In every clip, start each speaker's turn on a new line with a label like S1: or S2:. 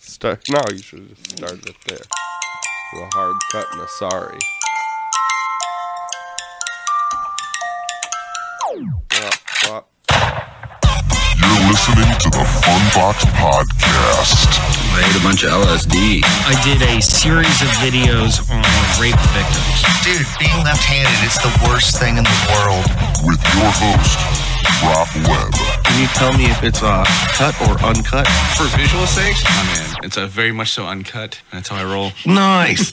S1: start. No, you should have just started it there. Do a hard cut and a sorry. Wop, wop.
S2: You're listening to the Funbox Podcast.
S3: I ate a bunch of LSD.
S4: I did a series of videos on rape victims.
S5: Dude, being left-handed is the worst thing in the world.
S2: With your host, Rob Webb.
S6: Can you tell me if it's uh, cut or uncut?
S7: For visual sakes, I'm in. It's a very much so uncut. That's how I roll.
S6: Nice.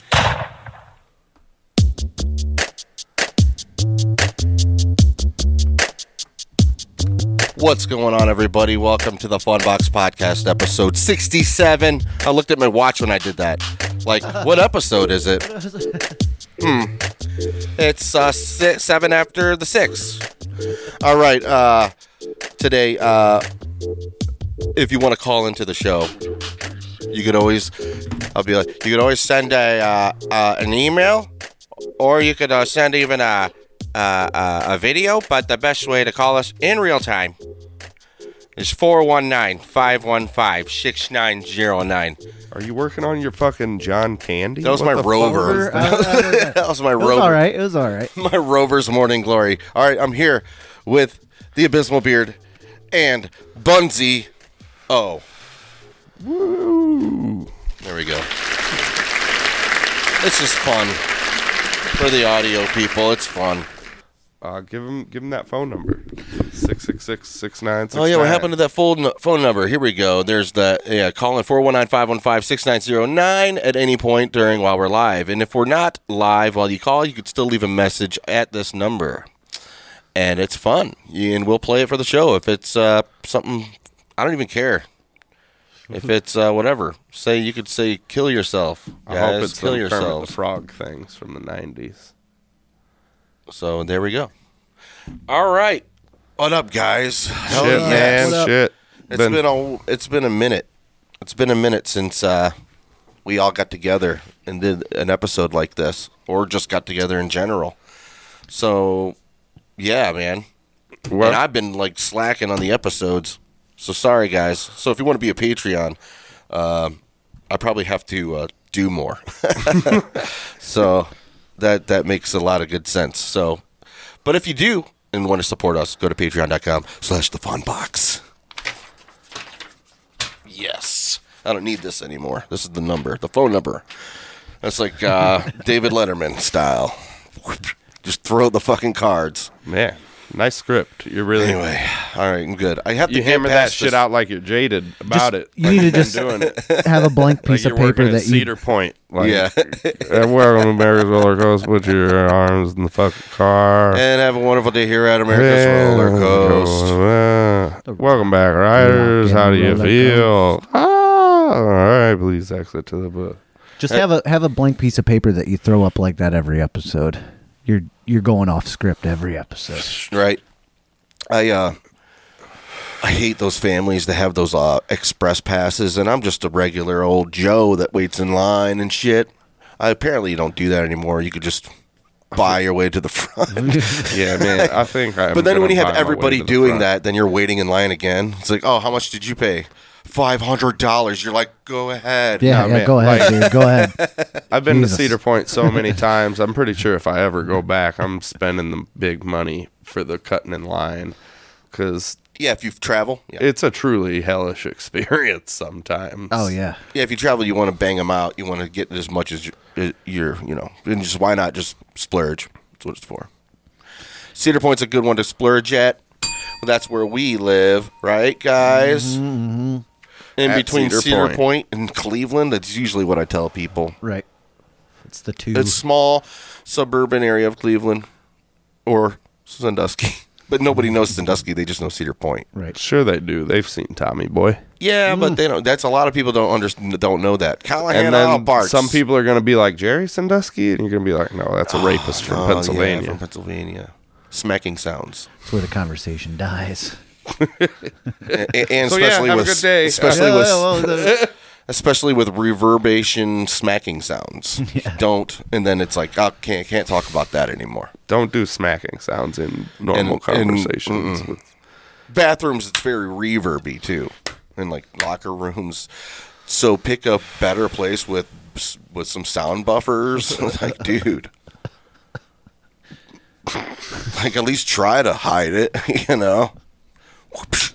S8: What's going on, everybody? Welcome to the Funbox Podcast, episode 67. I looked at my watch when I did that. Like, what episode is it? Hmm. It's uh, six, seven after the six. All right. Uh, today, uh, if you want to call into the show, you could always, I'll be like, you could always send a uh, uh, an email, or you could uh, send even a, a- a a video. But the best way to call us in real time is 419-515-6909.
S1: Are you working on your fucking John Candy?
S8: That was
S1: What
S8: my
S1: the fuck
S8: rover.
S1: was that?
S8: that was my
S9: It was
S8: rover.
S9: all right. It was all right.
S8: My rover's morning glory. All right, I'm here with the abysmal beard and Bunzi. Oh, There we go. It's just fun for the audio people. It's fun.
S1: Uh, give him, give him that phone number. Six six six six nine six.
S8: Oh yeah, what happened to that phone phone number? Here we go. There's the yeah, call in 419-515-6909 at any point during while we're live. And if we're not live while you call, you could still leave a message at this number. And it's fun. And we'll play it for the show if it's uh, something I don't even care. If it's uh, whatever, say you could say kill yourself.
S1: I
S8: guys,
S1: hope it's
S8: kill
S1: some Kermit
S8: yourselves.
S1: the Frog things from the '90s.
S8: So there we go. All right. What up, guys? Hell
S1: shit,
S8: Oh, yeah.
S1: man,
S9: What up?
S1: shit.
S8: It's been, a it's been a minute. It's been a minute since uh, we all got together and did an episode like this, or just got together in general. So, yeah, man.
S1: well,
S8: and I've been like slacking on the episodes. So sorry, guys. So if you want to be a Patreon, um, I probably have to uh, do more. so that that makes a lot of good sense. So, but if you do and want to support us, go to Patreon.com/slash The Fun Box. Yes, I don't need this anymore. This is the number, the phone number. That's like uh, David Letterman style. Just throw the fucking cards.
S1: man, nice script. You're really
S8: Anyway, all right, I'm good. I have to
S1: you
S8: get
S1: hammer that
S8: past
S1: shit
S8: this-
S1: out like you're jaded about it.
S9: you need to
S1: Like,
S9: just-
S1: been doing it.
S9: Have a blank
S1: Like
S9: piece
S1: you're
S9: of paper
S1: working at
S9: that you.
S1: Cedar Point. Like,
S8: Yeah,
S1: "Eh, welcome to Mary's roller coaster. Put your arms in the fucking car.
S8: and have a wonderful day here at America's
S1: Yeah.
S8: Roller Coast.
S1: Uh, Welcome back, riders. How do you
S9: Roller
S1: feel? Ah, all right, please exit to the booth.
S9: Just have a have a blank piece of paper that you throw up like that every episode. You're you're going off script every episode.
S8: Right? I uh, I hate those families that have those uh express passes, and I'm just a regular old Joe that waits in line and shit. I apparently you don't do that anymore. You could just buy your way to the front.
S1: Yeah, man, I think I.
S8: But then when you have everybody doing that, then you're waiting in line again. It's like, oh, how much did you pay? Five hundred dollars. You're like, go ahead.
S9: Yeah,
S1: Nah,
S9: yeah
S1: man,
S9: go ahead,
S1: like-
S9: dude. Go ahead.
S1: I've been
S9: Jesus.
S1: to Cedar Point so many times. I'm pretty sure if I ever go back, I'm spending the big money for the cutting in line because
S8: Yeah, if you travel. Yeah.
S1: it's a truly hellish experience sometimes.
S9: Oh yeah.
S8: Yeah, if you travel, you want to bang them out. You want to get as much as you- you're, you know, and just why not just splurge? That's what it's for. Cedar Point's a good one to splurge at. Well, that's where we live, right, guys? In
S1: At
S8: between
S1: Cedar
S8: Cedar,
S1: Point.
S8: Point. and Cleveland, that's usually what I tell people.
S9: Right. It's the two.
S8: It's small suburban area of Cleveland or Sandusky, but nobody knows Sandusky. They just know Cedar Point.
S9: right.
S1: Sure, they do. They've seen Tommy Boy.
S9: Mm.
S8: Yeah, but they don't. That's a lot of people don't understand. Don't know that. Callahan
S1: and then
S8: Auto Parts.
S1: some people are going to be like Jerry Sandusky, and you're going to be like, no, that's a rapist from
S8: Oh, yeah,
S1: Pennsylvania.
S8: from Pennsylvania. Smacking sounds,
S9: It's where the conversation dies.
S8: A- a- and
S1: So, yeah,
S8: especially
S1: have a
S8: with
S1: good day.
S8: especially
S9: Yeah,
S8: with
S9: well, the-
S8: especially with reverberation smacking sounds. Don't and then it's like I can't can't talk about that anymore.
S1: Don't do smacking sounds in normal
S8: And- and-
S1: conversations. with,
S8: Bathrooms, it's very reverby too, and like locker rooms. So pick a better place with with some sound buffers. like, dude. Like at least try to hide it, you know.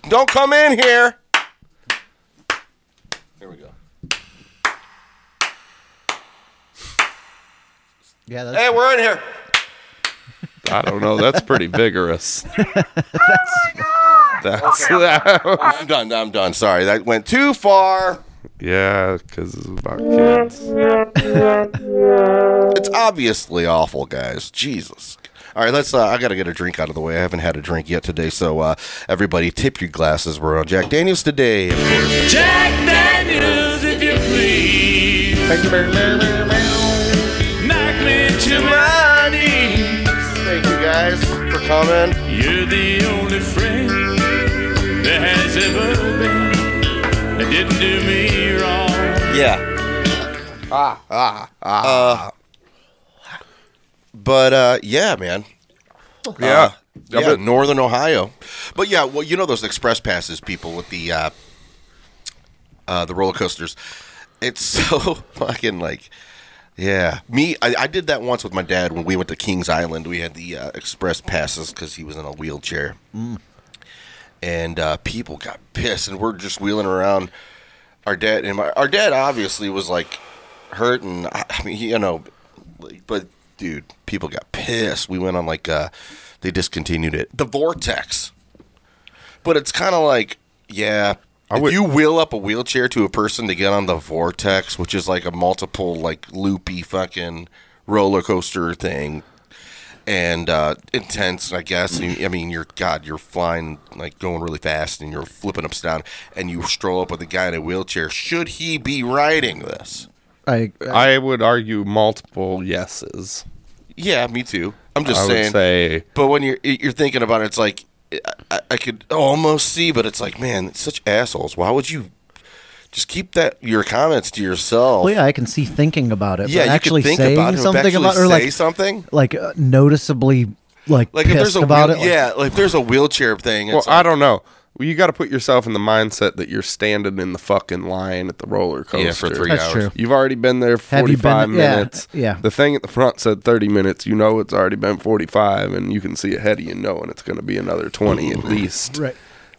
S8: Don't come in here. Here we go.
S9: Yeah, that's,
S8: Hey, we're in here.
S1: I don't know. That's pretty vigorous. that's
S8: I'm done. I'm done. Sorry, that went too far.
S1: yeah, because it's about kids.
S8: It's obviously awful, guys. Jesus. All right, let's. Uh, I got to get a drink out of the way. I haven't had a drink yet today, so uh, everybody, tip your glasses. We're on Jack Daniels today. Of course.
S3: Jack Daniels, if you please. Knock me to my knees.
S8: Thank you guys for coming.
S3: You're the only friend there has ever been that didn't do me wrong.
S8: Yeah. Ah ah ah. but uh, yeah, man. Uh,
S1: Yeah.
S8: Yeah, Northern Ohio. But yeah, well, you know those express passes, people with the uh, uh, the roller coasters. It's so fucking like, yeah. Me, I, I did that once with my dad when we went to Kings Island. We had the uh, express passes because he was in a wheelchair, and uh, people got pissed, and we're just wheeling around. Our dad and my our dad obviously was like hurt, and I, I mean, you know, like, but dude, people got pissed. We went on like uh they discontinued it. The Vortex. But it's kind of like, yeah, if
S1: would-
S8: you wheel up a wheelchair to a person to get on the Vortex, which is like a multiple like loopy fucking roller coaster thing. And uh, intense, I guess. You- I mean, you're God. You're flying like going really fast, and you're flipping ups down. And you stroll up with a guy in a wheelchair. Should he be riding this?
S9: I,
S1: I would argue multiple yeses.
S8: Yeah, me too. I'm just
S1: I
S8: saying.
S1: would say
S8: But when you're you're thinking about it, it's like I- I, I could almost see, but it's like, man, it's such assholes. Why would you just keep that your comments to yourself?
S9: well, yeah, I can see thinking about it.
S8: Yeah,
S9: but
S8: you
S9: actually
S8: could think
S9: saying
S8: about it, but
S9: something
S8: actually
S9: about, or
S8: say
S9: like,
S8: something.
S9: like uh, noticeably, like,
S8: Like if
S9: pissed
S8: there's a
S9: about
S8: wheel-
S9: it. like,
S8: yeah, like if there's a wheelchair thing. It's
S1: Well,
S8: like,
S1: I don't know. Well, you got to put yourself in the mindset that you're standing in the fucking line at the roller coaster.
S8: Yeah, for three
S9: That's
S8: hours.
S9: true.
S1: You've already been there
S9: Have you been-
S1: 45
S9: yeah,
S1: minutes.
S9: yeah.
S1: The thing at the front said 30 minutes. You know it's already been 45 and you can see ahead of you knowing it's going to be another 20 at least.
S9: Right.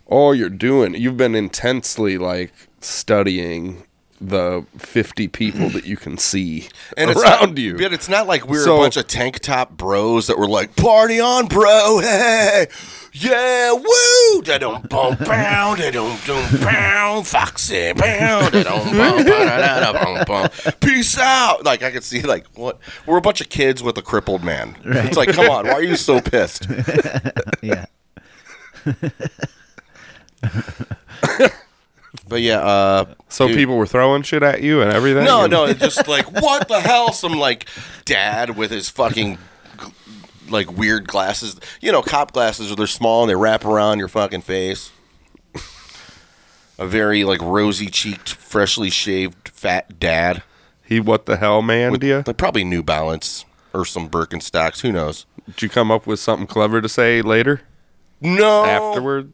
S1: All you're doing, you've been intensely like studying the 50 people that you can see
S8: it's
S1: around
S8: not,
S1: you.
S8: But it's not like we're
S1: So-
S8: a bunch of tank top bros that were like, party on, bro. Hey, yeah, woo. Da dum bum pow, da dum dum pow, foxy pow, da dum bum da da bum bum. Peace out. Like, I could see, like, what? We're a bunch of kids with a crippled man. It's like, come on, why are you so pissed?
S9: yeah.
S8: But yeah, uh,
S1: so people were throwing shit at you and everything?
S8: No,
S1: And-
S8: no, it's just like what the hell? Some like dad with his fucking gl- like weird glasses. You know, cop glasses. They're small and they wrap around your fucking face. A very like rosy cheeked, freshly shaved, fat dad.
S1: He what the hell man
S8: With
S1: to you?
S8: like, probably New Balance or some Birkenstocks. Who knows?
S1: Did you come up with something clever to say later? Oh.
S8: No.
S1: Afterward?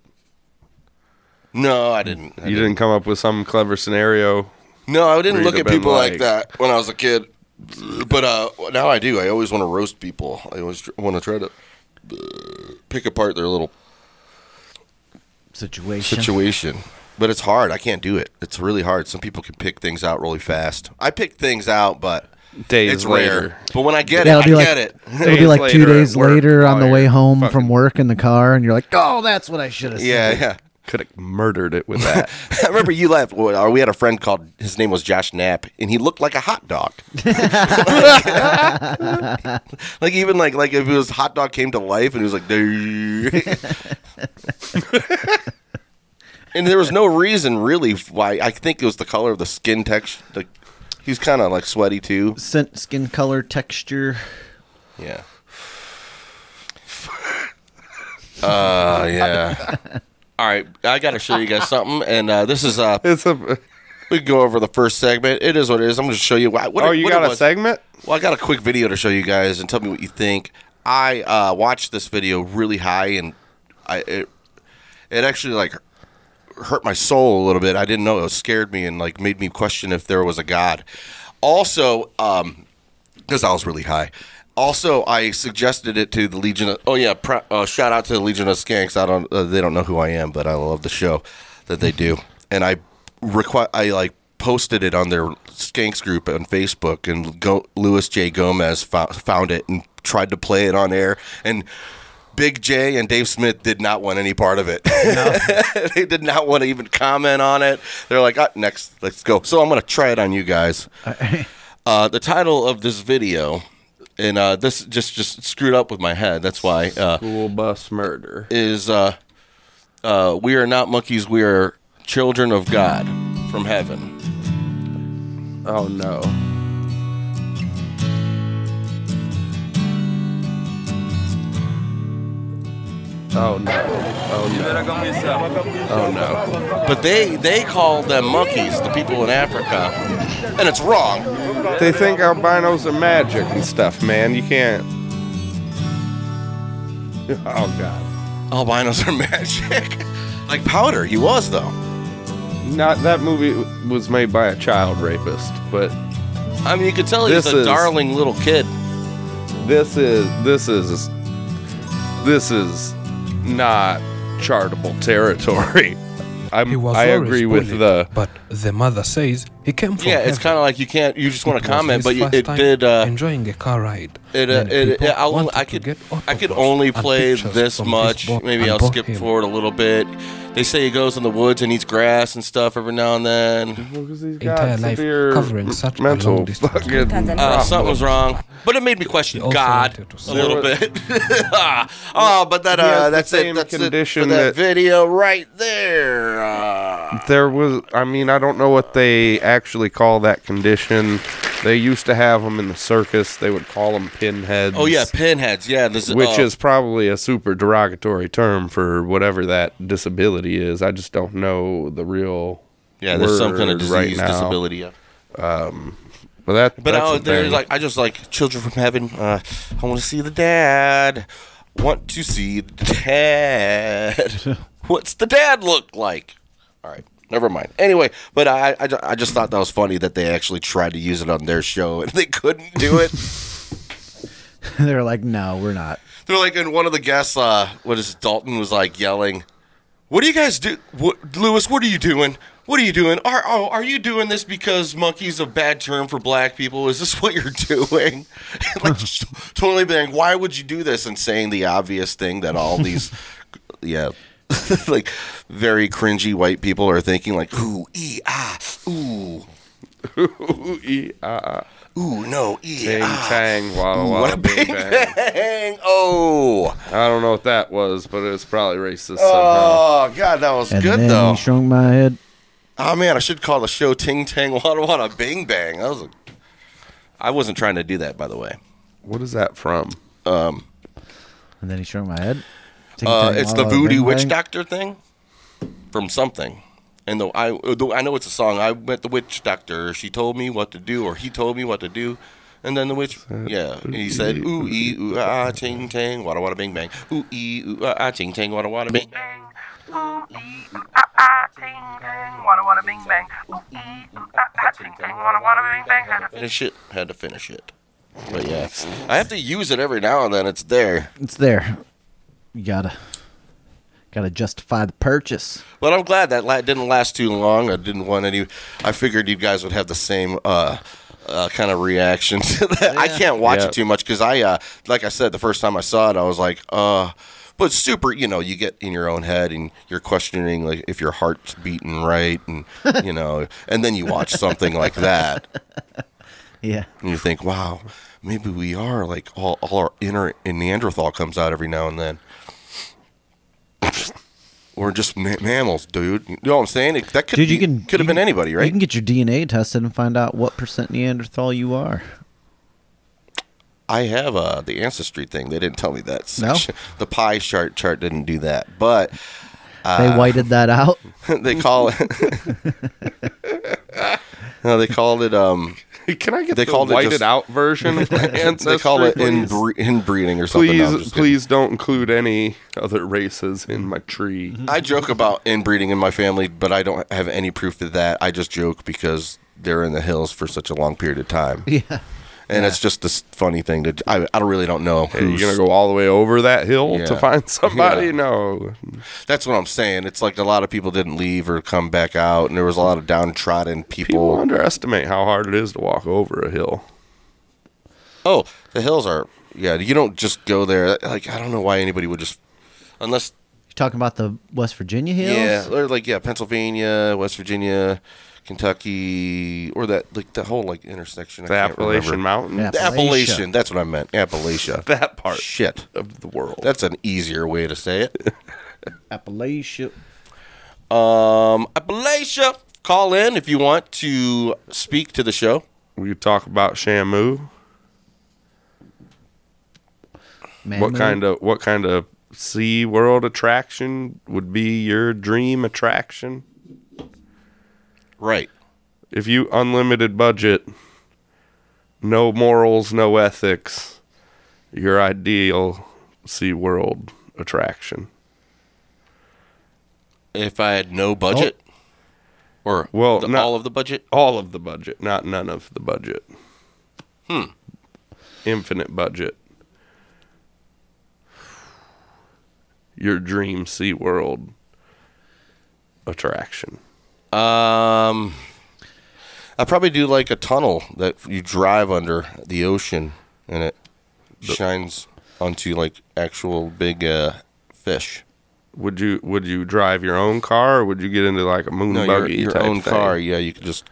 S8: No, I didn't. I
S1: You didn't come up with some clever scenario.
S8: No, I didn't
S1: Read
S8: look
S1: have
S8: at
S1: been
S8: people like,
S1: like-
S8: that when I was a kid. But uh, now I do. I always want to roast people. I always tr- want to try to uh, pick apart their little
S9: Situation.
S8: situation. But it's hard. I can't do it. It's really hard. Some people can pick things out really fast. I pick things out, but
S1: Days
S8: it's
S1: later.
S8: rare. But when I get
S9: Yeah,
S8: it, I
S9: it'll be like-
S8: get it.
S9: It'll be
S1: Days
S9: like two
S1: later at
S9: days
S1: work,
S9: later on the
S8: Oh,
S1: while
S9: way
S1: you're
S9: home from
S1: fucking-
S9: work in the car, and you're like, "Oh, that's what I should have said."
S8: Yeah, yeah.
S1: Could have murdered it with that.
S8: I remember you laughed. Well, We had a friend called his name was Josh Knapp, and he looked like a hot dog. like even like like if his hot dog came to life and he was like, "Duh." and there was no reason really why. I think it was the color of the skin texture. Like, he was kind of like sweaty too.
S9: Scent, skin color, texture.
S8: Yeah. Uh yeah. All right, I gotta show you guys something, and uh, this is uh,
S1: it's a.
S8: We can go over the first segment. It is what it is. I'm going to show you why- what.
S1: Oh, you
S8: what it
S1: got a
S8: was.
S1: segment?
S8: Well, I got a quick video to show you guys and tell me what you think. I uh, watched this video really high, and I it, it actually like hurt my soul a little bit. I didn't know it scared me and like made me question if there was a god. Also, um, because I was really high. Also, I suggested it to the Legion. Of, oh yeah, pro, uh, shout out to the Legion of Skanks. I don't. Uh, they don't know who I am, but I love the show that they do. And I requ- I like posted it on their Skanks group on Facebook, and Go- Louis J Gomez fo- found it and tried to play it on air and. Big J and Dave Smith did not want any part of it. they did not want to even comment on it. They're like, ah, next, let's go. So I'm going to try it on you guys. Uh, the title of this video, and uh, this just just screwed up with my head. That's why uh,
S1: School bus murder.
S8: is uh, uh, we are not monkeys. We are children of God from heaven.
S1: Oh no. Oh no. Oh no. Oh no.
S8: But they they call them monkeys, the people in Africa, and it's wrong.
S1: They think albinos are magic and stuff, man. You can't. Oh god.
S8: Albinos are magic, like powder. He was though.
S1: Not that movie was made by a child rapist, but
S8: I mean, you could tell he's
S1: This
S8: a
S1: is-
S8: darling little kid.
S1: this is this is this is not charitable territory.
S10: He
S1: I'm,
S10: was
S1: I
S10: always
S1: agree with
S10: bullied,
S1: the
S10: But the mother says he came from.
S8: Yeah, it's kind of like you can't. You just want to comment, but you, it did. Uh,
S10: enjoying a car ride.
S8: It, uh,
S10: Many
S8: it,
S10: people
S8: yeah, I'll,
S10: wanted
S8: I
S10: to
S8: could
S10: get
S8: I
S10: autographs
S8: could only
S10: and
S8: play
S10: pictures
S8: this
S10: from his
S8: much.
S10: bo-
S8: Maybe
S10: and
S8: I'll
S10: bought
S8: skip
S10: him.
S8: forward a little bit. They say he goes in the woods and eats grass and stuff every now and then.
S1: because he's
S10: Entire life covering such a
S1: mental
S10: long distance.
S1: fucking
S8: Uh,
S1: problem.
S8: something was wrong, but it made me question
S10: He also
S8: God
S10: wanted to
S8: a little bit. Ah, oh, but that
S1: He has
S8: uh,
S1: the
S8: that's it.
S1: same
S8: That's it for
S1: condition that-
S8: that, video right there. Uh,
S1: There was, I mean, I don't know what they actually call that condition. They used to have them in the circus. They would call them pinheads.
S8: oh yeah, pinheads. Yeah, this
S1: which
S8: uh,
S1: is probably a super derogatory term for whatever that disability is. I just don't know the real.
S8: oh, yeah. There's something a
S1: word
S8: disease
S1: right now.
S8: disability. Yeah.
S1: But that,
S8: But
S1: that's
S8: I,
S1: the
S8: there's
S1: thing.
S8: like I just like children from heaven. Uh, I want to see the dad. Want to see the dad. What's the dad look like? All right, never mind. Anyway, but I, I ju- I just thought that was funny that they actually tried to use it on their show and they couldn't do it.
S9: They're like, no, we're not.
S8: They're like, and one of the guests, uh, what is it, Dalton was like yelling, "What do you guys do, what, Lewis? What are you doing? What are you doing? Are oh, are you doing this because monkey's a bad term for black people? Is this what you're doing? like, just totally being, why would you do this? And saying the obvious thing that all these, yeah. like very cringy white people are thinking like ooh ee ah ooh
S1: Ooh, ee, ah,
S8: ooh no ee
S1: ting,
S8: ah
S1: tang, wah, wah,
S8: what a
S1: bing,
S8: big
S1: bang.
S8: bang oh
S1: I don't know what that was, but it's probably racist somehow.
S8: oh god that was
S9: And
S8: good
S9: then
S8: though
S9: he shrunk my head.
S8: Oh man, I should call the show Ting Tang Wada Wada Bing Bang. That was a, I wasn't trying to do that, by the way.
S1: What is that from?
S9: And then he shrunk my head. Ting,
S8: Uh,
S9: tang,
S8: it's
S9: la,
S8: the
S9: la,
S8: Voodoo
S9: bang,
S8: Witch
S9: bang.
S8: Doctor thing from something. And though I though I know it's a song. I met the witch doctor. She told me what to do, or he told me what to do. And then the witch, yeah, and he said, ooh ee ooh ah ah, ting tang wada wada bing bang, ooh ee ooh ah ah ting tang wada wada bing. ah, ah, And shit had to finish it. But yeah, I have to use it every now and then. It's there.
S9: It's there. You gotta, gotta justify the purchase.
S8: But I'm glad that la- didn't last too long. I didn't want any. I figured you guys would have the same uh, uh, kind of reaction to that. I can't watch
S1: Yeah.
S8: it too much because I, uh, like I said, the first time I saw it, I was like, uh, but super, you know, you get in your own head and you're questioning like if your heart's beating right and, you know, and then you watch something like that
S9: Yeah.
S8: and you think, wow, maybe we are like all, all our inner Neanderthal comes out every now and then. Or just ma- mammals, dude. You know what I'm saying? It, that could
S9: Dude, you
S8: be-
S9: can
S8: could have
S9: you
S8: been anybody,
S9: You
S8: right?
S9: can get your DNA tested and find out what percent Neanderthal you are.
S8: I have uh, the ancestry thing. They didn't tell me that.
S9: No?
S8: the pie chart chart didn't do that, but Uh,
S9: they whited that out.
S8: they call it. no, they called it. Um,
S1: Can I get
S8: They
S1: the
S8: called it
S1: whited
S8: just-
S1: out version? Of my ancestry,
S8: they call it
S1: please?
S8: inbre- inbreeding or something. No, I'm
S1: Please,
S8: just kidding.
S1: please don't include any other races in my tree.
S8: I joke about inbreeding in my family, but I don't have any proof of that. I just joke because they're in the hills for such a long period of time. Yeah. And it's just this funny thing that I, I don't really don't know.
S1: Hey, you
S8: who's-
S1: gonna go all the way over that hill
S8: Yeah.
S1: to find somebody?
S8: Yeah.
S1: No,
S8: That's what I'm saying. It's like a lot of people didn't leave or come back out, and there was a lot of downtrodden
S1: people
S8: people.
S1: underestimate how hard it is to walk over a hill.
S8: oh, the hills are yeah. You don't just go there. Like I don't know why anybody would just unless
S9: talking about the West Virginia hills?
S8: yeah, or like yeah, Pennsylvania, West Virginia, Kentucky, or that like the whole like intersection. I
S1: The
S8: can't
S1: Appalachian
S8: remember.
S1: Mountain,
S9: Yeah.
S8: The
S9: Appalachia.
S8: Appalachian. That's what I meant. Appalachia.
S1: that part
S8: Shit.
S1: of the world.
S8: That's an easier way to say it.
S9: Appalachia.
S8: Um, Appalachia. Call in if you want to speak to the show.
S1: we talk about Shamu.
S9: Man,
S1: What kind of what kind of sea world attraction would be your dream attraction?
S8: Right.
S1: If you unlimited budget, no morals, no ethics, your ideal sea world attraction.
S8: If I had no budget, or
S1: Well,
S8: the-
S1: not-
S8: all of the budget,
S1: All of the budget, not none of the budget. Hmm.
S8: Hmm.
S1: Infinite budget. Your dream sea world attraction.
S8: um, I probably do like a tunnel that you drive under the ocean, and it shines onto like actual big uh, fish.
S1: Would you would you drive your own car or would you get into like a moon
S8: No, your,
S1: buggy
S8: your
S1: type
S8: own
S1: thing?
S8: car. Yeah, you could just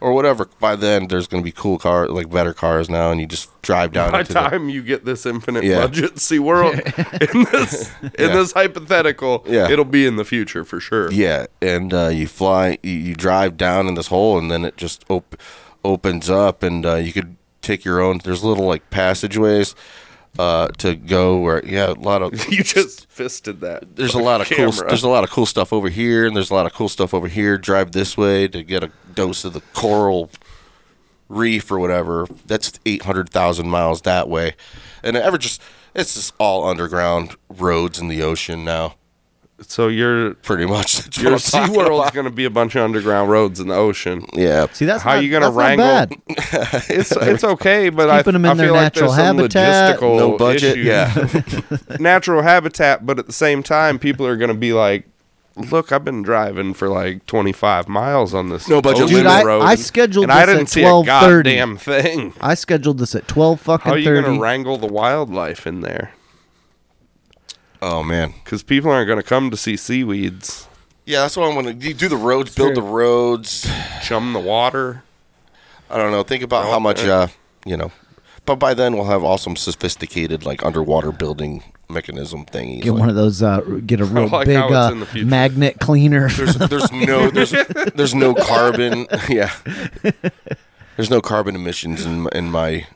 S8: or whatever. By then, there's going to be cool car, like better cars now, and you just drive down.
S1: By
S8: into
S1: the
S8: the-
S1: time you get this infinite
S8: Yeah.
S1: budget sea world in this in
S8: Yeah.
S1: this hypothetical,
S8: Yeah.
S1: it'll be in the future for sure.
S8: Yeah, and uh, you fly, you, you drive down in this hole, and then it just op- opens up, and uh, you could take your own. There's little like passageways uh, to go where, yeah, a lot of
S1: You just fisted that.
S8: there's a lot of cool.
S1: camera.
S8: There's a lot of cool stuff over here, and there's a lot of cool stuff over here. Drive this way to get a dose of the coral reef or whatever. That's eight hundred thousand miles that way, and it ever just it's just all underground roads in the ocean now.
S1: so your
S8: Pretty much. That's what
S1: your
S8: I'm
S1: sea
S8: talking
S1: world's
S8: about.
S1: gonna be a bunch of underground roads in the ocean.
S8: Yeah,
S9: See, that's
S1: How
S9: not,
S1: you gonna
S9: that's not
S1: wrangle-
S9: bad.
S1: It's it's okay, but I,
S9: Keeping 'em in
S1: I
S9: their
S1: feel like
S9: natural
S1: there's some
S9: habitat.
S1: logistical
S8: No budget,
S1: issues.
S8: yeah.
S1: natural habitat, but at the same time, people are gonna be like, "Look, I've been driving for like 25 miles on this
S8: No budget
S1: ocean
S8: Dude,
S9: I-
S1: road,
S9: I
S1: and-
S9: scheduled
S1: and
S9: this
S1: I
S9: at
S1: didn't see a
S9: 12:30.
S1: goddamn thing.
S9: I scheduled this at twelve fucking
S1: How are you
S9: thirty.
S1: gonna wrangle the wildlife in there?
S8: Oh man.
S1: Because people aren't gonna come to see seaweeds,
S8: Yeah, that's what I'm gonna do. Do the roads, build the roads.
S1: chum the water.
S8: I don't know. Think about how much, uh, you know. But by then we'll have awesome, sophisticated like underwater building mechanism thingies.
S9: get
S8: Like,
S9: one of those. Uh, get a real
S1: like
S9: big
S1: how it's
S9: uh,
S1: in the future.
S9: magnet cleaner.
S8: there's there's no there's there's no carbon. Yeah. There's no carbon emissions in in my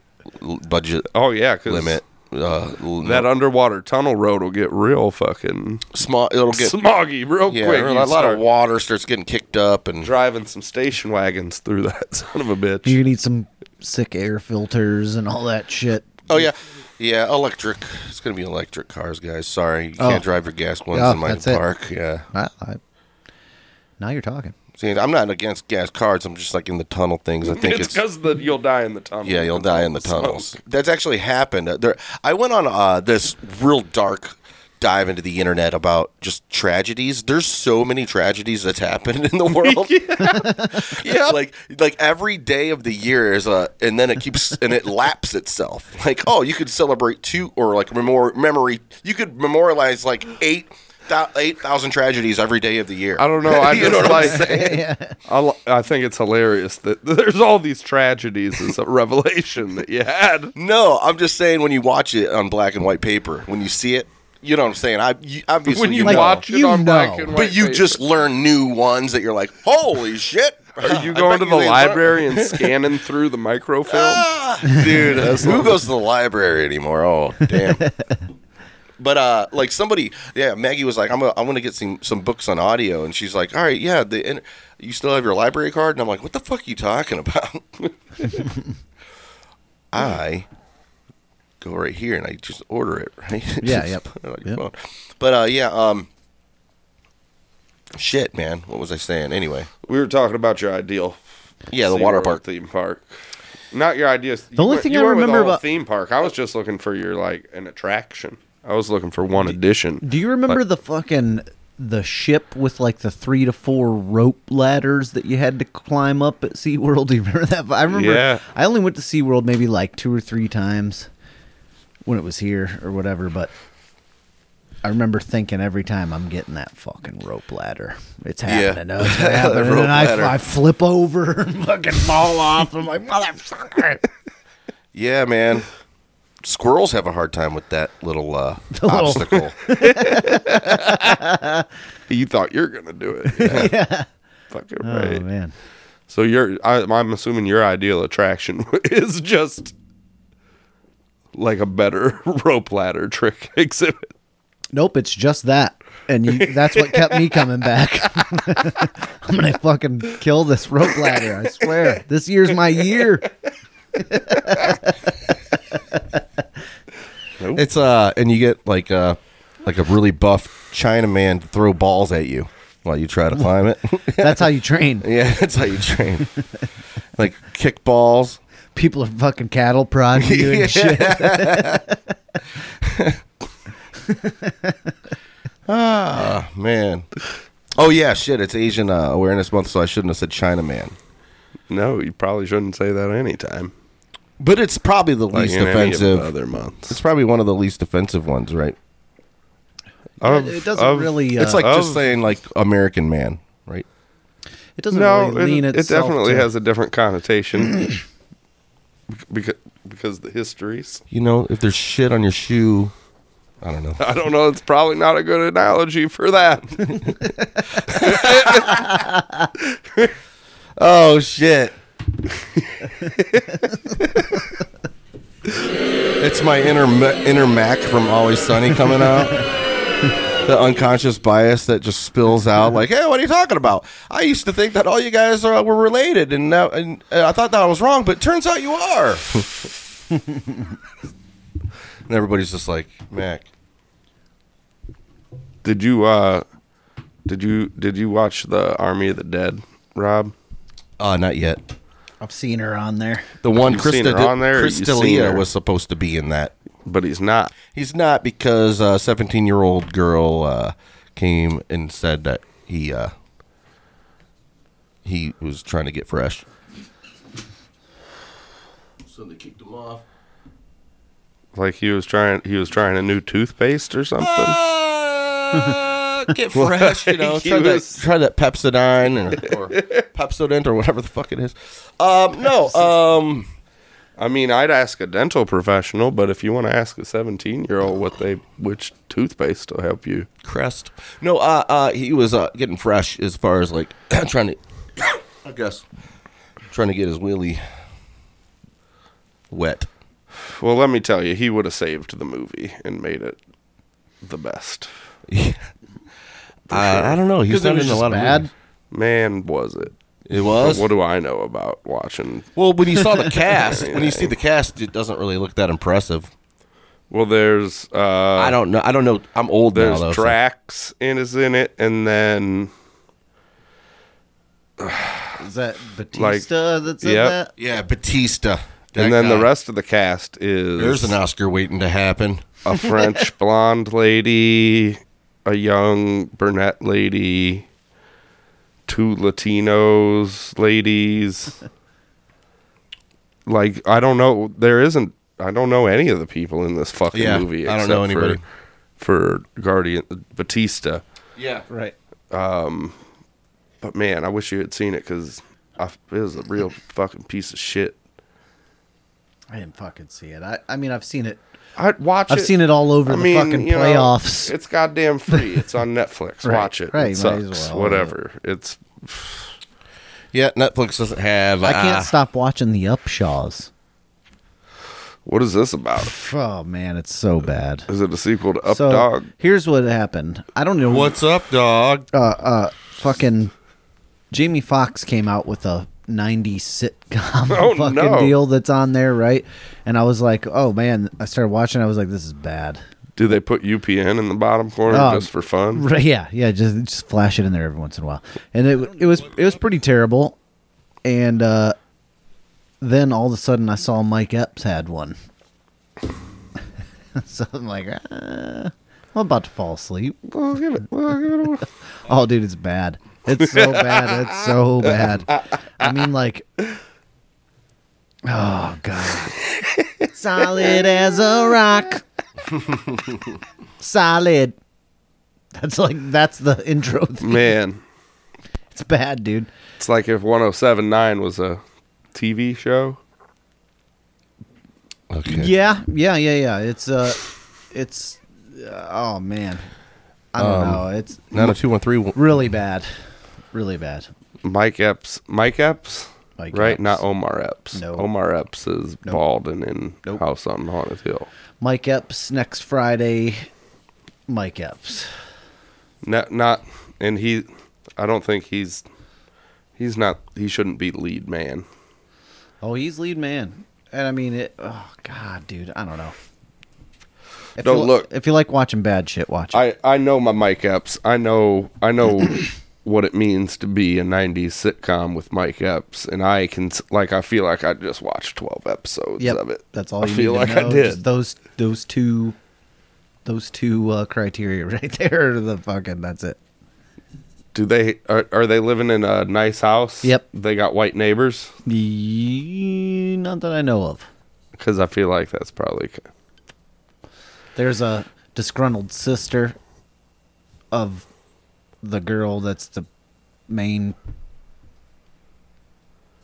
S8: l- budget
S1: Oh yeah, because
S8: limit. Uh, l-
S1: that
S8: no.
S1: underwater tunnel road will get real fucking
S8: small. It'll get
S1: smoggy real
S8: yeah.
S1: quick.
S8: a
S1: You
S8: lot
S1: start
S8: of water starts getting kicked up and
S1: driving some station wagons through that son of a bitch.
S9: you need some sick air filters and all that shit.
S8: Oh yeah, yeah. Electric. It's gonna be electric cars, guys. Sorry, you can't drive your gas ones
S9: Oh,
S8: in my
S9: that's it.
S8: park. Yeah.
S9: I, I, now you're talking.
S8: See, I'm not against gas cars. I'm just like in the tunnel things. I think
S1: It's
S8: it's.
S1: because the you'll die in the tunnel.
S8: yeah, you'll die in the tunnels. That's actually happened. Uh, There, I went on uh, this real dark dive into the internet about just tragedies. There's so many tragedies that's happened in the world. yeah, like like every day of the year is a, and then it keeps and it laps itself. Like, oh, you could celebrate two or like memor- memory. You could memorialize like eight. thou- 8,000 tragedies every day of the year.
S1: I don't know. I
S8: You
S1: just
S8: know what I'm
S1: like. I, li- I think it's hilarious that there's all these tragedies. Is a revelation that you had.
S8: No, I'm just saying when you watch it on black and white paper, when you see it, you know what I'm saying. I you, obviously
S1: When you
S8: know.
S1: watch it
S9: You
S1: on
S9: know.
S1: black and white,
S8: but you
S1: paper.
S8: just learn new ones that you're like, holy shit!
S1: are you going
S8: I bet
S1: to
S8: you
S1: the
S8: didn't
S1: library and scanning through the microfilm?
S8: uh, learn- dude? who goes to the library anymore? Oh damn! But uh, like somebody, yeah, Maggie was like, "I'm gonna, I'm gonna get some some books on audio," and she's like, "All right, yeah, the and you still have your library card?" And I'm like, "What the fuck are you talking about?" I go right here and I just order it, right?
S9: Yeah,
S8: Just
S9: yep,
S8: put it on your
S9: yep.
S8: phone. But uh, yeah, um, shit, man, what was I saying? Anyway,
S1: We were talking about your ideal.
S8: yeah, the
S1: So you
S8: water
S1: went
S8: park.
S1: with theme park. Not your ideas. The
S9: only thing I remember about-
S1: theme park. I was just looking for your like an attraction. I was looking for one addition.
S9: Do you remember the fucking the ship with like the three to four rope ladders that you had to climb up at SeaWorld? Do you remember that? I remember
S1: Yeah.
S9: I only went to SeaWorld maybe like two or three times when it was here or whatever, but I remember thinking every time I'm getting that fucking rope ladder. It's
S8: Yeah.
S9: happening. Oh, it's happening. and
S8: Rope
S9: then I,
S8: ladder.
S9: I flip over and fucking fall off. I'm like, motherfucker.
S8: Yeah, man. Squirrels have a hard time with that little uh,
S9: little-
S8: obstacle.
S1: You thought you're gonna do it. Yeah. Fucking
S9: Oh,
S1: right.
S9: man.
S1: So your I, I'm assuming your ideal attraction is just like a better rope ladder trick exhibit.
S9: Nope, it's just that. And you, that's what kept me coming back. I'm going to fucking kill this rope ladder, I swear. This year's my year.
S8: It's uh, and you get like uh, like a really buff Chinaman to throw balls at you while you try to climb it.
S9: That's how you train.
S8: yeah, that's how you train. like kick balls.
S9: People are fucking cattle prodding you and shit.
S8: Ah, man. Oh yeah, shit. It's Asian uh, Awareness Month, so I shouldn't have said Chinaman.
S1: No, you probably shouldn't say that anytime.
S8: But it's probably the
S1: Like
S8: least
S1: in any of the
S8: offensive.
S1: other months.
S8: it's probably one of the least offensive ones, right?
S1: Of-
S9: It doesn't
S1: of-
S9: really. Uh,
S8: It's like
S1: Of-
S8: just saying like American man, right?
S9: it doesn't
S1: no,
S9: really lean
S1: it, it
S9: itself
S1: definitely
S9: to-
S1: has a different connotation because because the histories.
S8: You know, if there's shit on your shoe, I don't know.
S1: I don't know. It's probably not a good analogy for that.
S8: Oh shit. it's my inner Ma- inner Mac from Always Sunny coming out. the unconscious bias that just spills out like, "Hey, what are you talking about? I used to think that all you guys are, were related and, now, and uh, I thought that I was wrong, but turns out you are." and everybody's just like, "Mac,
S1: did you uh did you did you watch the Army of the Dead, Rob?
S8: uh not yet."
S9: I've seen her on there.
S8: The one
S1: You've seen
S8: Krista,
S1: her on there, or
S8: Chris
S1: you've seen
S8: D'Elia
S1: her?
S8: was supposed to be in that.
S1: But he's not.
S8: He's not because a 17 year old girl uh, came and said that he uh, he was trying to get fresh. So they kicked him off.
S1: Like he was trying he was trying a new toothpaste or something.
S9: Ah!
S8: Ah, get fresh, you know.
S1: He
S8: Try,
S1: was-
S8: that, try that Pepsodine or, or Pepsodent or whatever the fuck it is. Um, no, um,
S1: I mean, I'd ask a dental professional, but if you want to ask a 17-year-old what they which toothpaste will help you.
S8: Crest. No, uh, uh, he was uh, getting fresh as far as like trying to, I guess, trying to get his willy wet.
S1: Well, let me tell you, he would have saved the movie and made it the best.
S8: uh, I don't know. He's
S9: Because it
S8: not
S9: was
S8: in a
S9: just
S8: lot
S9: bad.
S8: of. Movies.
S1: Man, was it.
S8: It
S1: But
S8: was
S1: what do I know about watching?
S8: well when you saw the cast. when you see the cast, it doesn't really look that impressive.
S1: Well, there's uh
S9: Oh.
S8: I don't know. I don't know. I'm old
S1: There's
S8: now though. so-
S1: Drax in is in it, and then
S9: Is that Batista that's in
S1: yep.
S9: that?
S8: yeah, Batista.
S1: and
S8: That
S1: then the
S8: guy.
S1: rest of the cast is
S8: There's an Oscar waiting to happen.
S1: a French blonde lady, a young brunette lady, two Latinos ladies. like I don't know, there isn't. I don't know any of the people in this fucking
S8: Yeah,
S1: movie.
S8: I don't know
S1: except
S8: anybody.
S1: for, for Guardian Batista.
S8: Yeah.
S9: Right.
S1: But man, I wish you had seen it because it was a real fucking piece of shit.
S9: I didn't fucking see it. I, I mean, I've seen it.
S1: I'd watch
S9: I've
S1: it.
S9: seen it all over the fucking
S1: you know,
S9: playoffs.
S1: it's goddamn free. It's on Netflix.
S9: Right,
S1: Watch it.
S9: right,
S1: it
S9: might as
S1: sucks.
S9: well.
S1: Whatever. It's
S8: Yeah. Netflix doesn't have.
S1: Ah.
S9: I can't
S8: uh,
S9: stop watching the Upshaws.
S1: What is this about?
S9: Oh man, it's so bad.
S1: Is it a sequel to Up
S9: so
S1: Dog?
S9: here's what happened. I don't know
S8: What's up, dog?
S9: uh, uh, fucking Jamie Fox came out with a 90s sitcom
S1: Oh,
S9: fucking
S1: no.
S9: deal that's on there, right? And I was like, oh man, I started watching. I was like, this is bad.
S1: Do they put UPN in the bottom corner
S9: Oh.
S1: just for fun?
S9: Right? Yeah, yeah. Just just flash it in there every once in a while, and it it was it was pretty terrible. And uh, then all of a sudden, I saw Mike Epps had one, so I'm like, ah, I'm about to fall asleep.
S1: Well, give it. Well, give it. A,
S9: Oh, dude, it's bad. It's so bad. It's so bad. I mean, like, oh god, solid as a rock, solid. That's like that's the intro. Thing.
S1: man,
S9: It's bad, dude.
S1: it's like if 1079 was a TV show.
S8: Okay.
S9: Yeah, yeah, yeah, yeah. It's uh, it's oh man, I don't know. It's
S8: 90213.
S9: really bad, really bad.
S1: Mike Epps. Mike Epps.
S9: Mike
S1: right,
S9: Epps.
S1: not Omar Epps.
S9: No.
S1: Omar Epps is bald and in
S9: Nope.
S1: House on Haunted Hill.
S9: Mike Epps next Friday. Mike Epps.
S1: Not, not, and he. I don't think he's. He's not. He shouldn't be lead man.
S9: Oh, he's lead man. And I mean it. Oh God, dude, I don't know. If
S1: Don't
S9: you,
S1: look.
S9: If you like watching bad shit, watch it.
S1: I I know my Mike Epps. I know I know what it means to be a '90s sitcom with Mike Epps, and I can s- like I feel like I just watched 12 episodes
S9: yep,
S1: of it.
S9: that's all
S1: I
S9: you
S1: feel
S9: need
S1: like
S9: to know.
S1: I did.
S9: Just those those two, those two uh, criteria right there. Are the fucking that's it.
S1: Do they are, are they living in a nice house?
S9: Yep.
S1: They got white neighbors
S9: Ye- Not that I know of.
S1: because I feel like that's probably c-
S9: There's a disgruntled sister of the girl that's the main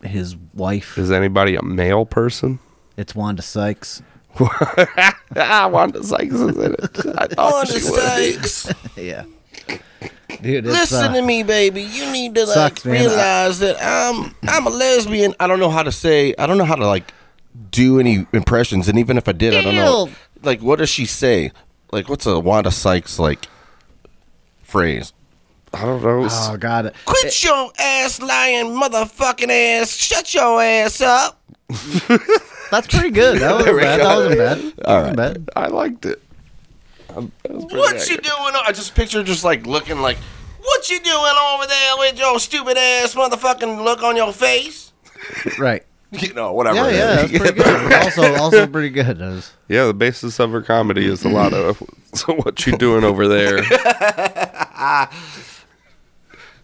S9: his wife.
S1: is anybody a male person?
S9: It's Wanda Sykes.
S1: Ah, Wanda Sykes is in it. I thought she was.
S9: Yeah. Dude, it's,
S8: Listen
S9: uh,
S8: to me, baby. You need to like
S9: sucks, man.
S8: realize that I'm I'm a lesbian. I don't know how to say. I don't know how to like do any impressions. And even if I did, I don't know.
S9: Ew.
S8: Like, what does she say? Like, what's a Wanda Sykes like phrase?
S1: I don't know. S-
S9: Oh god.
S8: Quit your ass lying, motherfucking ass. Shut your ass up.
S9: That's pretty good. That wasn't bad. That wasn't bad. That wasn't bad.
S1: I liked it. Um, that was pretty
S8: What you
S1: accurate.
S8: doing? o- I just picture just like looking like, what you doing over there with your stupid ass motherfucking look on your face?
S9: Right.
S8: You know, whatever.
S9: Yeah,
S8: it is.
S9: yeah, that's pretty good. Also also pretty good. That was-
S1: Yeah, the basis of her comedy is a lot of so what you doing over there.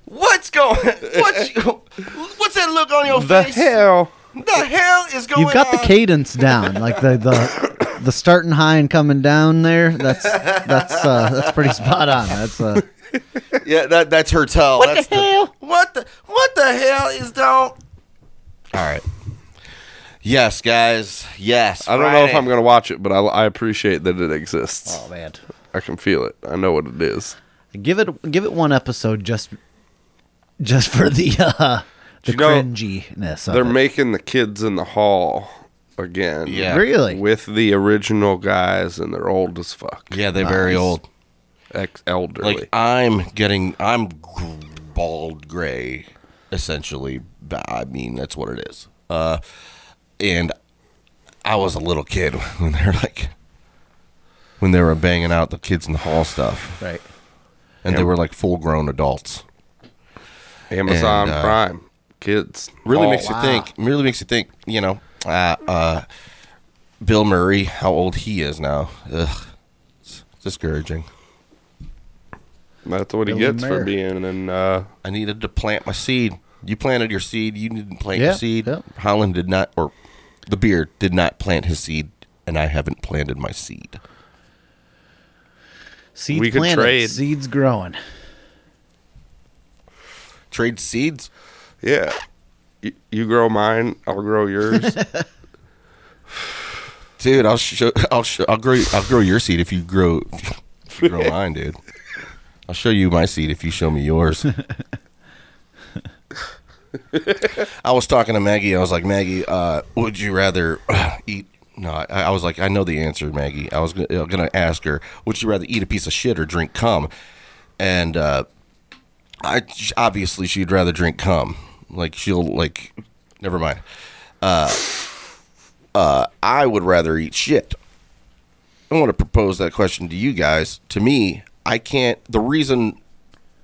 S8: What's going? What you, What's that look on your
S1: the
S8: face?
S1: hell?
S8: The hell is going?
S9: You've got the
S8: on?
S9: cadence down. Like the the the starting high and coming down there. That's that's uh that's pretty spot on. That's uh
S8: Yeah, that, that's her tell. What that's the hell? what the What the hell is going? All right. Yes, guys. Yes.
S1: I don't know if
S8: Friday.
S1: I'm going to watch it, but I, I appreciate that it exists.
S9: oh man.
S1: I can feel it. I know what it is.
S9: Give it give it one episode just just for the uh the
S1: You know,
S9: cringiness of
S1: They're
S9: it.
S1: making the kids in the hall again.
S8: Yeah.
S9: Really?
S1: With the original guys, and they're old as fuck.
S8: Yeah, they're very old.
S1: Ex elderly.
S8: Like I'm getting, I'm gr- bald gray, essentially. But, I mean, that's what it is. Uh, and I was a little kid when they're like, when they were banging out the kids in the hall stuff,
S9: right.
S8: and they were like full grown adults.
S1: Amazon
S8: and, uh,
S1: Prime. Kids.
S8: Really
S9: Oh,
S1: Hall.
S8: makes you think. Really makes you think. You know, uh, uh, Bill Murray, how old he is now. Ugh, it's discouraging.
S1: That's what he
S9: Bill and
S1: gets
S9: Mayor.
S1: for being in. Uh,
S8: I needed to plant my seed. You planted your seed. You didn't plant
S9: Yeah,
S8: your seed.
S9: yeah.
S8: Holland did not, or the beard did not plant his seed, and I haven't planted my seed.
S9: Seeds
S1: We could
S9: planted,
S1: trade.
S9: seeds growing.
S8: Trade seeds.
S1: yeah. You, you grow mine, I'll grow yours.
S8: Dude, I'll show. I'll show. I'll grow. I'll grow your seed if you grow. If you grow mine, dude. I'll show you my seed if you show me yours. I was talking to Maggie. I was like, Maggie, uh, would you rather eat No, I, I was like, I know the answer, Maggie. I was going to ask her, would you rather eat a piece of shit or drink cum? And uh, I obviously she'd rather drink cum. Like she'll like, never mind. Uh, uh, I would rather eat shit. I want to propose that question to you guys. To me, I can't. The reason,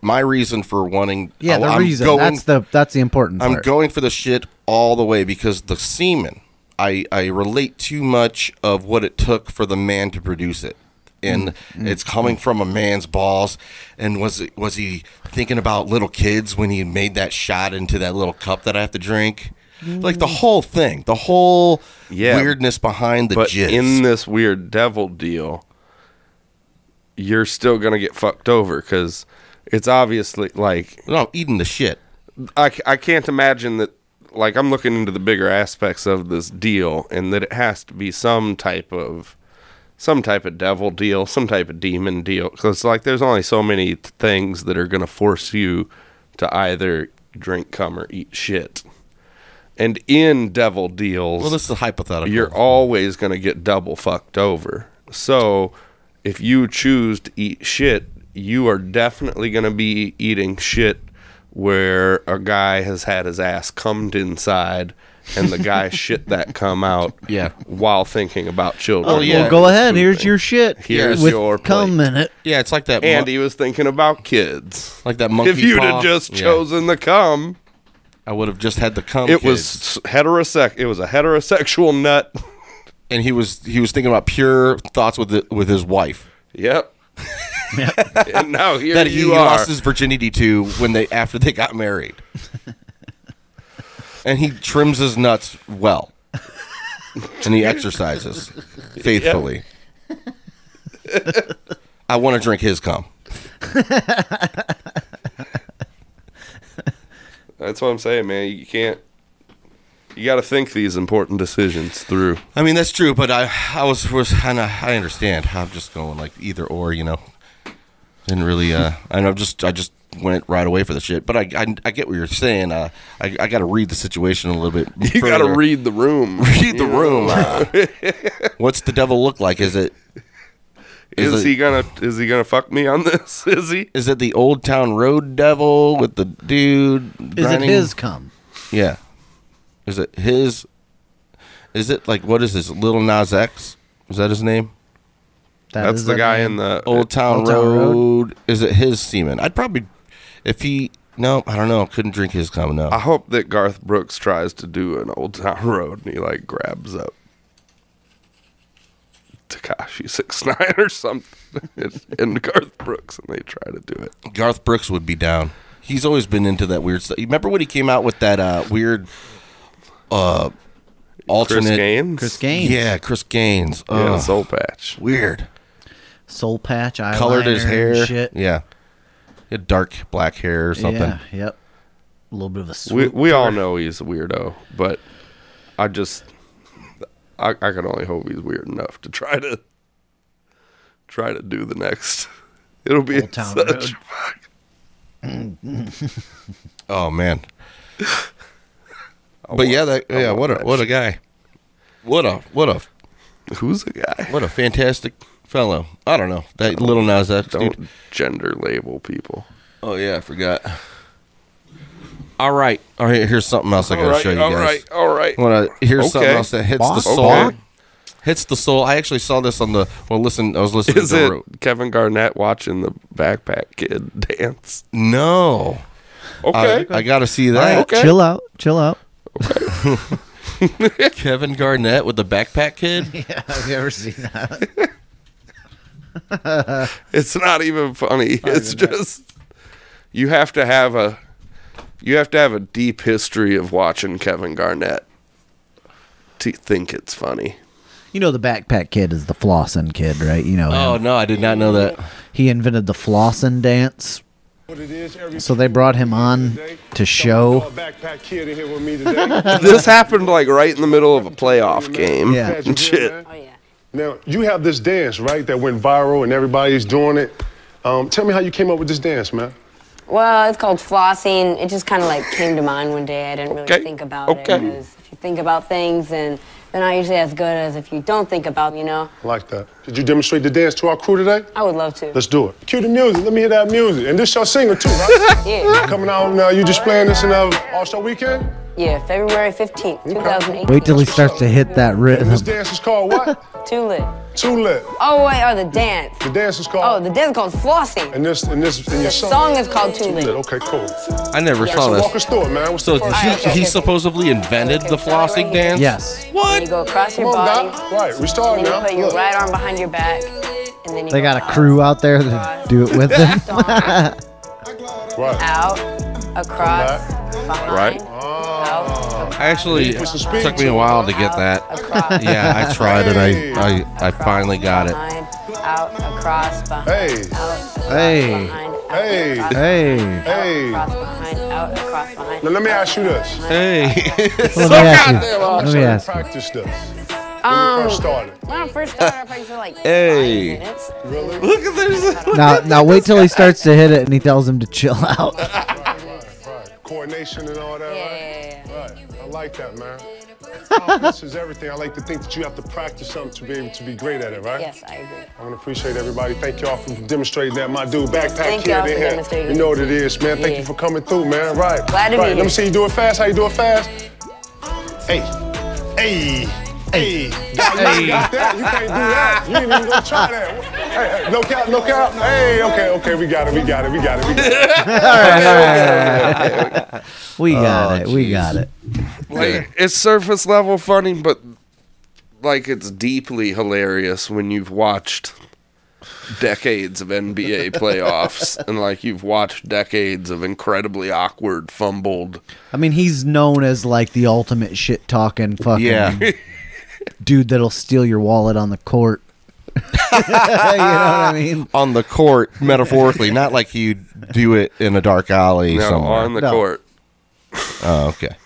S8: my reason for wanting,
S9: Yeah, the
S8: I'm
S9: reason
S8: going-
S9: that's the that's the important
S8: I'm
S9: part.
S8: going for the shit all the way because the semen. I, I relate too much of what it took for the man to produce it. And
S1: Mm,
S8: it's coming from a man's balls. And was it, was he thinking about little kids when he made that shot into that little cup that I have to drink? Like the whole thing, the whole
S1: Mm. Yeah.
S8: weirdness behind the
S1: but
S8: jizz.
S1: in this weird devil deal, you're still gonna get fucked over because it's obviously like
S8: no eating the shit.
S1: I, c- I can't imagine that. Like I'm looking into the bigger aspects of this deal, and that it has to be some type of some type of devil deal, some type of demon deal. Because like there's only so many th- things that are gonna force you to either drink cum or eat shit. And in devil deals,
S8: well, this is hypothetical.
S1: you're always going to get double fucked over. So if you choose to eat shit, you are definitely going to be eating shit where a guy has had his ass cummed inside and the guy shit that come out
S8: Yeah.
S1: while thinking about children.
S8: Oh, yeah.
S9: Well, go ahead. Here's your shit.
S1: Here's
S9: with
S1: your
S9: cum
S1: plate.
S9: in it.
S8: yeah, it's like that. mon-
S1: And he was thinking about kids.
S8: like that monkey.
S1: if you'd
S8: paw.
S1: have just
S8: Yeah.
S1: chosen the cum,
S8: I would have just had the cum.
S1: it
S8: kids.
S1: was heterosex. It was a heterosexual nut.
S8: and he was he was thinking about pure thoughts with the, with his wife
S1: Yep. and now here
S8: that he
S1: you are.
S8: lost his virginity to when they after they got married. and he trims his nuts well, and he exercises faithfully. I want to drink his cum.
S1: That's what I'm saying, man. You can't. You got to think these important decisions through.
S8: I mean that's true, but I I was was and I, I understand. I'm just going like either or, you know. Didn't really. Uh, and I'm just I just went right away for the shit. But I I, I get what you're saying. Uh, I I got to read the situation a little bit.
S1: You got to
S8: further.
S1: read the room.
S8: read the room. What's the devil look like? Is it
S1: Is,
S8: Is it-
S1: he gonna? Is he gonna fuck me on this? Is he?
S8: is it the old town road devil with the dude?
S9: Is it
S8: grinding-
S9: his cum?
S8: Yeah. Is it his? Is it like what is this? Little Nas X? Is that his name?
S9: That
S1: That's
S9: is
S1: the
S9: that
S1: guy
S9: name?
S1: in the
S8: Old Town,
S9: Old Town
S8: Road.
S9: Road?
S8: Is it his semen? I'd probably, if he, no, I don't know. Couldn't drink his cum. No,
S1: I hope that Garth Brooks tries to do an Old Town Road and he like grabs up Takashi Six Nine or something and- and Garth Brooks and they try to do it.
S8: Uh, Garth Brooks would be down. He's always been into that weird stuff. You remember when he came out with that uh, weird, uh, alternate?
S1: Chris Gaines,
S9: Chris Gaines.
S8: Yeah, Chris Gaines.
S1: yeah, the
S8: Ugh,
S1: Soul Patch.
S8: weird.
S9: Soul patch, eyeliner,
S8: Colored his hair.
S9: and shit.
S8: Yeah, he had dark black hair or something.
S9: Yeah, yep. A little bit of a
S1: we,
S9: swoop.
S1: we all know he's a weirdo, but I just I, I can only hope he's weird enough to try to try to do the next. It'll be
S9: Old Town
S1: such
S9: Road.
S1: fuck-
S8: Oh man. but yeah, that, yeah. What a what a guy. What a what a
S1: Who's the guy?
S8: What a fantastic fellow. I don't know. That little Nas X
S1: Don't
S8: dude.
S1: gender label people.
S8: Oh, yeah, I forgot. All right. All right, here's something else I got to show you
S1: all
S8: guys.
S1: right, all right.
S8: Wanna, here's something
S1: Okay.
S8: else that hits the
S9: Boss?
S8: soul.
S1: Okay.
S8: Hits the soul. I actually saw this on the. Well, listen, I was listening
S1: Is
S8: to
S1: it
S8: Ro-
S1: Kevin Garnett watching the Backpack Kid dance?
S8: No.
S1: Okay.
S8: I, got to see that.
S1: Okay.
S9: Chill out, chill out.
S8: Kevin Garnett with the backpack kid.
S9: Yeah, have you ever seen that?
S1: It's not even funny. it's just you have to have a you have to have a deep history of watching Kevin Garnett to think it's funny.
S9: You know the backpack kid is the flossing kid, right? You know
S8: Oh,
S9: him.
S8: no, I did not know that.
S9: he invented the flossing dance. So they brought him on to show.
S2: Backpack kid in here with me today.
S1: this happened like right in the middle of a playoff game.
S9: Yeah.
S1: And shit.
S2: now, you have this dance, right, that went viral and everybody's doing it. Um, tell me how you came up with this dance, man.
S11: Well, it's called flossing. It just kind of like came to mind one day. I didn't really
S1: Okay,
S11: think about
S1: okay.
S11: it. It was a few think about things, and they're not usually as good as if you don't think about, you know.
S2: I like that. Did you demonstrate the dance to our crew today?
S11: I would love to.
S2: Let's do it. Cue the music. Let me hear that music. And this your single too, right?
S11: yeah.
S2: Coming out now. You just playing this in uh, All Star Weekend.
S11: Yeah, February 15th, 2018.
S9: Wait till he starts to hit that rhythm.
S2: This dance is called what?
S11: Too lit.
S2: Too lit.
S11: Oh, wait, oh, the dance.
S2: The dance is called.
S11: Oh, the dance is called Flossing.
S2: And this, and this, and
S11: The
S2: your
S11: song is called Too Lit.
S2: Okay, cool.
S8: I never
S2: Yeah,
S8: saw
S2: so
S8: this.
S2: walk us through it, man. What's
S8: so
S2: the first
S8: he,
S2: step?
S8: he supposedly invented the flossing dance.
S9: Yes.
S11: What? you go across your
S2: Come on,
S11: body.
S2: Doc. Right, we start
S11: and then
S2: now.
S11: you put your
S2: Look.
S11: right arm behind your back. And then you
S9: They
S11: go
S9: got a crew out there to do it with them.
S11: out, across,
S8: Right. I actually
S11: Put
S8: it
S11: some speed
S8: took me
S11: to
S8: a
S11: it.
S8: while to get that. yeah, I tried and I, I I finally got it.
S11: behind, out, across, behind,
S2: hey.
S11: out,
S8: Hey.
S11: behind, out,
S2: Hey.
S11: across,
S9: Hey.
S2: Hey.
S11: across, behind, out, across, behind.
S2: Now let me ask you this.
S8: Hey.
S9: Let me ask you. Let me
S2: Let me
S9: ask you.
S2: Practice this.
S11: Um,
S2: first started.
S11: When I first started, I practiced for like
S8: Hey.
S11: five minutes.
S8: Look at this.
S9: Now, now wait till he starts to hit it and he tells him to chill out.
S2: Coordination and all that. Right? Right. I like that, man. Confidence is everything. I like to think that you have to practice something to be able to be great at it, right?
S11: Yes, I agree.
S2: I want to appreciate everybody. Thank y'all for demonstrating that. My dude, Backpack
S11: Thank
S2: Kid,
S11: y'all for
S2: in here.
S11: demonstrating.
S2: You know what it is, man. Thank you for coming through, man. Right.
S11: Glad to be
S2: right. Let
S11: here.
S2: me see you do it fast. How you do it fast? Hey. Hey. Hey. You got that? You can't do that. You ain't even gonna try that. Hey, hey, no cap, no cap. Hey, okay, okay, we got it, we got it, we got it, we got it.
S9: All right, all right, all right, all right. We got it. We got it.
S1: Like it's surface level funny, but like it's deeply hilarious when you've watched decades of NBA playoffs and like you've watched decades of incredibly awkward fumbled.
S9: I mean, he's known as like the ultimate shit talking fucking dude that'll steal your wallet on the court. you know what I mean?
S8: On the court, metaphorically, not like you do it in a dark alley
S1: No,
S8: somewhere.
S1: on the
S9: No.
S1: court.
S8: Oh, okay.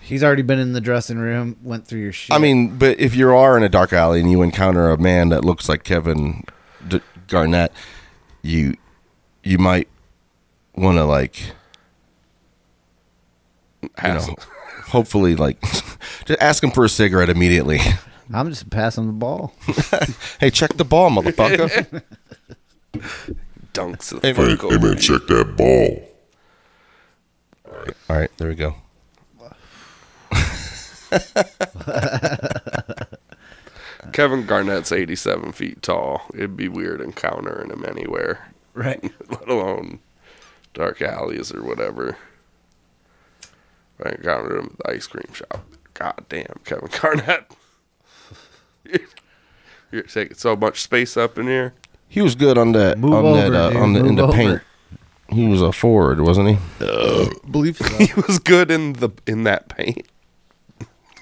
S9: He's already been in the dressing room, went through your shit.
S8: I mean, but if you are in a dark alley and you encounter a man that looks like Kevin D- Garnett, you you might want to like, you know, hopefully like, just ask him for a cigarette immediately.
S9: I'm just passing the ball.
S8: hey, check the ball, motherfucker.
S1: Dunks the
S8: Hey,
S1: fuck over you.
S8: check that ball. All right, there we go.
S1: Kevin Garnett's 87 feet tall. It'd be weird encountering him anywhere,
S9: Right.
S1: let alone dark alleys or whatever. If I encountered him at the ice cream shop. God damn, Kevin Garnett. You're taking so much space up in here.
S8: He was good on that
S9: Move
S8: on that
S9: over,
S8: uh,
S9: dude,
S8: on the in
S9: move
S8: the
S9: over.
S8: paint. He was a forward, wasn't he?
S1: believe he was good in the in that paint.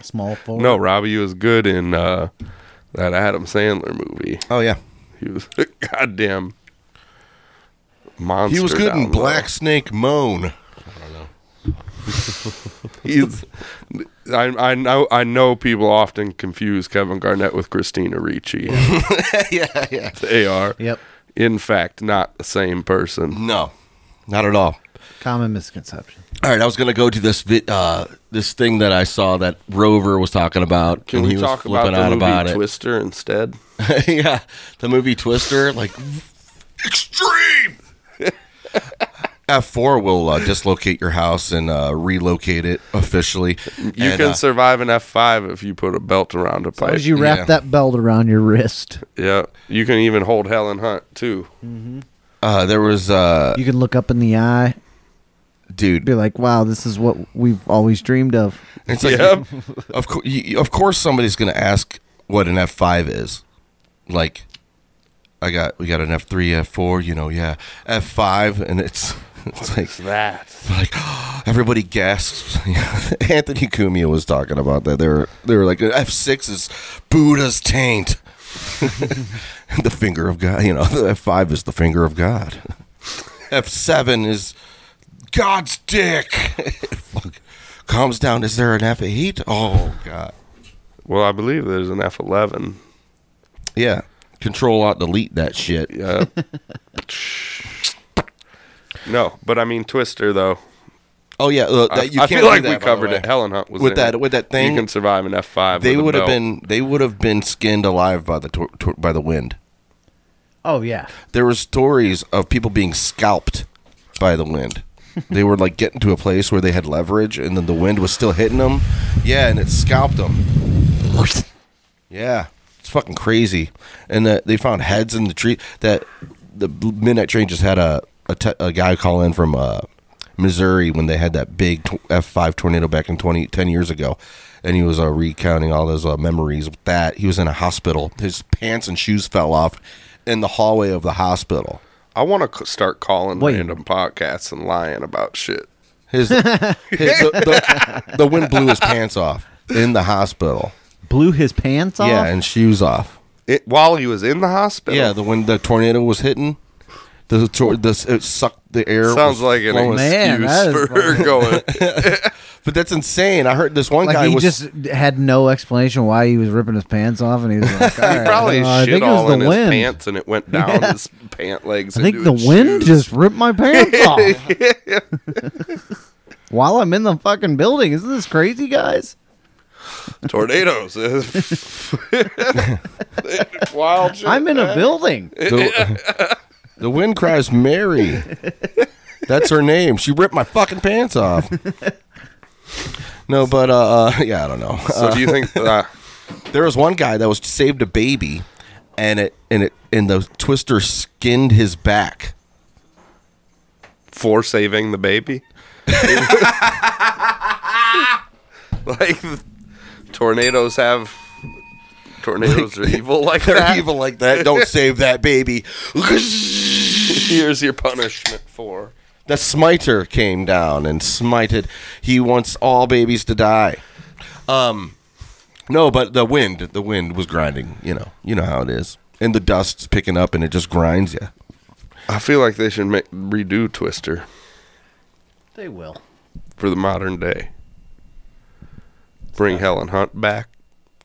S9: Small forward.
S1: No, Robbie, he was good in uh, that Adam Sandler movie.
S8: Oh yeah.
S1: He was a goddamn monster.
S8: he was good
S1: down
S8: in
S1: low.
S8: Black Snake Moan.
S1: He's. I, I know I know people often confuse Kevin Garnett with Christina Ricci.
S8: yeah, yeah.
S1: they are,
S9: Yep.
S1: in fact, not the same person.
S8: No, not at all.
S9: Common misconception.
S8: All right, I was gonna go to this vi- uh, this thing that I saw that Rover was talking about.
S1: Can
S8: and
S1: we
S8: he
S1: talk
S8: was
S1: about
S8: flipping
S1: the
S8: out
S1: movie
S8: about it.
S1: Twister instead?
S8: yeah, the movie Twister, like extreme. F four will uh, dislocate your house and uh, relocate it officially. uh, You
S1: You can survive an F five if you put a belt around a
S9: As long
S1: pipe.
S9: as you wrap
S8: yeah.
S9: that belt around your wrist,
S1: yeah, you can even hold Helen Hunt too.
S8: uh, there was uh,
S9: you can look up in the eye,
S8: dude.
S9: be like, wow, this is what we've always dreamed of.
S8: It's like,
S1: Yep.
S8: of course, of course, somebody's going to ask what an F five is. Like, I got we got an F three, F four. You know, yeah, F five, and it's it's like
S1: That
S8: like everybody gasps. Anthony Cumia was talking about that. They were they were like F six is Buddha's taint. the finger of God, you know, the F five is the finger of God. F seven is God's dick. Fuck. Comes down. Is there an F eight? Oh God.
S1: well, I believe there's an F eleven.
S8: Yeah. Control Alt Delete that shit.
S1: Yeah. no, but I mean Twister though.
S8: Oh yeah, look,
S1: I,
S8: that- you
S1: I feel
S8: can't do
S1: like
S8: that,
S1: we
S8: by the
S1: covered
S8: way.
S1: it. Helen Hunt was
S8: with
S1: in
S8: that
S1: it.
S8: with that
S1: You
S8: thing.
S1: can survive an F five.
S8: They
S1: would
S8: would have been they would have been skinned alive by the tor- tor- by the wind.
S9: Oh yeah.
S8: There were stories of people being scalped by the wind. they were like getting to a place where they had leverage, and then the wind was still hitting them. Yeah, and it scalped them. Yeah, it's fucking crazy. And uh, they found heads in the tree. That the midnight train just had a a, te- a guy call in from uh, Missouri when they had that big F five tornado back in 20, 10 years ago, and he was uh, recounting all those uh, memories with that. He was in a hospital. His pants and shoes fell off in the hallway of the hospital.
S1: I want to start calling random podcasts and lying about shit.
S8: His, his the, the, the wind blew his pants off in the hospital.
S9: Blew his pants off.
S8: Yeah, and shoes off.
S1: It, while he was in the hospital.
S8: Yeah, the when the tornado was hitting, the tor- the it sucked the air.
S1: Sounds
S8: was
S1: like an
S8: flowing.
S9: Man, that is
S1: excuse for going.
S8: but that's insane. I heard this one
S9: Like
S8: guy
S9: he
S8: was
S9: just had no explanation why he was ripping his pants off, and he was like,
S1: he probably
S9: "All right, uh, I
S1: shit
S9: think it was
S1: all
S9: the
S1: in his
S9: wind.
S1: pants and it went down
S9: Yeah.
S1: his pant legs.
S9: I think
S1: into
S9: the
S1: his
S9: wind
S1: shoes.
S9: just ripped my pants off while I'm in the fucking building. Isn't this crazy, guys?
S1: tornadoes. Wild shit.
S9: I'm in a building.
S8: the, the wind cries Mary. That's her name. She ripped my fucking pants off. No, but uh, uh yeah, I don't know.
S1: So do you think uh,
S8: there was one guy that was saved a baby, and it and it and the twister skinned his back.
S1: For saving the baby. like tornadoes have tornadoes are evil like
S8: They're
S1: that.
S8: evil like that. Don't save that baby.
S1: Here's your punishment for.
S8: The smiter came down and smited. He wants all babies to die. Um, no, but the wind, the wind was grinding. You know, you know how it is, and the dust's picking up, and it just grinds you.
S1: I feel like they should make, redo Twister
S9: They will.
S1: for the modern day. Bring Helen Hunt back.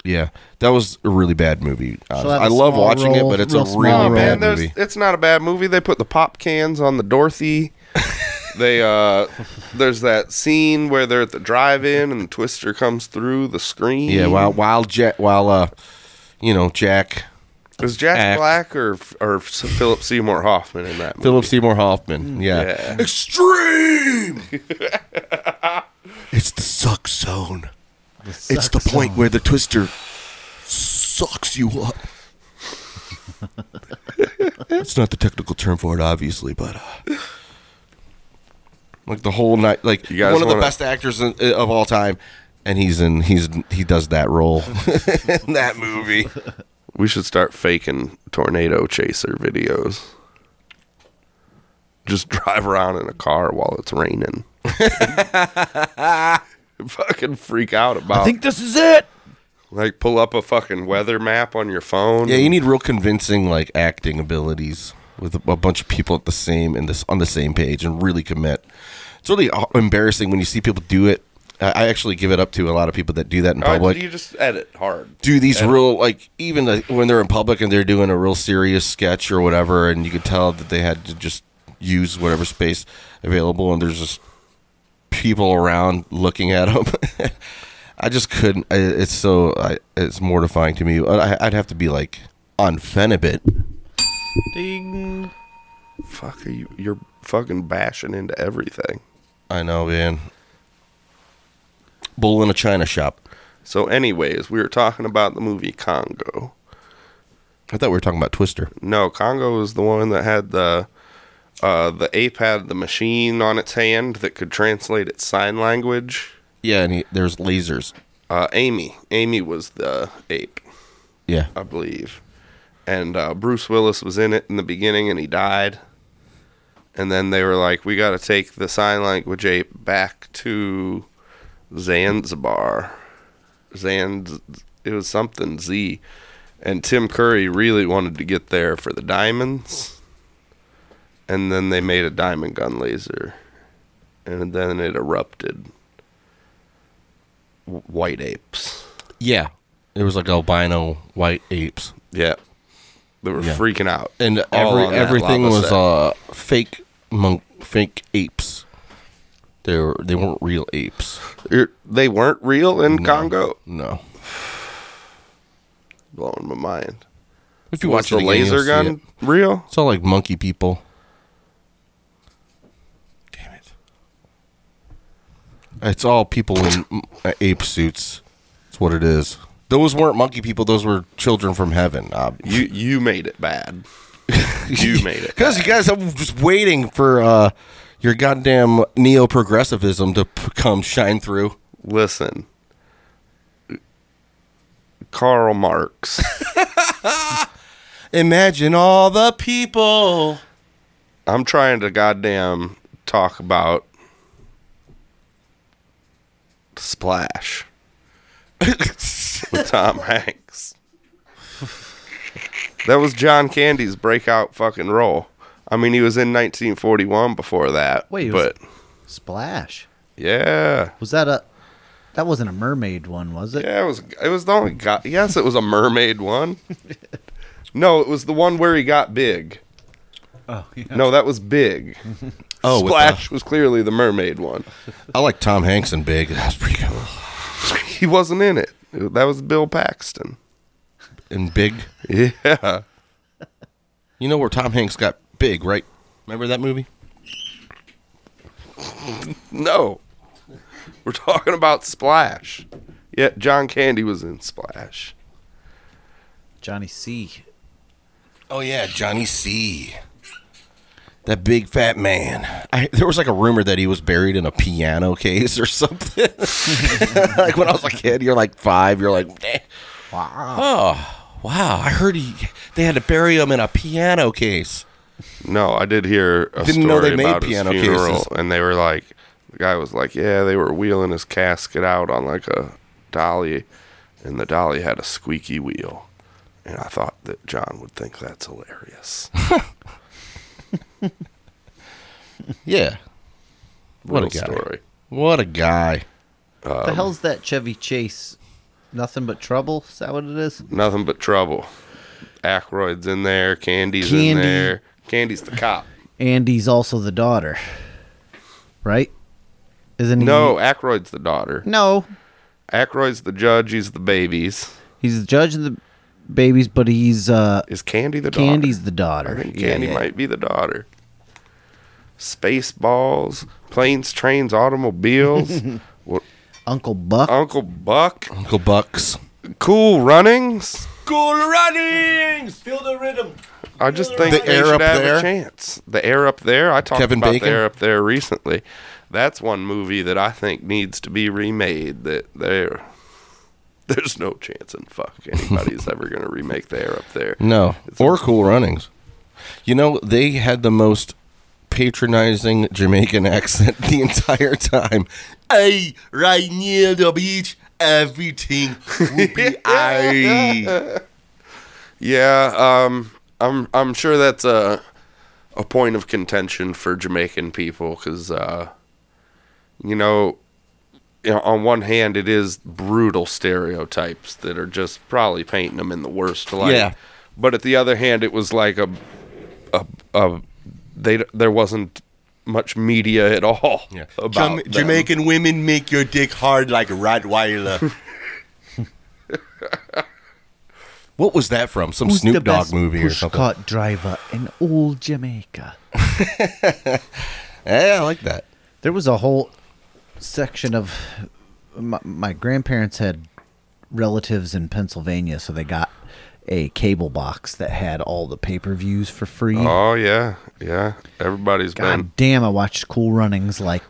S8: Yeah, that was a really bad movie.
S1: She'll
S8: honestly.
S1: have a
S8: I love
S1: small
S8: watching
S1: role,
S8: it, but it's
S1: real
S8: a
S1: small
S8: really
S1: role. Oh, Man,
S8: bad
S1: there's-
S8: movie.
S1: It's not a bad movie. They put the pop cans on the Dorothy. they uh there's that scene where they're at the drive-in and the Twister comes through the screen.
S8: Yeah, while while Jack, while uh, you know Jack,
S1: was Jack
S8: Act.
S1: Black or or Philip Seymour Hoffman in that? Mm.
S8: Philip Seymour Hoffman. Yeah, Extreme. it's the suck zone. it's
S1: suck
S8: the point
S1: zone.
S8: where the twister sucks you up. it's not the technical term for it, obviously, but uh, like the whole night, like
S1: guys
S8: one of the
S1: wanna-
S8: best actors in, of all time, and he's in he's he does that role in that movie.
S1: We should start faking tornado chaser videos. Just drive around in a car while it's raining. fucking freak out about.
S9: I think this is it.
S1: Like pull up a fucking weather map on your phone.
S8: Yeah, you need real convincing like acting abilities with a, a bunch of people at the same and this on the same page and really commit. It's really uh, embarrassing when you see people do it. I I actually give it up to a lot of people that do that in
S1: Oh,
S8: public.
S1: you just edit hard.
S8: do these
S1: Edit.
S8: real like even like, when they're in public and they're doing a real serious sketch or whatever, and you could tell that they had to just use whatever space available, and there's just people around looking at them. I just couldn't. I, it's so I, it's mortifying to me. I, I'd have to be like on Fenibit.
S9: Ding.
S1: Fuck, are you, you're fucking bashing into everything.
S8: I know, man. Bull in a china shop.
S1: So, anyways, we were talking about the movie Congo.
S8: I thought we were talking about Twister.
S1: No, Congo was the one that had the uh, the ape had the machine on its hand that could translate its sign language.
S8: Yeah, and he, there's lasers.
S1: Uh, Amy, Amy was the ape.
S8: Yeah.
S1: I believe. And uh, Bruce Willis was in it in the beginning, and he died. And then they were like, "We got to take the sign language ape back to Zanzibar." Zanz, it was something Z. And Tim Curry really wanted to get there for the diamonds. And then they made a diamond gun laser, and then it erupted. W- White apes.
S8: Yeah, it was like albino white apes.
S1: Yeah, they were
S8: Yeah.
S1: freaking out,
S8: and
S1: all
S8: every uh,
S1: on that
S8: everything
S1: lava
S8: was
S1: set.
S8: uh fake monk, fake apes. They were they weren't real apes.
S1: they weren't real in Congo.
S8: No.
S1: Blowing my mind.
S8: If you
S1: Was
S8: watch
S1: the
S8: it again, you'll
S1: laser
S8: see
S1: gun
S8: it.
S1: real?
S8: It's all like monkey people. Damn it! It's all people in mm, uh, ape suits. That's what it is. Those weren't monkey people. Those were children from heaven. Uh,
S1: You you made it bad. you made it.
S8: Because you guys, I'm just waiting for uh, your goddamn neo progressivism to p- come shine through.
S1: Listen, Karl Marx.
S8: Imagine all the people.
S1: I'm trying to goddamn talk about Splash with Tom Hanks. That was John Candy's breakout fucking role. I mean, he was in 1941 before that.
S9: Wait, it was-
S1: but
S9: Splash.
S1: yeah,
S9: Was that a? That wasn't a mermaid one, was it?
S1: Yeah, it was. It was the only. God, yes, it was a mermaid one. No, it was the one where he got big.
S9: Oh, yeah.
S1: No, that was big.
S8: Oh, with
S1: Splash was clearly the mermaid one.
S8: I like Tom Hanks in Big. That was pretty cool.
S1: He wasn't in it. That was Bill Paxton.
S8: And Big.
S1: Yeah.
S8: You know where Tom Hanks got big, right? Remember that movie?
S1: No, we're talking about Splash. Yet John Candy was in Splash.
S9: Johnny C.
S8: Oh yeah, Johnny C. That big fat man. I, there was like a rumor that he was buried in a piano case or something. like when I was a kid, you're like five, you're like, "Eh, oh wow, I heard he they had to bury him in a piano case.
S1: No, I did hear a
S8: Didn't
S1: story
S8: know they made
S1: about
S8: piano
S1: his funeral,
S8: cases.
S1: and they were like, the guy was like, yeah, they were wheeling his casket out on like a dolly, and the dolly had a squeaky wheel, and I thought that John would think that's hilarious.
S8: Yeah, what
S1: Real
S8: a guy.
S1: story.
S8: What a guy.
S9: the
S1: Um,
S9: hell's that Chevy Chase? Nothing but trouble. Is that what it is?
S1: Nothing but trouble. Ackroyd's in there, Candy's in
S9: Candy.
S1: there. Candy's the cop.
S9: Andy's also the daughter, right? Isn't he?
S1: No, Ackroyd's the daughter.
S9: No.
S1: Ackroyd's the judge. He's the babies.
S9: He's the judge of the babies, but he's uh
S1: is Candy the daughter?
S9: Candy's the daughter.
S1: I think
S9: Yeah,
S1: Candy
S9: yeah.
S1: might be the daughter. Spaceballs, planes, trains, automobiles. what,
S9: Uncle Buck.
S1: Uncle Buck.
S8: Uncle Bucks.
S1: Cool runnings.
S8: Cool runnings. Feel the rhythm.
S1: I just think
S8: The
S1: they
S8: air
S1: should
S8: up
S1: have
S8: there.
S1: a chance. The air up there. I talked
S8: Kevin
S1: about
S8: Bacon?
S1: the air up there recently. That's one movie that I think needs to be remade. That there, there's no chance in fuck anybody's ever going to remake the air up there.
S8: No, or Cool Runnings. You know, they had the most patronizing Jamaican accent the entire time. Hey, right near the beach, everything will be
S1: E.
S8: aye.
S1: Yeah, um, I'm I'm sure that's a a point of contention for Jamaican people because uh, you know, you know, on one hand, it is brutal stereotypes that are just probably painting them in the worst light.
S8: Yeah.
S1: But at the other hand, it was like a a, a they there wasn't much media at all
S8: Yeah.
S1: about them.
S8: women make your dick hard like Rottweiler. what was that from? Some
S9: Who's the
S8: Snoop Dogg
S9: best
S8: movie or something?
S9: pushcart driver in all Jamaica.
S8: Yeah, I like that.
S9: There was a whole section of my, my grandparents had relatives in Pennsylvania, so they got a cable box that had all the pay per views for free.
S1: Oh yeah, yeah. Everybody's
S9: God
S1: been
S9: damn! I watched Cool Runnings like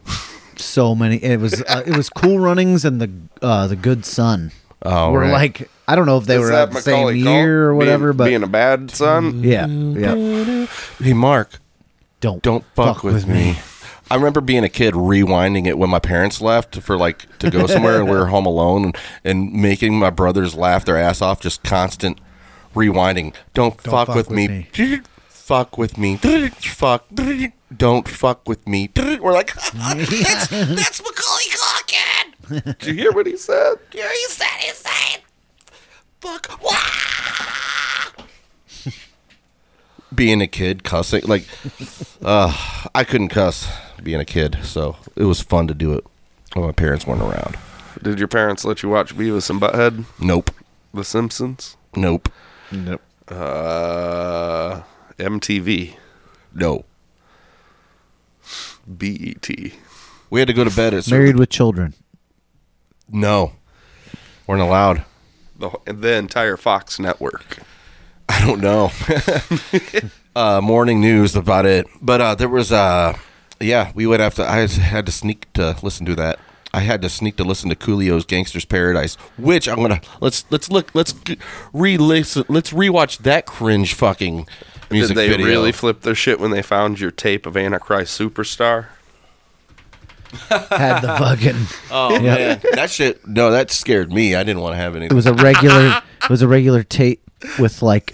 S9: so many. It was uh, it was Cool Runnings and the uh, the Good Son.
S8: Oh,
S9: were
S8: right.
S9: like I don't know if they
S1: Is
S9: were
S1: that
S9: out the same
S1: Macaulay Culkin
S9: year or whatever,
S1: being,
S9: but
S1: being a bad son.
S9: yeah, yeah.
S8: Hey, Mark.
S9: Don't
S8: Don't fuck, with, me. I remember being a kid rewinding it when my parents left for like to go somewhere and we were home alone and, and making my brothers laugh their ass off, just constant rewinding. Don't, fuck, with, me. Fuck with me. Fuck. Don't fuck with me. We're like, that's, that's Macaulay Culkin.
S1: Did you hear what he said?
S8: Here he said, he said, fuck. Wah! Being a kid, cussing like, uh, I couldn't cuss. being a kid, so it was fun to do it when my parents weren't around.
S1: Did your parents let you watch Beavis and Butthead?
S8: Nope.
S1: The Simpsons?
S8: Nope.
S9: Nope.
S1: Uh, MTV?
S8: No.
S1: BET.
S8: We had to go to bed at
S9: Married with Children.
S8: No, weren't allowed.
S1: The, the entire Fox network.
S8: I don't know. uh, morning news about it, but uh, there was uh, yeah, we would have to. I had to sneak to listen to that. I had to sneak to listen to Coolio's "Gangster's Paradise," which I'm gonna let's let's look let's g- re-listen let's rewatch that cringe fucking music
S1: Did they
S8: video.
S1: really flip their shit when they found your tape of Antichrist Superstar?
S9: Had the fucking.
S8: Oh
S9: Yep.
S8: man, that shit. No, that scared me. I didn't want to have anything.
S9: It was a regular. it was a regular tape with like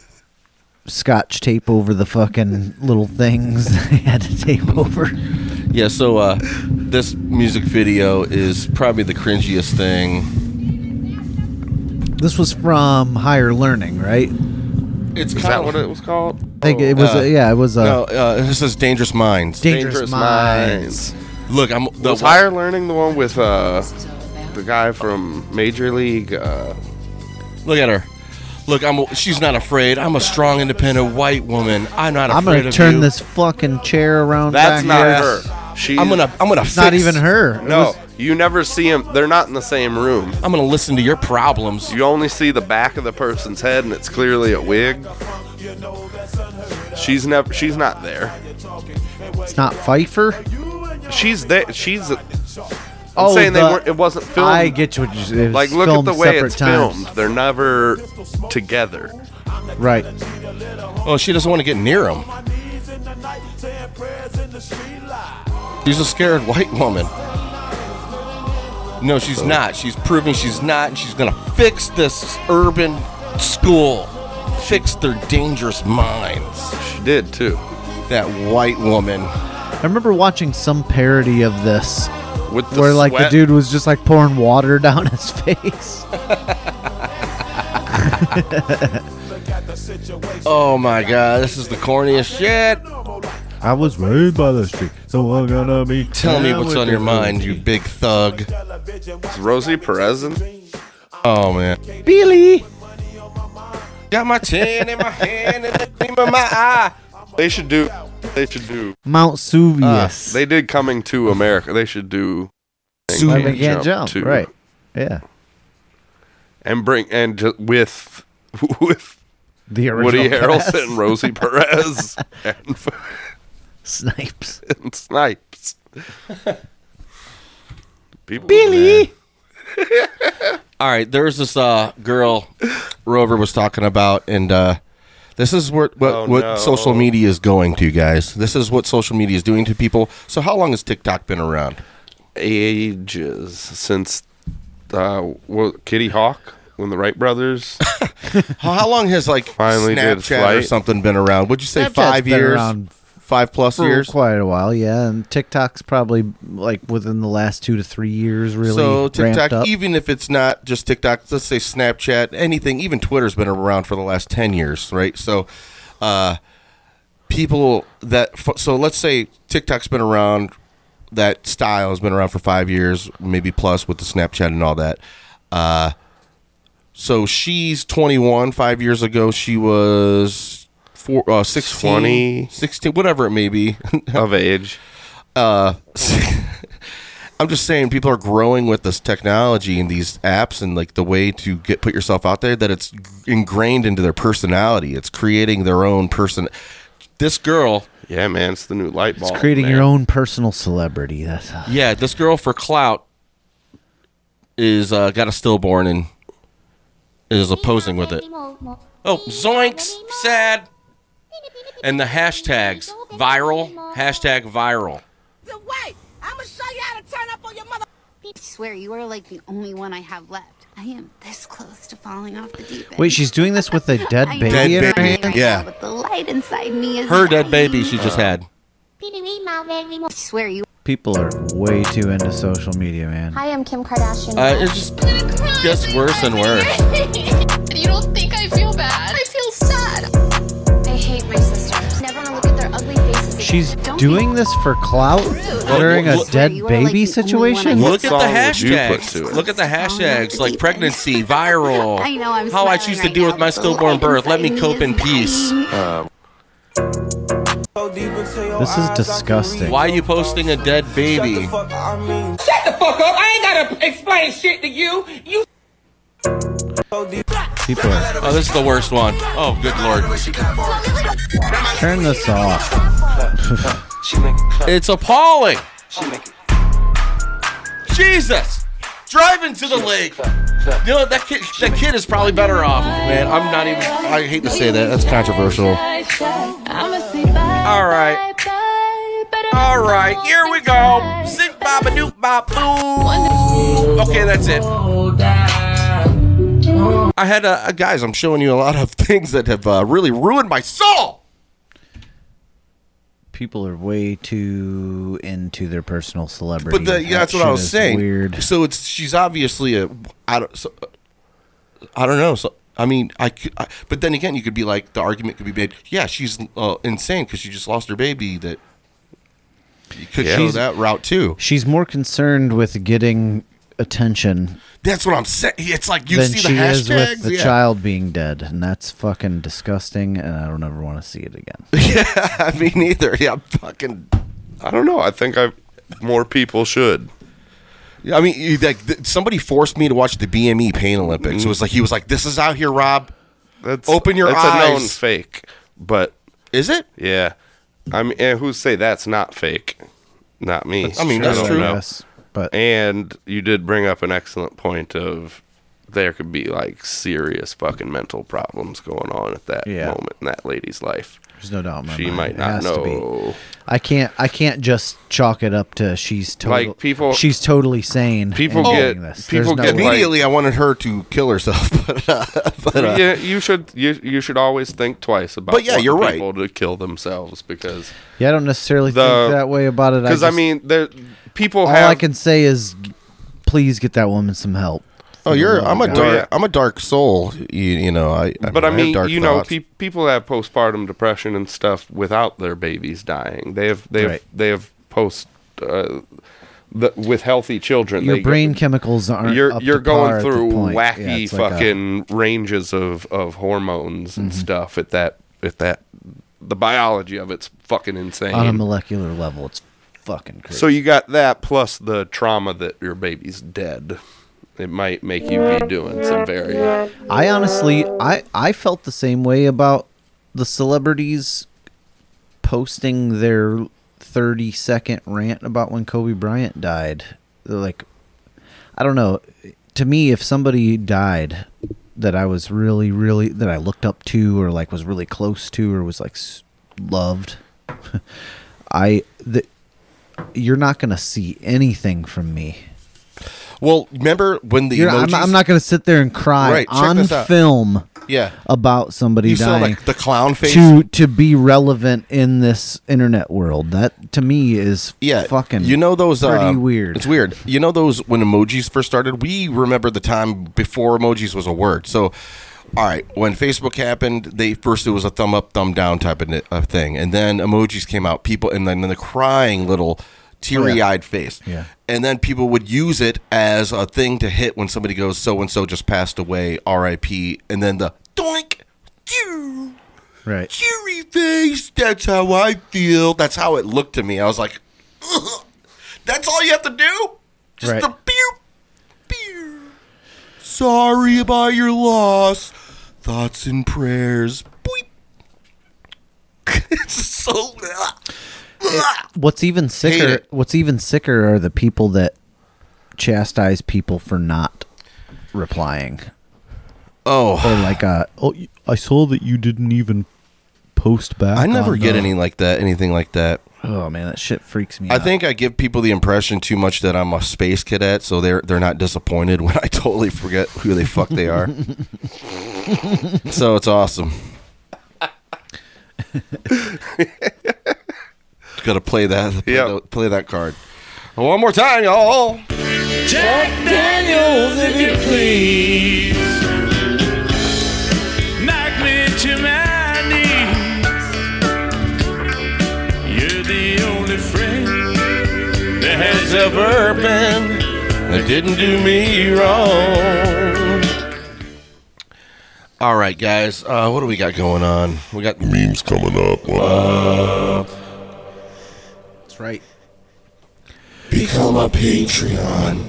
S9: scotch tape over the fucking little things they had to tape over.
S8: Yeah, so uh, this music video is probably the cringiest thing.
S9: This was from Higher Learning, right?
S8: It's
S1: Is that what it was called? Oh.
S9: I think it was.
S8: Uh,
S9: a, yeah, it was. A,
S8: no, uh, this is Dangerous Minds.
S9: Dangerous Dangerous Minds.
S8: Look, I'm the
S1: was higher learning the one with uh the guy from Major League. Uh,
S8: Look at her. Look, I'm. She's not afraid. I'm a strong, independent white woman. I'm not
S9: I'm
S8: afraid
S9: gonna
S8: of
S9: turn
S8: you.
S9: this fucking chair around.
S1: That's
S9: back
S1: not
S9: here.
S1: her. She.
S8: I'm gonna. I'm gonna.
S9: It's not
S8: fix-
S9: even her. It
S1: No,
S9: was-
S1: you never see them. They're not in the same room.
S8: I'm gonna listen to your problems.
S1: You only see the back of the person's head, and it's clearly a wig. She's never. She's not there.
S9: It's not Pfeiffer.
S1: She's there. She's. I'm
S9: Oh,
S1: saying they
S9: the-
S1: weren't. It wasn't filmed.
S9: I get you what you- it was
S1: Like, look at
S9: filmed
S1: the way
S9: separate
S1: it's
S9: times.
S1: filmed. They're never together.
S9: Right.
S8: Oh, she doesn't want to get near him. She's a scared white woman. No, she's not. She's proving she's not, and she's gonna fix this urban school. Fix their dangerous minds.
S1: She did too.
S8: That white woman.
S9: I remember watching some parody of this
S1: With the
S9: where like the
S1: sweat.
S9: dude was just like pouring water down his face.
S8: Oh my god, this is the corniest shit.
S9: I was raised by the street, so I'm gonna be.
S8: Tell me what's on your mind, you big thug.
S1: Is Rosie Perez. in-
S8: Oh man.
S9: Billy.
S8: Got my tin in my hand and the gleam in my eye.
S1: They should do. They should do.
S9: Mount Suvius.
S1: They did coming to America. They should do.
S9: Why
S1: Ah, They
S9: we can't jump.
S1: too.
S9: Right. Yeah.
S1: and bring and ju- with with
S9: The original
S1: Woody
S9: cast.
S1: Harrelson, Rosie Perez, and,
S9: Snipes.
S1: and Snipes. People,
S9: Billy.
S8: All right, there's this uh, girl Rover was talking about, and uh, this is where, what
S1: Oh,
S8: what
S1: no.
S8: social media is going to, guys. This is what social media is doing to people. So, how long has TikTok been around?
S1: ages since uh, what, Kitty Hawk when the Wright brothers.
S8: How, how long has like
S1: Finally did
S8: Snapchat or
S1: flight.
S8: something been around? Would you say
S9: Snapchat's
S8: five
S9: been
S8: years?
S9: around
S8: Five plus
S9: For
S8: years.
S9: quite a while, yeah. And TikTok's probably like within the last two to three years, really.
S8: so
S9: ramped
S8: TikTok,
S9: up.
S8: even if it's not just TikTok, let's say Snapchat, anything, even Twitter's been around for the last ten years, right? So, uh, people that f- so let's say TikTok's been around, that style has been around for five years, maybe plus with the Snapchat and all that. Uh, so she's 21. Five years ago, she was four, uh, 16,
S1: 20.
S8: 16, whatever it may be.
S1: of age.
S8: uh, I'm just saying people are growing with this technology and these apps and like the way to get put yourself out there that it's ingrained into their personality. It's creating their own person. This girl,
S1: Yeah, man, it's the new light bulb.
S9: it's creating
S1: man.
S9: your own personal celebrity. That's
S8: yeah, this girl for clout is uh, got a stillborn and is opposing with it. Oh, zoinks, sad. And the hashtags viral, hashtag viral.
S12: Wait, I'm gonna show you how to turn up on your mother. I swear you are like the only one I have left. I am this close to falling off the deep end.
S9: Wait, she's doing this with a dead
S12: I know
S9: baby
S8: Dead
S9: in her
S8: baby,
S9: hand.
S8: yeah.
S12: But the light inside me is
S8: Her dead baby she just had.
S12: I swear you.
S9: People are way too into social media, man.
S12: Hi, I'm Kim Kardashian.
S8: Uh, it just gets worse and worse.
S12: you don't think I feel bad? I feel sad. I hate my sisters. Never want to look at their ugly faces.
S9: she's doing this for clout during a dead baby situation?
S8: Look at the hashtags. Look at the hashtags like pregnancy, viral.
S12: I know, I'm
S8: how I
S12: smiling
S8: choose to
S12: right
S8: deal
S12: now,
S8: with my
S12: but the
S8: stillborn
S12: light
S8: birth. Let me
S12: inside me
S8: cope in
S12: is
S8: peace.
S9: This is disgusting.
S8: Why are you posting a dead baby?
S13: Shut the fuck up. I ain't gotta explain shit to you. You
S9: People are-
S8: Oh, this is the worst one. Oh, good lord.
S9: turn this off.
S8: It's appalling. Jesus! Driving to the lake. You know what, that kid? That kid is probably better off. Man, I'm not even. I hate to say that. That's controversial.
S13: All right.
S8: All right, here we go. Zip bop a doop bop boo. Okay, that's it. I had uh, uh, guys. I'm showing you a lot of things that have uh, really ruined my soul.
S9: People are way too into their personal celebrity.
S8: But the, yeah, that's what
S9: That
S8: I
S9: shit
S8: was
S9: is
S8: saying.
S9: Weird.
S8: So it's she's obviously a. I don't. So, I don't know. So I mean, I, c- I- But then again, you could be like the argument could be made. Yeah, she's uh, insane because she just lost her baby. That you could go
S9: She's-
S8: that route too.
S9: She's more concerned with getting attention
S8: That's what I'm saying. It's like you
S9: than
S8: see
S9: she
S8: the
S9: is
S8: hashtags.
S9: with the
S8: yeah.
S9: child being dead, and that's fucking disgusting. And I don't ever want to see it again.
S8: I mean, neither. Yeah, I'm fucking.
S1: I don't know. I think I more people should.
S8: Yeah, I mean, you- like th- somebody forced me to watch the BME Pain Olympics. It was like he was like, "This is out here, Rob.
S1: That's
S8: Open your
S1: that's
S8: eyes."
S1: a known fake, but
S8: is it?
S1: Yeah, I mean, and who say that's not fake? Not me.
S8: That's I mean, true. that's
S1: don't
S8: true.
S1: know.
S8: Yes,
S9: but
S1: and you did bring up an excellent point of there could be like serious fucking mental problems going on at that
S9: Yeah.
S1: moment in that lady's life.
S9: There's no doubt. In my
S1: she
S9: mind.
S1: might
S9: It
S1: not
S9: has to be.
S1: know.
S9: I can't. I can't just chalk it up to she's totally.
S1: Like, people-
S9: she's totally sane.
S1: people
S9: and
S1: get-
S9: doing this.
S1: people
S9: There's no
S1: get,
S9: way.
S1: like-
S8: Immediately, I wanted her to kill herself, but uh, but uh,
S1: yeah, you should you you should always think twice about.
S8: But yeah,
S1: wanting
S8: you're right.
S1: people to kill themselves because
S9: Yeah, I don't necessarily
S1: The-
S9: think that way about it.
S1: because I,
S9: just-
S1: mean there people
S9: all I
S1: have
S9: can say is, please get that woman some help.
S8: oh, you're I'm a
S9: God.
S8: dark I'm a dark soul. You, you know, I, I
S1: but I
S8: have
S1: mean,
S8: dark
S1: you know,
S8: thoughts.
S1: pe- people have postpartum depression and stuff without their babies dying. They have, they have,
S9: Right.
S1: they have post uh, the, with healthy children.
S9: Your
S1: they
S9: brain chemicals aren't.
S1: you're
S9: up
S1: you're
S9: to par
S1: going
S9: at the
S1: through
S9: point. Yeah,
S1: wacky
S9: it's like a- Mm-hmm.
S1: fucking ranges of of hormones and stuff at that at that the biology of it's fucking insane.
S9: on a molecular level. It's fucking crazy.
S1: So you got that plus the trauma that your baby's dead. It might make you be doing some very
S9: I honestly, I I felt the same way about the celebrities posting their thirty second rant about when Kobe Bryant died. They're like, I don't know. To me, if somebody died that I was really, really that I looked up to, or like was really close to, or was like s- loved, I the, you're not gonna see anything from me.
S8: well, remember when the
S9: You're- I'm,
S8: emojis,
S9: I'm not going to sit there and cry
S8: Right, check
S9: on
S8: this out.
S9: film.
S8: Yeah.
S9: About somebody
S8: You saw,
S9: dying.
S8: like, the clown face?
S9: to to be relevant in this internet world. That to me is
S8: yeah,
S9: fucking
S8: you know those
S9: pretty
S8: uh,
S9: weird.
S8: It's weird. You know those when emojis first started. We remember the time before emojis was a word. So, all right, when Facebook happened, they first it was a thumb up, thumb down type of ni- of thing, and then emojis came out. People and then the crying little teary eyed face.
S9: Oh, Yeah.
S8: And then people would use it as a thing to hit when somebody goes, so and so just passed away, R.I.P. And then the doink, Chew.
S9: Right.
S8: Cheery face. That's how I feel. That's how it looked to me. I was like, "Ugh, that's all you have to do? Just
S9: Right.
S8: the pew, pew. Sorry about your loss. Thoughts and prayers. Boop. it's so.
S9: What's even
S8: Hate
S9: sicker?
S8: it.
S9: What's even sicker are the people that chastise people for not replying.
S8: Oh,
S9: or like uh, oh, y- I saw that you didn't even post back.
S8: I never
S9: on
S8: get
S9: the-
S8: any like that, anything like that.
S9: Oh man, that shit freaks me.
S8: I
S9: out.
S8: think I give people the impression too much that I'm a space cadet, so they're they're not disappointed when I totally forget who the fuck they are. so it's awesome. Got to play that. Play, the- play that card.
S1: Oh,
S8: One more time, y'all.
S13: Jack Daniels, if you please. Knock me to my knees. You're
S3: suburban
S8: that didn't do me wrong. All right, guys. Uh, what do we got going on? We got memes coming up. Uh,
S9: That's right.
S8: Become a Patreon.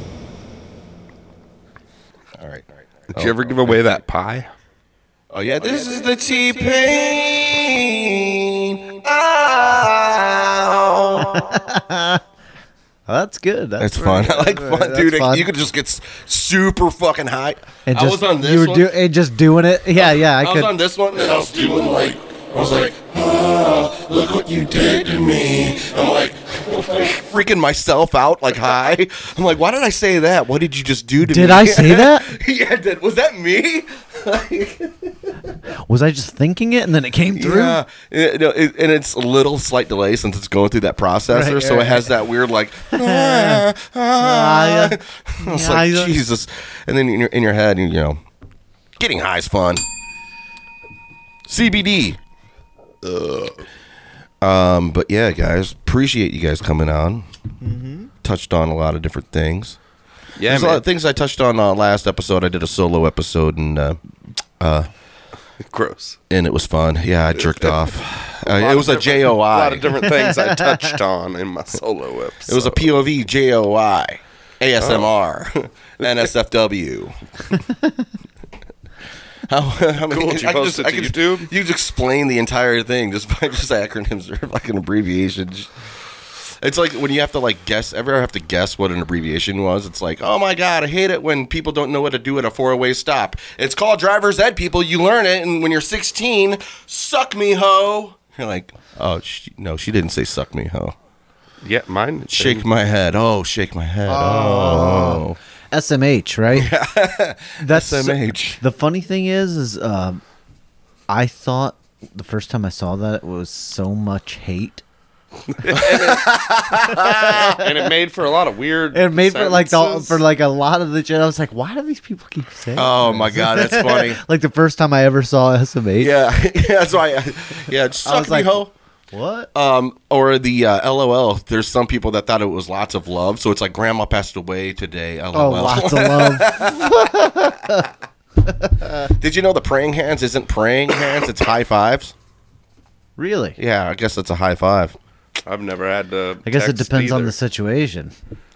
S8: All right. All right.
S1: Did you ever give away that pie?
S8: Oh yeah, this is the T Pain. Ah. Ow.
S9: that's good. That's,
S8: That's fun.
S9: right.
S8: I like
S9: That's
S8: fun,
S9: right.
S8: dude.
S9: That's fun.
S8: You could just get s- super fucking high.
S9: And
S8: I
S9: just-
S8: was on this
S9: you were
S8: one.
S9: Do, and just doing it. Yeah, yeah. I,
S8: I, was
S9: could.
S8: on this one and I was doing like I was like, ah, look what you did to me. I'm like freaking myself out like high. I'm like, why did I say that? What did you just do to me?
S9: Did I say that?
S8: yeah, did, was that me?
S9: was I just thinking it and then it came through?
S8: Yeah, it, no, it- and it's a little slight delay since it's going through that processor,
S9: Right,
S8: so it
S9: right.
S8: has that weird like.
S9: Ah, ah,
S8: Uh,
S9: yeah.
S8: I was
S9: Yeah,
S8: like,
S9: yeah.
S8: Jesus, and then in your, in your head, you know, getting high is fun. CBD. Ugh. Um, but yeah, guys, appreciate you guys coming on. Touched on a lot of different things.
S1: Mm-hmm. Yeah,
S8: there's a
S1: man.
S8: lot of things I touched on uh, last episode. I did a solo episode and uh, uh,
S1: gross,
S8: and it was fun. Yeah, I jerked off. Uh,
S1: lot
S8: it
S1: of
S8: was a
S1: different-
S8: JOI.
S1: A lot of different things I touched on in my solo episode.
S8: It was a POV JOI, ASMR,
S1: Oh.
S8: NSFW. How, how many,
S1: Cool, did you
S8: I can
S1: post it to
S8: YouTube? You just explain the entire thing just by just acronyms or like an abbreviation. It's like when you have to like guess. Ever have to guess what an abbreviation was? It's like, oh my god, I hate it when people don't know what to do at a four-way stop. It's called driver's ed. People, you learn it, and when you're 16, suck me ho. You're like, oh sh no, she didn't say suck me ho.
S1: Yeah, mine.
S8: Shake my head. Oh, shake my head. Oh.
S9: Oh. SMH, right? That's
S8: SMH.
S9: The funny thing is, is um, I thought the first time I saw that it was so much hate.
S1: and it made for a lot of weird.
S9: It made for like the,
S1: sentences.
S9: for like a lot of the shit. I was like, why do these people keep saying?
S8: Oh
S9: this?
S8: my God, that's funny.
S9: like the first time I ever saw SMH.
S8: Yeah, yeah, that's why. I, yeah, suck
S9: was
S8: me
S9: like,
S8: ho.
S9: What?
S8: Um, or the uh, LOL. There's some people that thought it was lots of love, so it's like grandma passed away today. LOL.
S9: Oh, lots of love.
S8: Did you know the praying hands isn't praying hands? It's high fives.
S9: Really?
S8: Yeah, I guess that's a high five.
S1: I've never had to.
S9: I guess it
S1: text
S9: depends on
S1: either.
S9: the situation.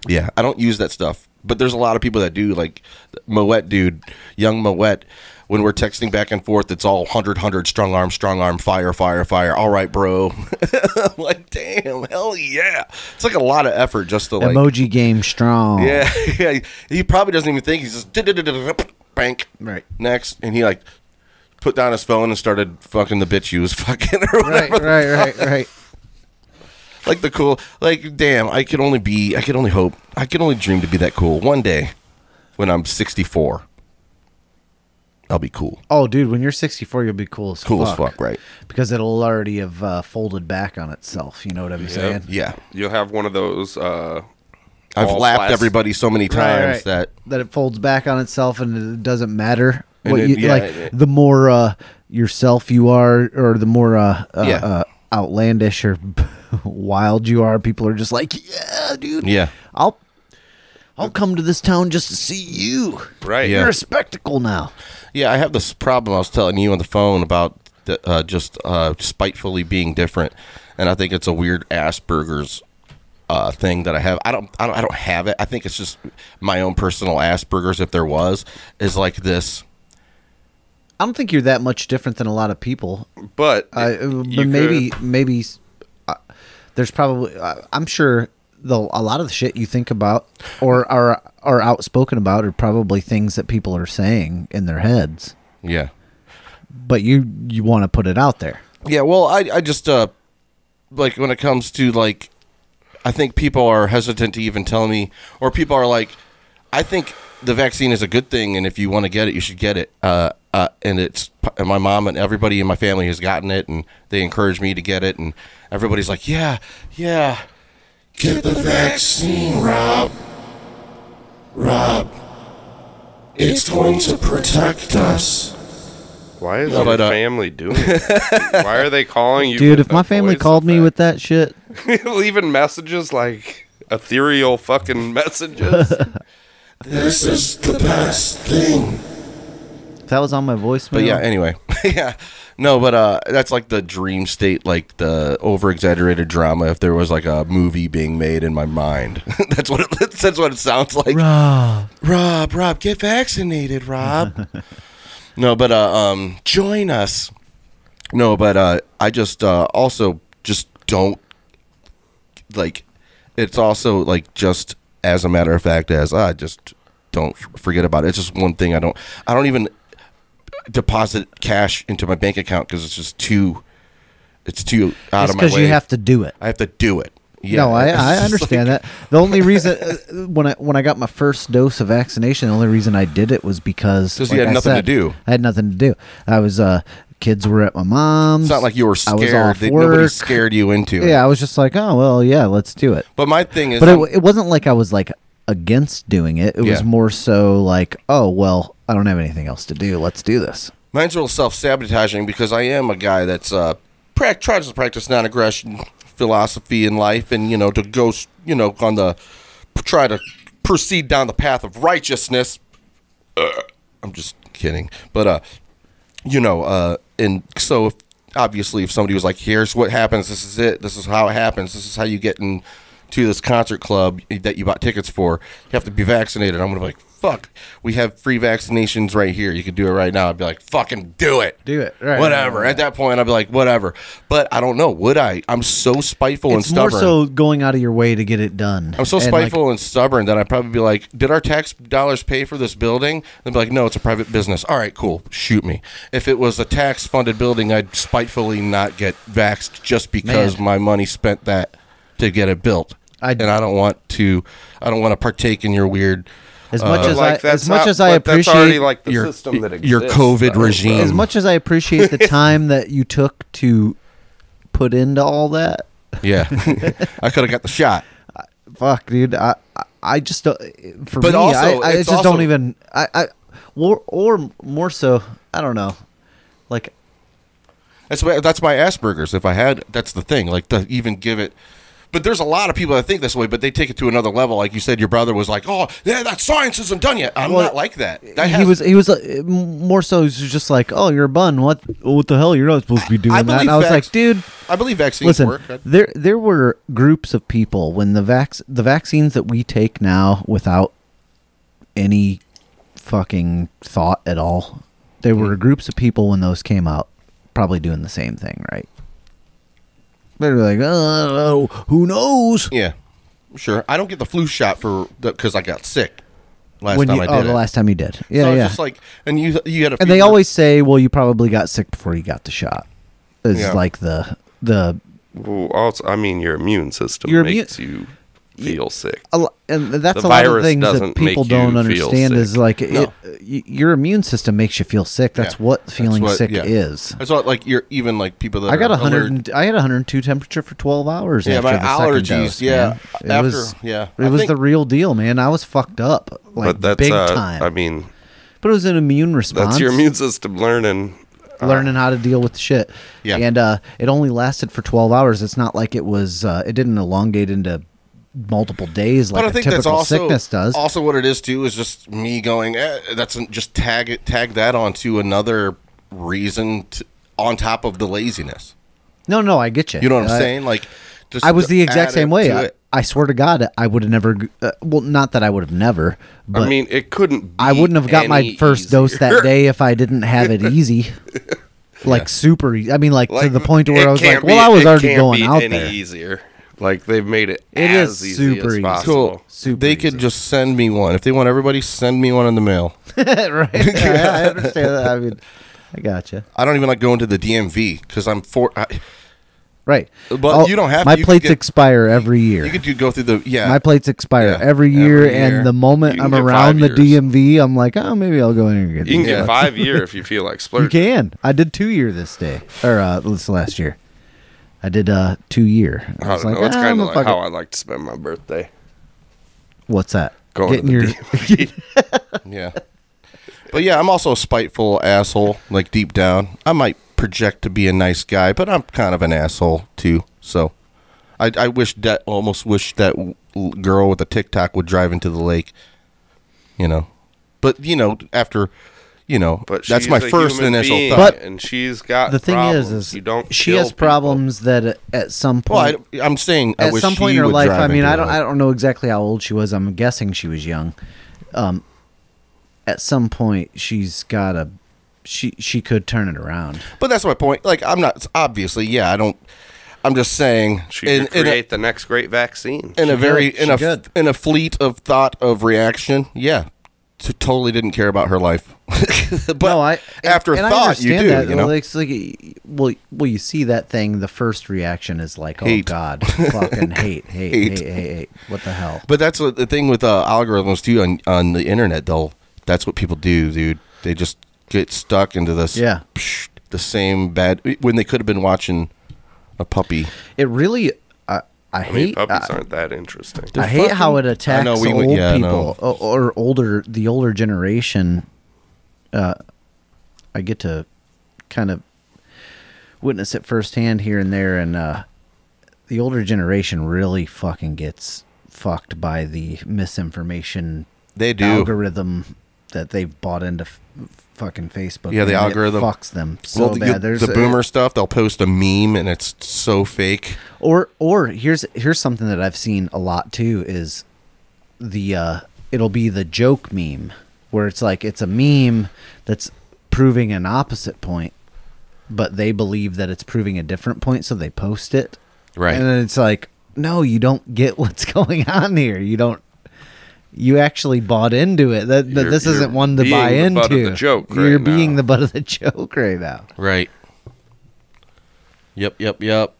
S8: Yeah, I don't use that stuff, but there's a lot of people that do. Like Moet, dude, young Moet. When we're texting back and forth, it's all 100, 100, strong arm, strong arm, fire, fire, fire. All right, bro. I'm like, damn, hell yeah. It's like a lot of effort just to like.
S9: Emoji game strong.
S8: Yeah, yeah. He probably doesn't even think. He's just bank.
S9: Right.
S8: Next, and he like put down his phone and started fucking the bitch he was fucking or
S9: Right,
S8: whatever.
S9: right, right, right.
S8: Like the cool. Like damn, I could only be. I could only hope. I could only dream to be that cool one day when I'm 64. I'll be cool.
S9: Oh, dude, when you're 64, you'll be cool as
S8: Cool as
S9: fuck.
S8: fuck, right.
S9: Because it'll already have uh, folded back on itself. You know what I'm saying?
S1: You'll have one of those. Uh,
S8: I've
S1: all
S8: lapped
S1: plastic-
S8: everybody so many
S9: Right,
S8: times
S9: right.
S8: that
S9: that it folds back on itself and it doesn't matter.
S8: And
S9: What
S8: it-
S9: you,
S8: yeah,
S9: like
S8: it-
S9: the more uh, yourself you are, or the more uh, uh,
S8: Yeah.
S9: uh, outlandish or wild you are, people are just like, yeah, dude.
S8: Yeah.
S9: I'll I'll come to this town just to see you.
S1: Right.
S8: Yeah.
S9: You're a spectacle now.
S8: Yeah, I have this problem I was telling you on the phone about the, uh, just uh, spitefully being different, and I think it's a weird Asperger's uh, thing that I have. I don't, I don't, I don't have it. I think it's just my own personal Asperger's. If there was, is like this.
S9: I don't think you're that much different than a lot of people.
S1: But
S9: I, uh, but maybe maybe uh, there's probably uh, I'm sure though a lot of the shit you think about or are are outspoken about are probably things that people are saying in their heads.
S8: Yeah.
S9: But you you want to put it out there.
S8: Yeah, well, I, I just uh, like when it comes to like, I think people are hesitant to even tell me, or people are like, I think the vaccine is a good thing, and if you want to get it, you should get it. Uh, uh, and it's and my mom and everybody in my family has gotten it, and they encourage me to get it, and everybody's like, yeah, yeah, get the vaccine, Rob. Rob, it's going to protect us.
S1: Why is
S8: No,
S1: your
S8: but, uh,
S1: family doing? That? Why are they calling you?
S9: Dude,
S1: with
S9: if my
S1: that
S9: family
S1: voice?
S9: called me with that shit,
S1: leaving messages like ethereal fucking messages.
S9: This is the best thing. If that was on my voicemail.
S8: But yeah, anyway. yeah. No, but uh that's like the dream state, like the over exaggerated drama if there was like a movie being made in my mind. that's what it that's what it sounds like.
S9: Rob.
S8: Rob, Rob, get vaccinated, Rob. no, but uh um join us. No, but uh I just uh also just don't like it's also like just as a matter of fact as "Ah, I just don't f- forget about it. It's just one thing I don't I don't even deposit cash into my bank account because it's just too it's too out
S9: It's
S8: of my way.
S9: 'cause you have to do it.
S8: I have to do it. Yeah,
S9: no, I,
S8: It's
S9: I
S8: just
S9: understand
S8: like-
S9: that. The only reason uh, when I when I got my first dose of vaccination, the only reason I did it was because
S8: 'Cause you had
S9: I
S8: nothing to
S9: said,
S8: do.
S9: I had nothing to do. I was uh, kids were at my mom's.
S8: It's not like you were
S9: I was
S8: scared.
S9: off
S8: They,
S9: work.
S8: nobody scared you into it.
S9: yeah, I was just like, oh well, yeah, let's do it.
S8: But my thing is,
S9: but
S8: I'm-
S9: it, it wasn't like I was like against doing it. It
S8: Yeah.
S9: was more so like, oh well, I don't have anything else to do. Let's do this.
S8: Mine's a little self sabotaging because I am a guy that's uh, prac- tries to practice non aggression philosophy in life and, you know, to go, s- you know, on the try to proceed down the path of righteousness. Ugh. I'm just kidding. But, uh, you know, uh, and so if, obviously if somebody was like, here's what happens, this is it, this is how it happens, this is how you get in to this concert club that you bought tickets for, you have to be vaccinated. I'm going to be like, fuck, we have free vaccinations right here. You could do it right now. I'd be like, fucking do it.
S9: Do it. Right.
S8: whatever. At that point, I'd be like, whatever. But I don't know. Would I? I'm so spiteful and
S9: It's more
S8: stubborn.
S9: so going out of your way to get it done.
S8: I'm so
S9: And, like,
S8: spiteful and stubborn that I'd probably be like, "Did our tax dollars pay for this building?" They'd be like, "No, it's a private business." All right, cool. Shoot me. If it was a tax-funded building, I'd spitefully not get vaxxed just because
S9: Man.
S8: my money spent that to get it built. I, and I don't want to. I don't want to partake in your weird.
S9: As much as
S1: like,
S9: I,
S1: that's
S9: as much
S1: not-
S9: as I
S1: but that's
S9: appreciate
S1: already, like, the Your- system that
S8: Uh, your exists, COVID though. regime.
S9: As much as I appreciate the time that you took to put into all that.
S8: Yeah. I could have got the shot.
S9: Fuck, dude. I I- I just don't, for
S8: But
S9: me,
S8: also,
S9: I, I
S8: it's
S9: just
S8: also-
S9: don't even. I I or or more so, I don't know. Like
S8: That's why that's my Asperger's. If I had, that's the thing. Like to even give it. But there's a lot of people that think this way, but they take it to another level. Like you said, your brother was like, "Oh, yeah, that science isn't done yet." I'm
S9: Well,
S8: not like that. That
S9: he
S8: has-
S9: was he was uh, m- more so he was just like, oh, you're a bun. What what the hell? You're not supposed to be doing
S8: I
S9: that.
S8: believe
S9: And I was
S8: vac-
S9: like, dude.
S8: I believe vaccines
S9: Listen,
S8: work. I-
S9: there there were groups of people when the vac- the vaccines that we take now without any fucking thought at all. There
S8: Hmm.
S9: were groups of people when those came out, probably doing the same thing, right? They were like, oh, who knows?
S8: Yeah, sure. I don't get the flu shot for because I got sick last
S9: When
S8: time
S9: you-
S8: I did
S9: oh,
S8: it.
S9: the last time you did. Yeah,
S8: so it's
S9: yeah.
S8: just like, and you you had a
S9: and they always say, well, you probably got sick before you got the shot. It's
S1: Yeah.
S9: like the the
S1: Well, also, I mean, your immune system
S9: Your oh, immu-
S1: makes you feel sick.
S9: a lo- and that's
S1: The
S9: a lot of
S1: virus
S9: things that
S1: doesn't make
S9: people
S1: you
S9: don't
S1: feel
S9: understand is
S1: sick.
S9: like
S1: No.
S9: it, y- your immune system makes you feel sick. That's what feeling sick is.
S8: That's what like you're even like people that
S9: I got
S8: are
S9: a hundred.
S8: allergic-
S9: and- I had a hundred and two temperature for twelve hours.
S8: Yeah,
S9: after
S8: my
S9: the second
S8: allergies,
S9: dose,
S8: yeah.
S9: man. it
S8: After-
S9: was,
S8: yeah.
S9: it
S8: I
S9: was
S8: think-
S9: the real deal, man. I was fucked up,
S1: but
S9: like
S1: that's
S9: big
S1: uh,
S9: time.
S1: I mean,
S9: but it was an immune response.
S1: that's your immune system learning.
S9: learning how to deal with shit.
S1: Yeah.
S9: And uh, it only lasted for 12 hours. It's not like it was, uh, it didn't elongate into multiple days like
S8: but I
S9: a
S8: think
S9: typical
S8: that's also
S9: sickness does.
S8: also what it is too is just me going. Eh, that's an- just tag it, tag that onto another reason t on top of the laziness.
S9: no, no, I get you. Uh,
S8: You know what I'm
S9: I-
S8: saying? Like, just
S9: I was the
S8: add
S9: exact same
S8: it
S9: way.
S8: to
S9: I,
S8: it.
S9: I swear to God, I would have never, g- uh, well, not that I would have never, but
S1: I mean, it couldn't.
S9: I wouldn't have got my
S1: any
S9: first dose that
S1: easier.
S9: day if I didn't have it easy. Like super easy. I mean, like, to the point where
S1: it
S9: I was
S1: can't
S9: like,
S1: be-
S9: "Well, I was
S1: it
S9: already
S1: can't
S9: going
S1: be
S9: out
S1: any
S9: there."
S1: Easier, like they've made it.
S9: It
S1: as
S9: is
S1: easy
S9: super
S1: as
S9: easy.
S1: possible.
S8: Cool. they could just send me one. If they want everybody, send me one in the mail.
S9: right? Yeah, I understand that. I mean, I gotcha.
S8: I don't even like going to the DMV because I'm for. I,
S9: Right.
S8: But
S9: I'll-
S8: you don't have.
S9: My
S8: to. You could
S9: plates
S8: get-
S9: expire every year.
S8: You could do, go through the yeah.
S9: My plates expire every, year,
S8: year.
S9: and the moment I'm
S8: get
S9: around the
S8: five
S9: DMV, I'm like, oh, maybe I'll go in here and get
S1: You can
S9: these
S1: get
S9: bucks."
S1: five year if you feel like
S9: you
S1: splurging.
S9: can. I did two year this day, or uh, this last year. I did uh, two year.
S1: I
S9: I was
S1: don't know.
S9: like,
S1: It's
S9: "Ah,
S1: kind
S9: I'm
S1: of
S9: a
S1: like
S9: fucking-
S1: how I like to spend my birthday.
S9: What's that?
S1: Going to
S9: Getting
S1: the
S9: your
S8: yeah. But yeah, I'm also a spiteful asshole. Like deep down, I might project to be a nice guy, but I'm kind of an asshole too. So, I, I wish that almost wish that l- girl with a TikTok would drive into the lake. You know, but you know after, you know, that's
S1: she's
S8: my
S1: a
S8: first
S1: human
S8: initial
S1: being,
S8: thought.
S1: and she's got
S9: the thing
S1: problems.
S9: is, is
S1: you don't
S9: she
S1: kill
S9: has problems that at some point.
S8: Well, I, am saying I
S9: at
S8: wish
S9: some point
S8: she
S9: in her
S8: would
S9: life.
S8: drive
S9: I mean,
S8: into
S9: I don't.
S8: it.
S9: I don't know exactly how old she was. I'm guessing she was young. Um, at some point, she's got a. She she could turn it around.
S8: But that's my point. Like, I'm not obviously. Yeah, I don't. I'm just saying.
S1: She could create the next great vaccine.
S8: in a
S1: She
S8: very
S1: could.
S8: in
S1: She
S8: a f- in a fleet of thought of reaction. Yeah, to totally didn't care about her life. but after
S9: and I
S8: thought, you
S9: understand
S8: do.
S9: That.
S8: You know,
S9: Well, it's like, well, well, you see that thing. The first reaction is like, oh
S8: Hate.
S9: god, fucking hate, hate,
S8: Hate.
S9: hate, hate, hate. What the hell?
S8: but that's what the thing with uh, algorithms too on on the internet. They'll that's what people do, dude. They just get stuck into this.
S9: Yeah.
S8: psh, the same bad when they could have been watching a puppy.
S9: It really. I I
S1: I mean,
S9: hate.
S1: puppies
S9: I-
S1: aren't that interesting.
S9: I hate how it attacks old
S8: yeah, I know.
S9: people o- or older the older generation. Uh, I get to kind of witness it firsthand here and there, and uh, the older generation really fucking gets fucked by the misinformation
S8: they do.
S9: algorithm that they've bought into f- fucking Facebook.
S8: Yeah, the
S9: man. It
S8: algorithm
S9: fucks them so
S8: Well, the,
S9: bad. There's
S8: the
S9: a-
S8: boomer stuff. They'll post a meme and it's so fake.
S9: Or or here's here's something that I've seen a lot too is the uh it'll be the joke meme where it's like it's a meme that's proving an opposite point but they believe that it's proving a different point so they post it.
S8: Right.
S9: And then it's like no, you don't get what's going on here. You don't you actually bought into it. That, that
S8: You're-
S9: this
S8: you're
S9: isn't one to
S8: being
S9: buy
S8: the
S9: into.
S8: butt of the joke right
S9: you're
S8: now.
S9: being the butt of the joke right now.
S8: Right. Yep, yep, yep.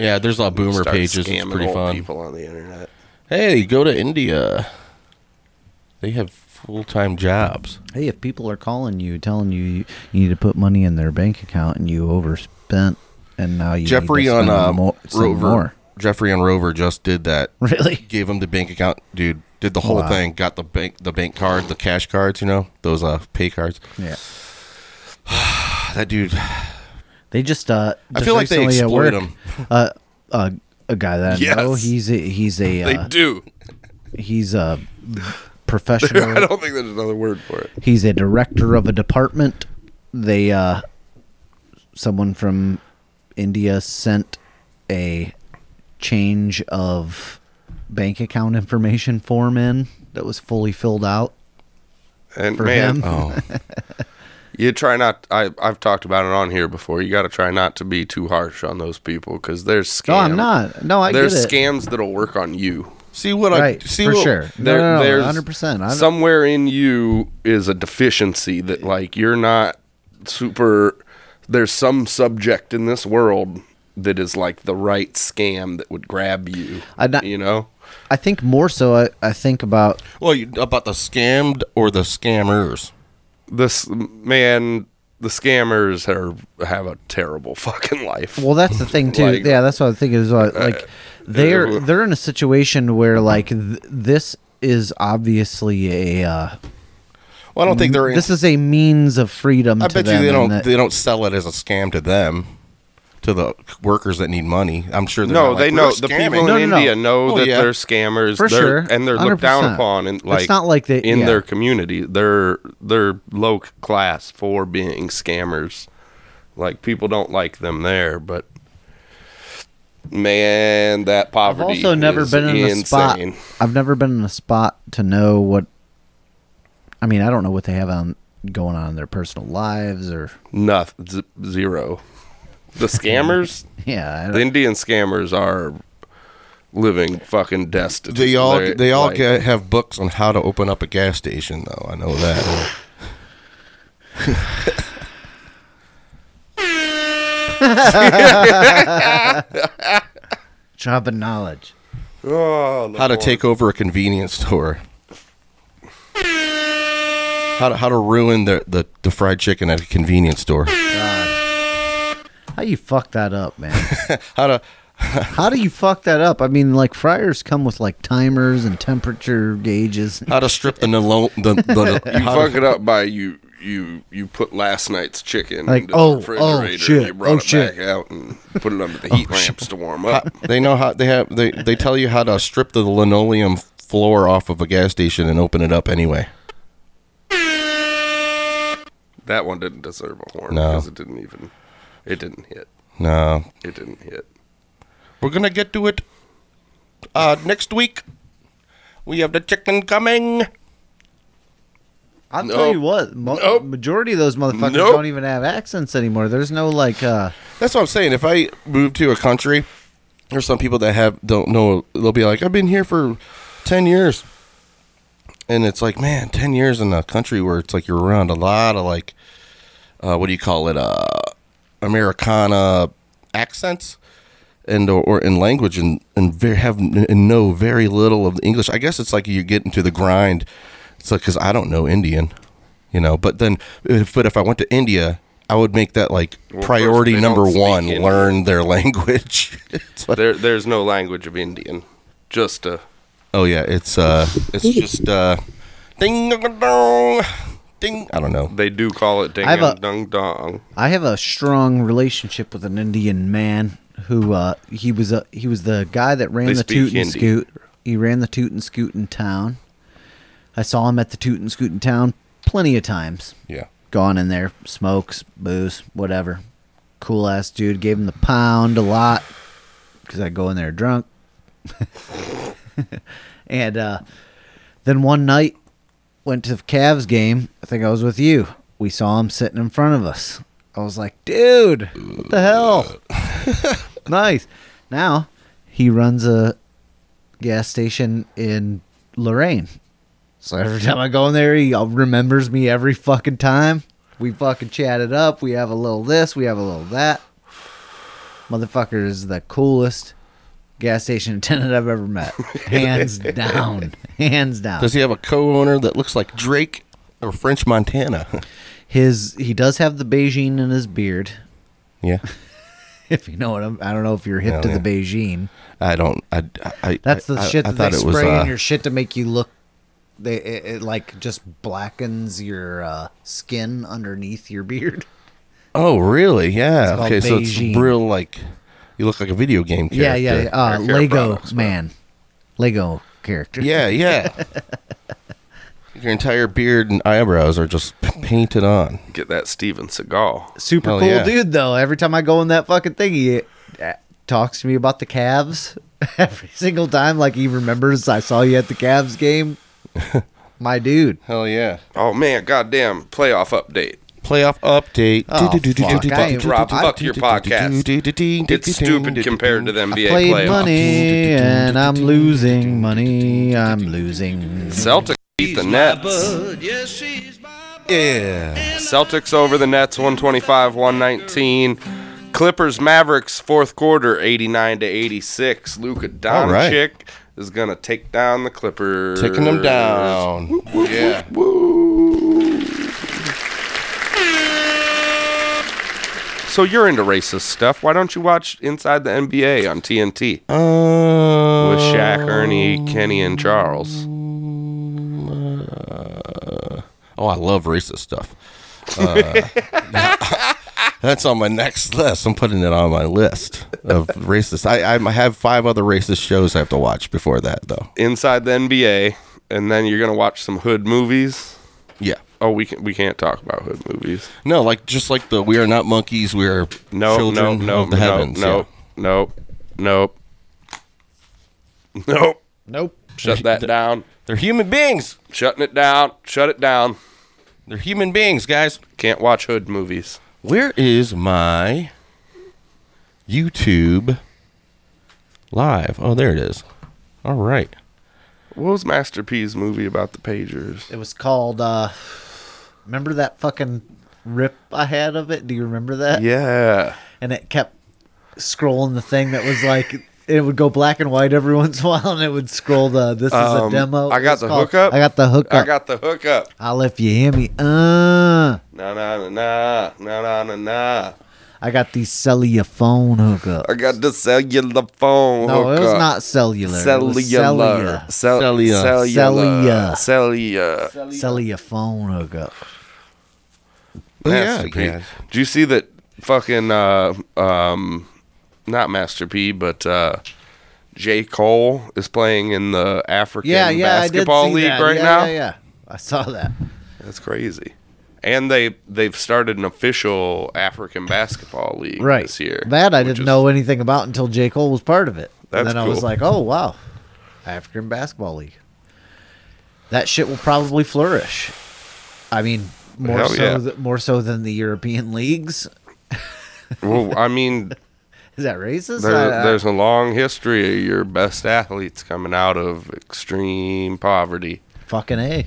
S8: Yeah, there's a lot of boomer
S1: Start
S8: pages. It's
S1: scamming
S8: pretty
S1: old
S8: fun.
S1: People on the internet.
S8: Hey, go to India. They have full time jobs.
S9: Hey, if people are calling you, telling you you you need to put money in their bank account and you overspent, and now you need to
S8: Jeffrey on
S9: spend
S8: uh,
S9: more, some
S8: Rover.
S9: more.
S8: Jeffrey on Rover just did that.
S9: Really?
S8: Gave him the bank account, dude. Did the whole
S9: Wow.
S8: thing. Got the bank, the bank card, the cash cards. You know those uh pay cards. Ah,
S9: Yeah.
S8: that dude.
S9: They just uh,
S8: I
S9: just
S8: feel like they
S9: recently at
S8: exploit
S9: work,
S8: 'em.
S9: Uh, uh, a guy that I
S8: Yes.
S9: know, he's a, he's a
S1: They
S9: uh,
S1: do.
S9: He's a professional.
S1: I don't think there's another word for it.
S9: He's a director of a department. They uh someone from India sent a change of bank account information form in that was fully filled out.
S1: And
S9: For
S1: man,
S9: him. Oh.
S1: you try not. I I've talked about it on here before. You got to try not to be too harsh on those people because there's scams.
S9: No, Oh, I'm not. No, I
S1: there's
S9: get it.
S1: scams that'll work on you.
S8: See what
S9: Right, for sure. No,
S1: There-
S9: no, no,
S1: there's
S9: 100%. I don't-
S1: somewhere in you is a deficiency that like you're not super. There's some subject in this world that is like the right scam that would grab you.
S9: I not-
S1: you know.
S9: I think more so I, I think about
S8: Well, you, about the scammed or the scammers.
S1: This man, the scammers are have a terrible fucking life.
S9: Well, that's the thing too.
S1: Like-
S9: yeah, that's what I think is uh, like they're
S1: ew.
S9: they're in a situation where like th- this is obviously a. Uh,
S8: Well, I don't think they're in-
S9: This is a means of freedom.
S8: I
S9: to
S8: bet you
S9: them
S8: they
S9: and
S8: don't
S9: that-
S8: they don't sell it as a scam to them, to the workers that need money. I'm sure they're
S1: No,
S8: not
S1: they
S8: like,
S1: know
S8: "We're
S1: the
S8: scamming."
S1: people in India know
S8: Oh,
S1: that
S8: yeah.
S1: they're scammers,
S9: For
S1: they're,
S9: sure.
S1: and they're looked down
S9: 100%.
S1: upon. And
S9: It's
S1: like,
S9: not like they-
S1: in
S9: yeah.
S1: their community, they're they're low class for being scammers. Like people don't like them there, but man, that
S9: I've
S1: poverty.
S9: also never
S1: is
S9: been in a spot.
S1: insane.
S9: I've never been in a spot to know what. I mean, I don't know what they have on going on in their personal lives or.
S1: Nothing, z- zero. The scammers,
S9: Yeah, I
S1: the Indian scammers are living fucking destitute.
S8: They all
S1: They're,
S8: they all
S1: like-
S8: get, have books on how to open up a gas station, though. I know that.
S9: Job and knowledge.
S1: Oh,
S8: how to take over a convenience store. How to, how to ruin the, the, the fried chicken at a convenience store.
S9: How you fuck that up, man?
S8: how to
S9: How do you fuck that up? I mean, like fryers come with like timers and temperature gauges.
S8: How to strip the nylon the, the
S1: you
S8: how to-
S1: fuck it up by you you you put last night's chicken
S9: Like,
S1: into
S9: oh, oh,
S1: the refrigerator and
S9: shit,
S1: you brought
S9: oh,
S1: it
S9: shit. Oh,
S1: back out and put it under the heat lamps to warm up.
S8: they know how they have they, they tell you how to strip the linoleum floor off of a gas station and open it up anyway.
S1: That one didn't deserve a horn
S8: No.
S1: because it didn't even it didn't hit.
S8: No.
S1: It didn't hit.
S8: We're gonna get to it uh, next week. We have the chicken coming.
S9: I'll tell you what, mo- majority of those motherfuckers
S8: Nope.
S9: don't even have accents anymore. There's no like, uh,
S8: That's what I'm saying. If I move to a country, there's some people that have don't know. They'll be like, I've been here for ten years, and it's like, man, ten years in a country where it's like you're around a lot of like, uh, what do you call it, uh, Americana accents, and or, or in language and and very, have and know very little of the English. I guess it's like you get into the grind. It's like because I don't know Indian, you know. But then, if, but if I went to India. I would make that like
S1: Well,
S8: priority
S1: first, they
S8: number
S1: don't speak
S8: one
S1: Indian.
S8: learn their language
S1: there there's no language of Indian. Just a
S8: oh yeah it's uh it's just uh ding dong dong ding i don't know
S1: they do call it ding
S9: I have a-
S1: dong dong.
S9: I have a strong relationship with an Indian man who uh, he was a he was the guy that ran
S1: They
S9: the
S1: speak
S9: toot and
S1: Hindi.
S9: scoot. He ran the toot and scoot in town. I saw him at the toot and scoot in town plenty of times.
S8: Yeah.
S9: gone in there, smokes, booze, whatever. Cool ass dude. Gave him the pound a lot because I go in there drunk. and uh, then one night, went to the Cavs game. I think I was with you. We saw him sitting in front of us. I was like, dude, what the hell? nice. Now he runs a gas station in Lorraine. So every time I go in there, he uh, remembers me every fucking time. We fucking chat it up. We have a little this, we have a little that. Motherfucker is the coolest gas station attendant I've ever met. Hands down. Hands down.
S8: does he have a co-owner that looks like drake or french montana
S9: his he does have the Beijing in his beard.
S8: yeah
S9: If you know what I'm, I don't know if you're hip
S8: Hell
S9: to
S8: yeah.
S9: the Beijing.
S8: i don't i, I
S9: That's the
S8: I-
S9: shit
S8: I
S9: that
S8: thought
S9: they
S8: it
S9: spray
S8: was, uh,
S9: in your shit to make you look. They it, it like just blackens your uh, skin underneath your beard.
S8: oh really
S9: It's
S8: yeah
S9: called
S8: okay so it's
S9: Beijing.
S8: real like you look like a video game character
S9: Yeah, yeah, yeah. Uh,
S8: Character
S9: Lego
S8: products.
S9: man. Lego character.
S8: yeah yeah your entire beard and eyebrows are just p- painted on
S1: Get that Steven Seagal.
S9: Super
S8: Hell
S9: cool
S8: yeah.
S9: dude though. Every time I go in that fucking thing, he uh, talks to me about the Cavs every single time. Like he remembers I saw you at the Cavs game. My dude.
S8: Hell yeah.
S1: Oh man, goddamn playoff update.
S8: Playoff update.
S9: Oh, fuck. I ain't-
S1: Rob, fuck your podcast. It's stupid compared to the NBA
S9: Played
S1: playoffs.
S9: money and I'm losing money. I'm losing.
S1: Celtics beat the Nets. Yeah. Celtics over the Nets 125 119. Clippers Mavericks fourth quarter 89 to 86. Luka
S8: All
S1: Doncic
S8: right.
S1: is going to take down the Clippers.
S8: Taking them down.
S1: yeah. So you're into racist stuff. Why don't you watch Inside the NBA on TNT? with Shaq, Ernie, Kenny, and Charles.
S8: Uh, oh, I love racist stuff. Uh, that's on my next list. I'm putting it on my list of racist. I, I have five other racist shows I have to watch before that, though.
S1: Inside the NBA, and then you're gonna watch some hood movies.
S8: Yeah.
S1: Oh, we can we can't talk about hood movies.
S8: No, like just like the "We Are Not Monkeys, We Are
S1: No,
S8: Children
S1: no, no,
S8: of the
S1: no,
S8: Heavens."
S1: no, no, no, no.
S9: Nope.
S1: Shut that down.
S8: They're human beings.
S1: Shutting it down. Shut it down.
S8: They're human beings, guys.
S1: Can't watch hood movies.
S8: Where is my YouTube live? Oh, there it is. All right.
S1: What was Master P's movie about the pagers?
S9: It was called. uh Remember that fucking rip I had of it? Do you remember that?
S1: Yeah.
S9: And it kept scrolling the thing that was like. It would go black and white every once in a while, and it would scroll the "This is a
S1: Um,
S9: demo."
S1: I got
S9: It's
S1: the
S9: called-
S1: hookup.
S9: I got the hookup.
S1: I got the hookup.
S9: I'll if you hear me. Uh,
S1: Na na na na na na na na.
S9: I got the cellular phone hookup.
S1: I got the cellular phone.
S9: No, it was
S1: hookup.
S9: not cellular. It
S1: Cellular.
S9: was cellular.
S1: Cell-
S9: Cellular.
S1: Cellular.
S9: Cellular.
S1: Cellular.
S9: Cellular phone hookup.
S1: Well,
S8: Master
S1: yeah,
S8: P.
S1: yeah. Do you see that fucking uh um not Master P but uh J. Cole is playing in the African
S9: Yeah, yeah, I did
S1: basketball
S9: see
S1: league
S9: that.
S1: right
S9: yeah,
S1: now.
S9: Yeah, yeah, I saw that.
S1: That's crazy. And they they've started an official African basketball league
S9: Right
S1: this year.
S9: That I didn't know anything about until J Cole was part of it.
S1: That's
S9: and then I was
S1: cool.
S9: like, oh wow, African basketball league. That shit will probably flourish. I mean, more
S1: Hell
S9: so
S1: yeah.
S9: th- more so than the European leagues.
S1: well, I mean,
S9: Is that racist?
S1: there,
S9: I- I-
S1: there's a long history of your best athletes coming out of extreme poverty.
S9: Fucking a.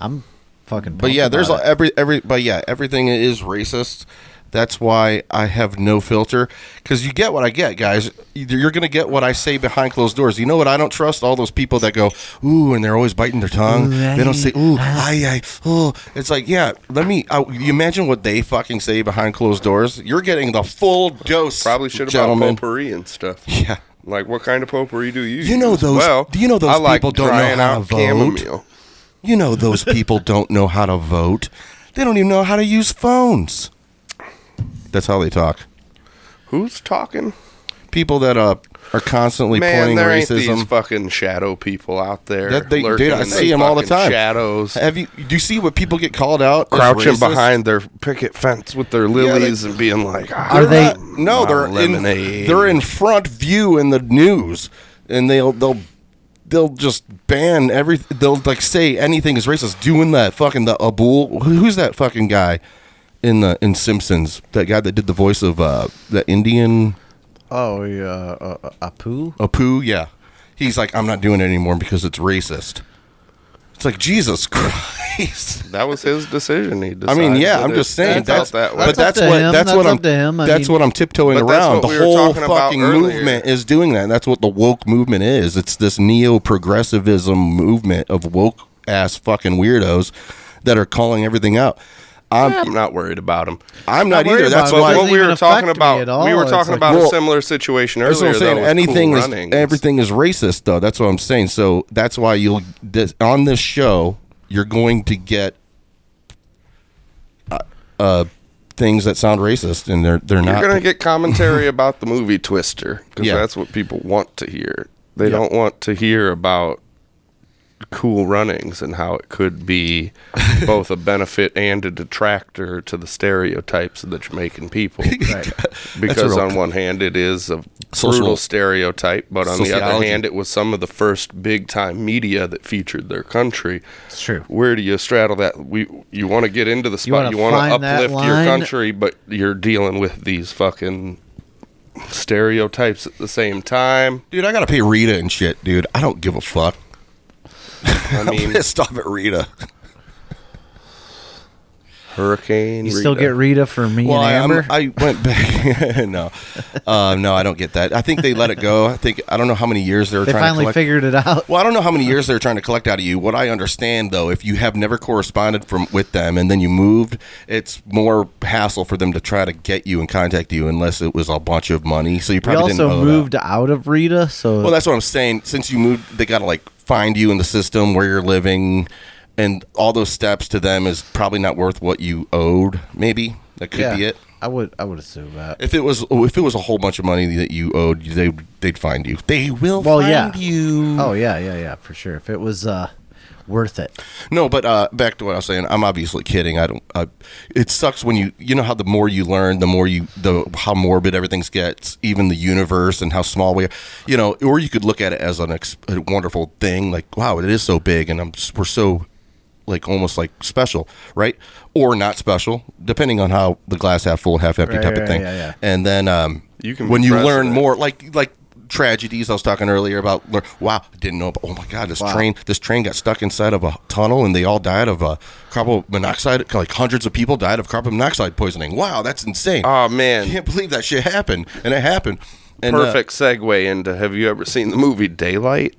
S9: I'm fucking.
S8: But
S9: pumped
S8: yeah, there's
S9: about
S8: a- every every but yeah, everything is racist. That's why I have no filter because you get what I get, guys. Either You're gonna get what I say behind closed doors. You know what? I don't trust all those people that go ooh and they're always biting their tongue.
S14: Ooh,
S8: they don't say
S14: I-
S8: ooh, I, I, ooh. It's like yeah, let me. I, you imagine what they fucking say behind closed doors. You're getting the full dose.
S1: Probably should have
S8: gentlemen.
S1: bought potpourri and stuff. Yeah. Like what kind of potpourri do you?
S8: You know
S1: use?
S8: those-
S1: Well,
S8: do you know those
S1: I like
S8: people don't know
S1: trying
S8: how
S1: out
S8: to vote?
S1: chamomile.
S8: You know those people don't know how to vote. They don't even know how to use phones. That's how they talk.
S1: Who's talking?
S8: People that uh, are constantly
S1: Man,
S8: pointing
S1: there ain't
S8: racism.
S1: these fucking shadow people out there.
S8: That they,
S1: lurking
S8: dude, I
S1: in
S8: see
S1: their
S8: them all the
S1: fucking
S8: time.
S1: Shadows
S8: Have you? Do you see what people get called out? as
S1: crouching
S8: racist?
S1: behind their picket fence with their lilies and being like,
S8: They're
S1: "Ah,
S8: not- no,
S1: my
S8: they're in.
S1: lemonade."
S8: They're in front view in the news, and they'll they'll they'll just ban every. They'll like say anything is racist. Doing that fucking the Abul. who- Who's that fucking guy in the in Simpsons? That guy that did the voice of uh the Indian
S9: Oh yeah, uh, uh, Apu.
S8: Apu. Yeah, he's like, I'm not doing it anymore because it's racist. It's like Jesus Christ.
S1: That was his decision. He
S8: I
S1: decided
S8: mean, yeah,
S1: that
S8: I'm
S1: it-
S8: just saying
S1: it felt
S8: that's,
S1: that way.
S8: but that's what that's, what I'm that's what I'm tiptoeing
S1: But that's
S8: around.
S1: what
S8: The
S1: we were
S8: whole
S1: talking about
S8: fucking
S1: earlier.
S8: movement is doing that. And that's what the woke movement is. It's this neo progressivism movement of woke ass fucking weirdos that are calling everything out. I'm,
S1: not worried about them.
S8: I'm not, either. That's
S1: But
S8: why
S1: what we were talking about. We were talking about a
S8: Well,
S1: similar situation earlier.
S8: that's what I'm saying.
S1: though, with
S8: Anything
S1: cool
S8: is
S1: running.
S8: everything is racist, though. That's what I'm saying. So that's why you'll this, on this show you're going to get uh, uh, things that sound racist, and they're they're
S1: You're
S8: not.
S1: gonna get commentary about the movie Twister because
S8: Yeah.
S1: that's what people want to hear. They
S8: Yeah.
S1: don't want to hear about cool runnings and how it could be both a benefit and a detractor to the stereotypes of the Jamaican people.
S8: Right. That's
S1: Because
S8: a real
S1: on one hand it is a
S8: Social-
S1: brutal stereotype, but on the other
S8: sociology.
S1: hand it was some of the first big time media that featured their country.
S9: It's true.
S1: Where do you straddle that? We you want to get into the spot,
S9: wanna
S1: you want to
S9: find that
S1: uplift your
S9: line?
S1: country, but you're dealing with these fucking stereotypes at the same time.
S8: dude, I gotta pay Rita and shit, dude. I don't give a fuck.
S1: I
S8: I'm
S1: mean,
S8: pissed off at Rita.
S1: Hurricane.
S9: You still get Rita for me
S8: Well,
S9: and
S8: I, I'm-
S9: Amber.
S8: I went back. no, uh, no, I don't get that. I think they let it go. I think I don't know how many years they were
S9: they
S8: trying to
S9: finally
S8: collect.
S9: figured it out.
S8: Well, I don't know how many years they're trying to collect out of you. What I understand though, if you have never corresponded from with them and then you moved, it's more hassle for them to try to get you and contact you unless it was a bunch of money. So you
S9: We
S8: probably
S9: also
S8: didn't owe
S9: moved out of Rita, so
S8: That. Well, that's what I'm saying. Since you moved, they got to like find you in the system where you're living, and all those steps to them is probably not worth what you owed. Maybe that could
S9: Yeah,
S8: be it.
S9: I would I would assume that.
S8: If it was if it was a whole bunch of money that you owed, they they'd find you. They will
S9: well,
S8: find
S9: yeah.
S8: you.
S9: Oh yeah, yeah, yeah, for sure. If it was uh, worth it,
S8: No, but uh, back to what I was saying. I'm obviously kidding. I don't. I, it sucks when you you know how the more you learn, the more you the how morbid everything gets, even the universe and how small we are. You know, or you could look at it as an ex, a wonderful thing, like wow, it is so big, and I'm s- we're so like almost like special, right? Or not special, depending on how the glass half full, half empty
S9: Right,
S8: type
S9: right,
S8: of thing.
S9: yeah, yeah.
S8: And then um,
S1: You can be
S8: when you
S1: proud of
S8: learn
S1: that.
S8: more, like like tragedies. I was talking earlier about lear- wow, I didn't know. About, oh my god, this
S9: Wow.
S8: train this train got stuck inside of a tunnel and they all died of uh, carbon monoxide. Like hundreds of people died of carbon monoxide poisoning. Wow, that's insane.
S1: Oh man,
S8: can't believe that shit happened, and it happened. And, uh,
S1: Perfect segue into Have you ever seen the movie Daylight?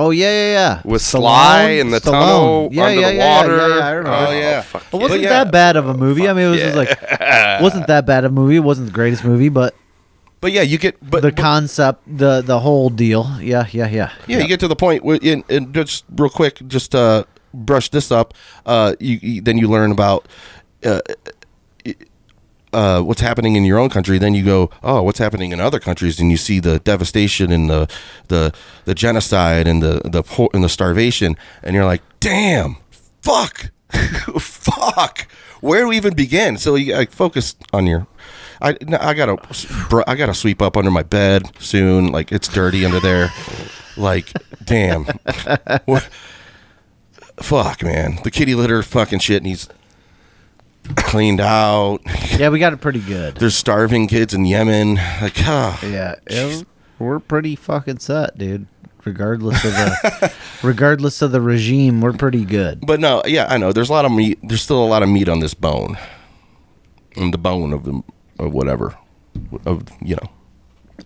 S9: Oh yeah, yeah, yeah.
S1: With Sly
S9: Stallone-
S1: in the
S9: Stallone.
S1: tunnel
S9: yeah,
S1: under
S9: yeah,
S1: the
S9: yeah,
S1: water.
S9: Yeah, yeah, I remember.
S1: Oh, yeah. fuck
S9: It wasn't
S1: yeah.
S9: that bad of a movie. I mean, it was just like wasn't that bad of a movie. It wasn't the greatest movie, but
S8: but yeah, you get but
S9: the concept, the the whole deal. Yeah, yeah, yeah.
S8: Yeah, you get to the point. Where, and, and just real quick, just uh, brush this up. Uh, you, you then you learn about uh, uh, what's happening in your own country, then you go, oh, what's happening in other countries, and you see the devastation and the the the genocide and the the po- and the starvation, and you're like, damn, fuck, fuck, where do we even begin? So you like, focus on your. I, no, I gotta br- I gotta sweep up under my bed soon. Like it's dirty under there. Like damn, What- fuck man, the kitty litter fucking shit needs cleaned out.
S9: Yeah, we got it pretty good.
S8: There's starving kids in Yemen. Like, ah,
S9: Yeah, it- we're pretty fucking set, dude. Regardless of the, regardless of the regime, we're pretty good.
S8: But no, yeah, I know. There's a lot of meat. There's still a lot of meat on this bone, on the bone of the of whatever, of you know.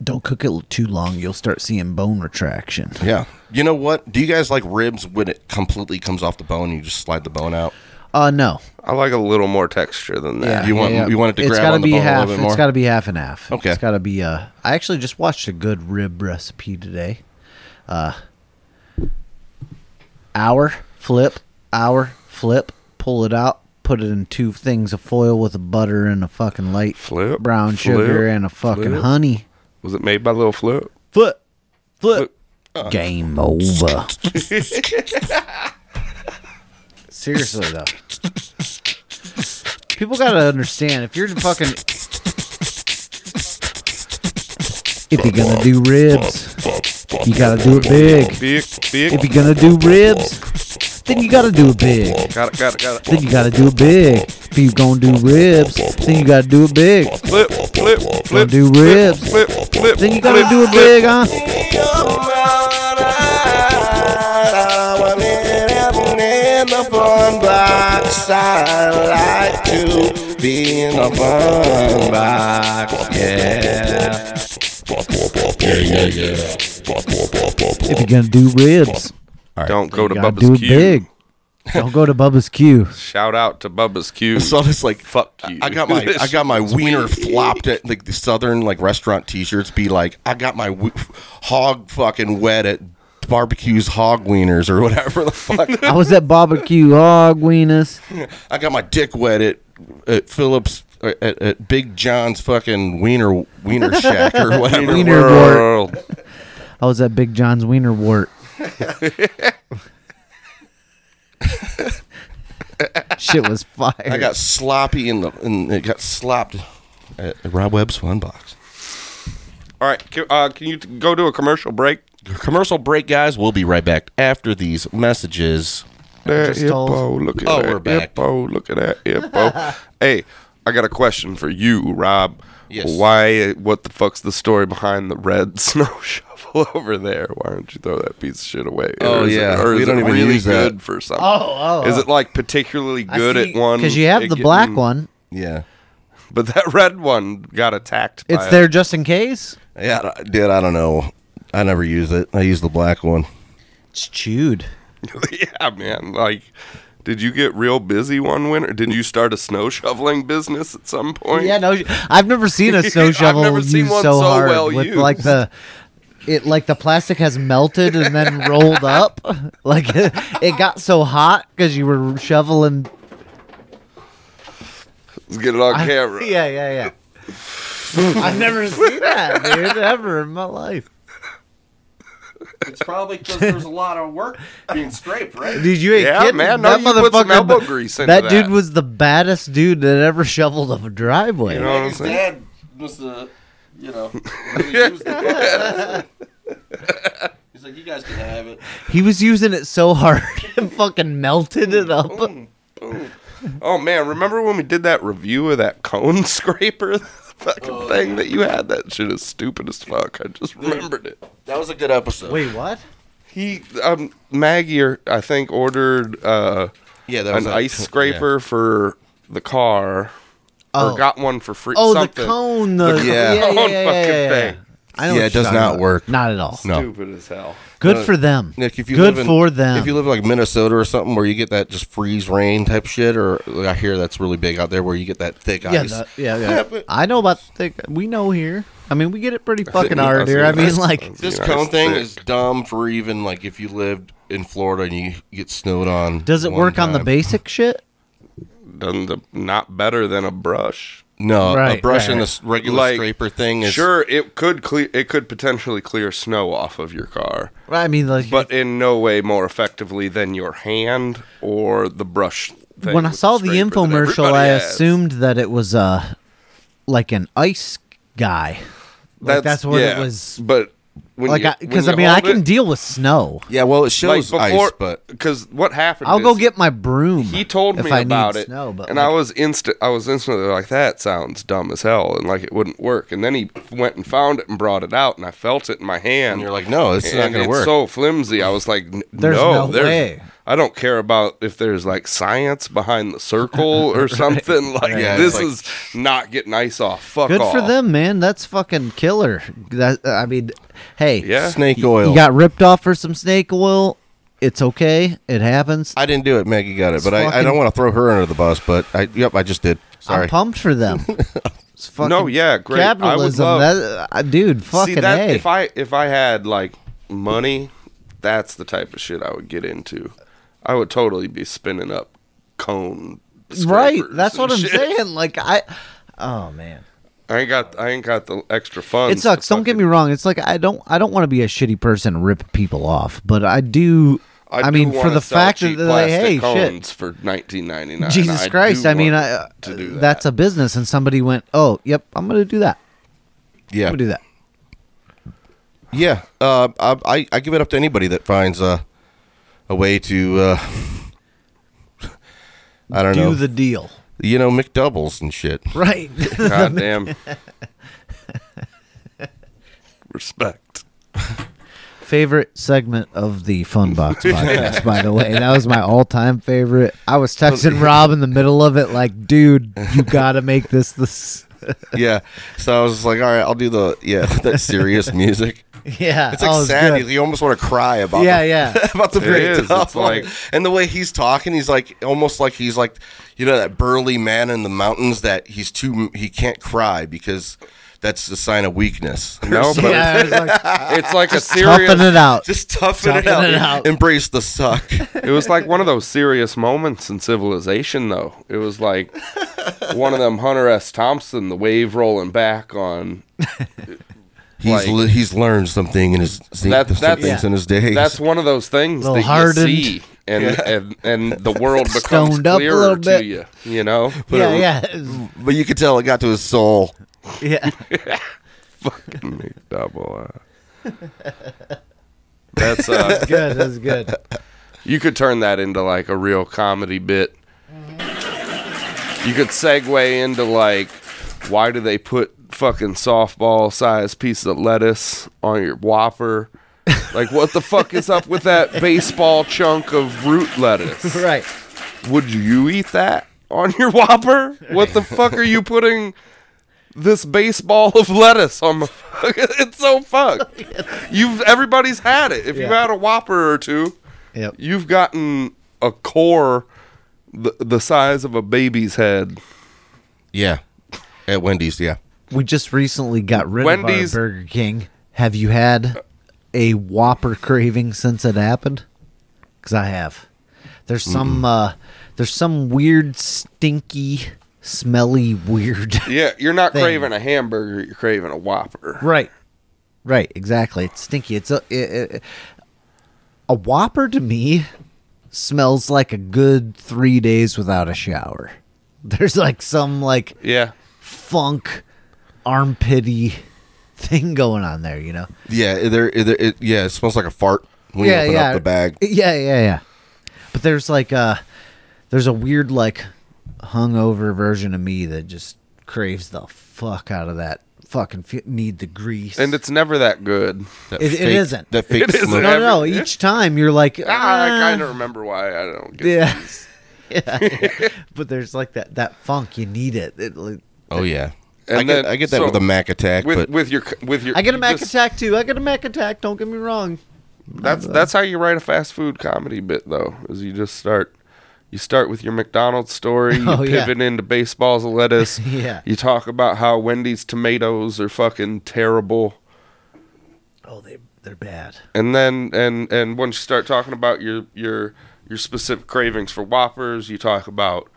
S9: Don't cook it too long; you'll start seeing bone retraction.
S8: Yeah. You know what? Do you guys like ribs when it completely comes off the bone and you just slide the bone out?
S9: Uh, no.
S1: I like a little more texture than that.
S8: you want you want it to
S9: It's
S8: grab
S9: gotta
S8: on the
S9: be
S8: bone
S9: half.
S8: a little bit more.
S9: It's got to be half and half.
S8: Okay.
S9: It's got to be. Uh, I actually just watched a good rib recipe today. Uh, hour flip, hour flip, pull it out, put it in two things of foil with a butter and a fucking light
S1: flip,
S9: brown
S1: Flip,
S9: sugar and a fucking
S1: flip.
S9: honey.
S1: Was it made by Little Flip?
S9: Flip, flip. Game over. Seriously though, people gotta understand if you're fucking if you're gonna do ribs, you gotta do it big.
S1: Big, big.
S9: If you're gonna do ribs, then you gotta do it big.
S1: Got it, got it, got it.
S9: Then you gotta do it big. If you gonna do ribs, then you gotta do it big.
S1: Flip, flip,
S9: Gonna
S1: flip.
S9: do ribs,
S1: Flip, flip.
S9: then you gotta do it big, huh?
S8: Being a bun box, yeah. Yeah, yeah, yeah.
S9: If you're gonna do ribs,
S1: Don't go to
S9: you gotta do
S1: Bubba's
S9: it
S1: Q.
S9: big. Don't go to Bubba's Q.
S1: Shout out to Bubba's Q.
S8: So I was like,
S1: fuck you.
S8: I got my I got my wiener flopped at like the southern like restaurant t-shirts be like I got my w- hog fucking wet at barbecues hog wieners or whatever the fuck
S9: I was at barbecue oh, hog wieners.
S8: I got my dick wet at at Phillips uh, at, at Big John's fucking wiener wiener shack or whatever
S9: Wiener wart. I was at Big John's wiener wart. Shit was fire.
S8: I got sloppy in the and it got slopped at Rob Webb's fun box.
S1: All right, can, uh, can you t- go do a commercial break?
S8: Commercial break, guys. We'll be right back after these messages.
S1: There,
S8: Just
S1: Ippo,
S8: told-
S1: look at
S8: Oh,
S1: that.
S8: we're back.
S1: Ippo, look at that. Ippo. hey, I got a question for you, Rob.
S8: Yes.
S1: Why? What the fuck's the story behind the red snow shovel over there? Why don't you throw that piece of shit away?
S8: Oh,
S1: is
S8: yeah.
S1: It, or
S8: We
S1: is
S8: don't
S1: it
S8: even
S1: really
S8: use that.
S1: good for something?
S9: Oh, oh,
S1: Is
S9: oh.
S1: it like particularly
S9: I
S1: good
S9: see,
S1: at one?
S9: 'cause you have
S1: it
S9: the black one.
S8: Yeah.
S1: But that red one got attacked.
S9: It's
S1: by
S9: there
S1: A,
S9: just in case.
S8: Yeah, I- dude, I don't know. I never use it. I use the black one.
S9: It's chewed.
S1: yeah, man. Like, did you get real busy one winter? Did you start a snow shoveling business at some point?
S9: Yeah, no, I've never seen a snow
S1: I've
S9: shovel
S1: never seen
S9: used
S1: one
S9: so,
S1: so
S9: hard
S1: well
S9: with like the it like the plastic has melted and then rolled up. Like it got so hot because you were shoveling.
S1: Let's get it on camera.
S9: Yeah, yeah, yeah. I've never seen that, dude, ever in my life.
S14: It's probably because there's a lot of work being scraped, right?
S9: Dude, you ain't kidding. that motherfucker, that dude was the baddest dude that ever shoveled up a driveway.
S1: You know what I'm
S14: His
S1: saying?
S14: dad must have, you know, really used the book. He's like, you guys can have it.
S9: He was using it so hard, it fucking melted it up.
S8: oh.
S1: Oh man, remember when we did that review of that cone scraper fucking
S9: Oh,
S1: thing that you had? That shit is stupid as fuck. I just remembered it.
S8: That was a good episode.
S9: Wait, what?
S1: He um Maggie or, I think ordered uh
S8: Yeah, that was
S1: an
S8: that
S1: ice
S8: co-
S1: scraper for the car.
S9: Oh.
S1: Or got one for free.
S9: Oh, the
S1: something.
S9: cone, the- yeah, yeah, yeah, yeah, yeah, yeah. I know what
S8: yeah,
S9: you're
S8: it does
S9: talking
S8: not
S9: about.
S8: work.
S9: Not at all.
S8: No.
S1: Stupid as hell.
S9: Good
S8: No,
S9: for them.
S8: Nick, if you
S9: Good
S8: live in-
S9: for them.
S8: If you live like Minnesota or something where you get that just freeze rain type shit, or like, I hear that's really big out there where you get that thick
S9: yeah,
S8: ice.
S9: the- yeah, yeah, I know about thick. We know here. I mean, we get it pretty fucking hard here. I mean, like
S8: this cone thing is dumb for even like if you lived in Florida and you get snowed on.
S9: Does it
S8: one
S9: work on the
S8: time.
S9: basic shit?
S1: done the not better than a brush.
S8: No, a Right, brush and right. a s- regular scraper thing is-
S1: sure. It could clear. It could potentially clear snow off of your car.
S9: Well, I mean, like,
S1: but in no way more effectively than your hand or the brush. Thing
S9: when I
S1: with
S9: saw the
S1: scraper that
S9: infomercial,
S1: everybody
S9: I
S1: has.
S9: assumed that it was uh, like an ice guy. Like, that's, what it
S1: yeah,
S9: was.
S1: But when
S9: like,
S1: you-
S9: because I,
S1: when you
S9: mean, I
S1: hold
S9: can
S1: it-
S9: deal with snow.
S8: Yeah, well, it
S1: because what happened?
S9: I'll go
S1: is
S9: get my broom.
S1: He told
S9: if
S1: me
S9: I need
S1: about it,
S9: Snow, but
S1: and
S9: like,
S1: I was instant. I was instantly like, "That sounds dumb as hell," and like it wouldn't work. And then he went and found it and brought it out, and I felt it in my hand. And
S8: you're like, "No, this is not
S1: and
S8: gonna
S1: it's
S8: work."
S1: So flimsy. I was like, "N-
S8: There's
S1: "No,
S8: no
S1: there's-
S8: way."
S1: I don't care about if there's like science behind the circle or
S8: Right.
S1: something. Like
S8: Yeah,
S1: this
S8: it's like-
S1: is not getting ice off. Fuck
S9: good
S1: off.
S9: for them, man. That's fucking killer. That I mean, hey,
S1: Yeah.
S8: Snake
S9: you-
S8: oil.
S9: You got ripped off for some snake oil. It's okay. It happens.
S8: I didn't do it. Maggie got it,
S9: It's
S8: but I, I
S9: fucking-
S8: don't want to throw her under the bus. But I, yep, I just did. Sorry.
S9: I'm pumped for them. It's fucking
S1: no, yeah, great.
S9: Capitalism,
S1: I would love,
S9: that, uh, dude. Fucking
S1: See that
S9: A.
S1: if I if I had like money, that's the type of shit I would get into. I would totally be spinning up cone.
S9: right.
S1: scrapers
S9: That's
S1: and
S9: what I'm
S1: shit.
S9: saying. Like I, oh man,
S1: I ain't got I ain't got the extra funds.
S9: it sucks. Don't get me wrong. It's like I don't I don't want to be a shitty person and rip people off, but I do. I,
S1: do
S9: mean, for
S1: wanna
S9: the
S1: sell
S9: fact that
S1: cheap
S9: they're like,
S1: plastic
S9: hey, shit.
S1: cones for 19.99.
S9: Jesus
S1: do
S9: Christ! I mean,
S1: want
S9: I, uh,
S1: to do that.
S9: that's a business, and somebody went, "Oh, yep, I'm going to do that."
S8: Yeah.
S9: I'm gonna do that.
S8: Yeah, uh, I, I I give it up to anybody that finds uh, a way to. Uh, I don't
S9: Do
S8: know.
S9: the deal.
S8: You know, McDoubles and shit.
S9: Right.
S1: God damn. Respect.
S9: Favorite segment of the Fun Box podcast, by the way. That was my all time favorite. I was texting Rob in the middle of it, like, dude, you got to make this this.
S8: yeah. So I was just like, all right, I'll do the yeah that serious music.
S9: Yeah,
S8: it's like
S9: oh, it's
S8: sad.
S9: good.
S8: You almost want to cry about
S9: Yeah,
S8: the,
S9: yeah.
S8: about the
S9: It
S8: break
S9: is, it's like-
S8: and the way he's talking, he's like almost like he's like you know that burly man in the mountains that he's too he can't cry because that's a sign of weakness.
S1: No, but Yeah, it's like- it's like a Just serious-
S9: toughen it out.
S8: Just toughen, it, out.
S1: Toughen it out.
S8: Embrace the suck.
S1: it was like one of those serious moments in civilization though it was like one of them hunter s thompson the wave rolling back on
S8: He's
S1: Like-
S8: le- he's learned something in his
S1: that,
S8: some
S1: that's,
S8: things in his days.
S1: that's one of those things
S8: Little
S1: that
S8: hardened.
S1: you see and,
S8: Yeah.
S1: and and the world becomes
S9: Stoned up a
S1: clearer
S9: little
S1: to
S9: bit.
S1: you you know
S8: But it- But you could tell it got to his soul.
S9: Yeah.
S1: fucking McDouble. uh. That's uh,
S9: That's good, that's good.
S1: You could turn that into like a real comedy bit. You could segue into like, why do they put fucking softball sized piece of lettuce on your Whopper? Like, what the fuck is up with that baseball chunk of root lettuce?
S9: Right.
S1: Would you eat that on your Whopper? What the fuck are you putting this baseball of lettuce on my? it's so fucked. You've everybody's had it. If you've
S9: Yeah.
S1: had a Whopper or two,
S9: Yep.
S1: you've gotten a core the, the size of a baby's head.
S8: Yeah, at Wendy's. Yeah.
S9: We just recently got rid
S1: Wendy's-
S9: of our Burger King. Have you had a Whopper craving since it happened? Because I have. There's some uh, there's some weird, stinky, smelly, weird.
S1: Yeah, you're not
S9: Thing.
S1: craving a hamburger. You're craving a Whopper.
S9: Right. Right. Exactly. It's stinky. It's a it, it- a Whopper to me smells like a good three days without a shower. There's like some like
S1: Yeah.
S9: funk, armpity thing going on there. You know.
S8: Yeah, there, there it, yeah, it smells like a fart when you open up the bag.
S9: Yeah, yeah, yeah. But there's like uh there's a weird like hungover version of me that just craves the fuck out of that fucking fe- need the grease.
S1: And it's never that good.
S9: It- it fake- isn't. that
S8: fake
S1: It isn't
S9: no, no,
S1: every-
S9: no, each time you're like
S1: Ah, I
S9: "Ah."
S1: kind of remember why I don't get
S9: Yeah.
S1: these.
S9: yeah. but there's like that that funk you need it. It, like-
S8: Oh yeah, I get,
S1: then-
S8: I get that
S1: so-
S8: with a Mac attack,
S1: With
S8: but
S1: with your with your
S9: I get a Mac
S1: just-
S9: attack too. I get a Mac attack, don't get me wrong.
S1: That's that's how you write a fast food comedy bit though, is you just start you start with your McDonald's story, you
S9: Oh, yeah.
S1: pivot into baseballs of lettuce.
S9: Yeah.
S1: You talk about how Wendy's tomatoes are fucking terrible.
S9: Oh, they they're bad.
S1: And then and and once you start talking about your your your specific cravings for Whoppers, you talk about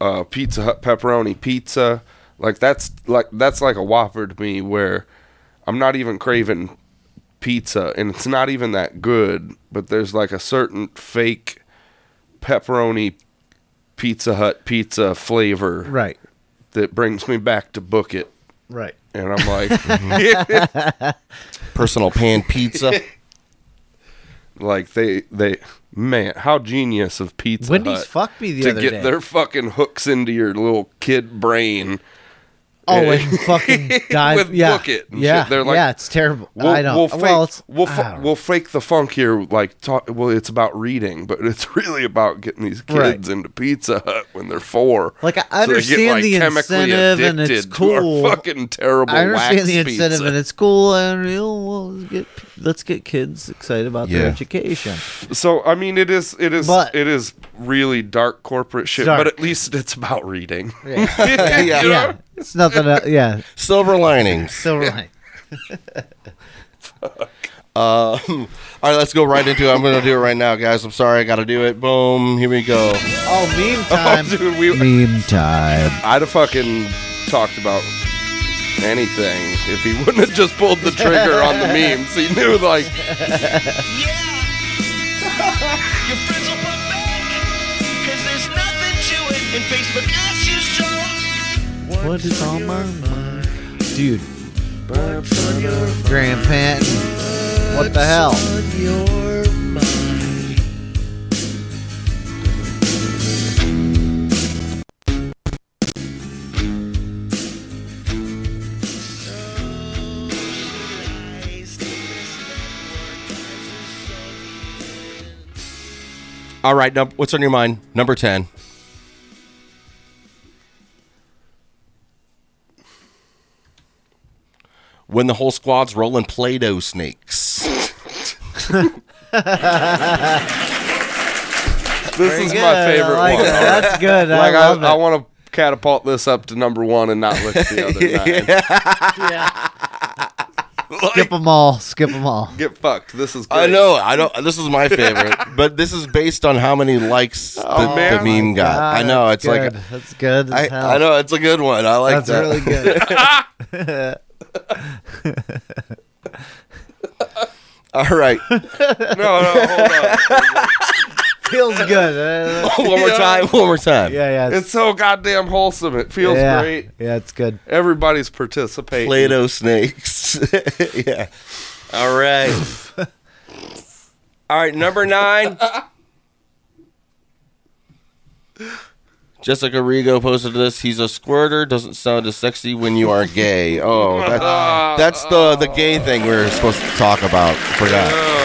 S1: uh, Pizza Hut pepperoni pizza. Like that's like that's like a Whopper to me, where I'm not even craving pizza, and it's not even that good. But there's like a certain fake pepperoni Pizza Hut pizza flavor,
S9: Right.
S1: That brings me back to Book It,
S9: Right.
S1: And I'm like,
S8: personal pan pizza.
S1: like they they man, how genius of pizza.
S9: Wendy's
S1: Hut
S9: fucked me the
S1: to
S9: other
S1: get
S9: day.
S1: their fucking hooks into your little kid brain.
S9: Oh, and fucking dive.
S1: with
S9: yeah.
S1: Book It. and shit.
S9: yeah.
S1: They're like,
S9: yeah, it's terrible.
S1: We'll,
S9: I don't.
S1: We'll
S9: well,
S1: fake,
S9: it's
S1: we'll, fa- we'll fake the funk here. Like, talk, well, it's about reading, but it's really about getting these kids
S9: Right.
S1: into Pizza Hut when they're four.
S9: Like I
S1: So they get,
S9: understand
S1: like,
S9: the
S1: chemically
S9: incentive and
S1: addicted
S9: it's
S1: to our
S9: cool.
S1: fucking terrible.
S9: I understand
S1: wax
S9: the incentive
S1: pizza.
S9: and it's cool. And you know, well, let's get let's get kids excited about their
S1: Yeah.
S9: education.
S1: So I mean, it is it is it is really dark corporate shit,
S9: Dark.
S1: but at least it's about reading.
S9: Yeah.
S1: You
S9: yeah.
S1: know?
S9: It's nothing. Uh, yeah.
S8: Silver linings.
S9: Silver lining.
S8: Um, all right, let's go right into it. I'm going to do it right now, guys. I'm sorry, I got to do it. Boom, here we go.
S9: Oh, meme time.
S1: dude, we,
S9: meme time.
S1: I'd have fucking talked about anything if he wouldn't have just pulled the trigger on the memes. He knew like
S15: Your friends will put back, cause there's nothing to it, and Facebook asks you so.
S9: What is on my mind, dude? Grand Panton. What the hell?
S8: All right, num- what's on your mind? Number 10. When the whole squad's rolling Play Doh snakes.
S1: this
S9: Very
S1: is
S9: good,
S1: my
S9: I
S1: favorite
S9: like
S1: one.
S9: that. That's good, I
S1: Like
S9: love it.
S1: I, want to catapult this up to number one and not look at the other nine.
S9: Skip them all. Skip them all.
S1: Get fucked. This is.
S8: I know. I don't. This is my favorite, but this is based on how many likes the,
S9: Oh,
S8: the
S9: man.
S8: meme got.
S9: God,
S8: I know.
S9: that's
S8: It's like
S9: good. That's good as
S8: I,
S9: hell.
S8: I know. It's a good one. I like
S9: That's
S8: that.
S9: really good.
S8: All right.
S1: no, no, hold on.
S9: Feels good. Uh,
S8: One more time, one more time.
S9: Yeah, yeah.
S1: It's so goddamn wholesome. It feels
S9: yeah,
S1: great.
S9: Yeah, it's good.
S1: Everybody's participating.
S8: Play-Doh snakes. yeah. All right. All right. Number nine. Jessica Rigo posted this. He's a squirter. Doesn't sound as sexy when you are gay. Oh, that, that's the the gay thing we're supposed to talk about. Forgot.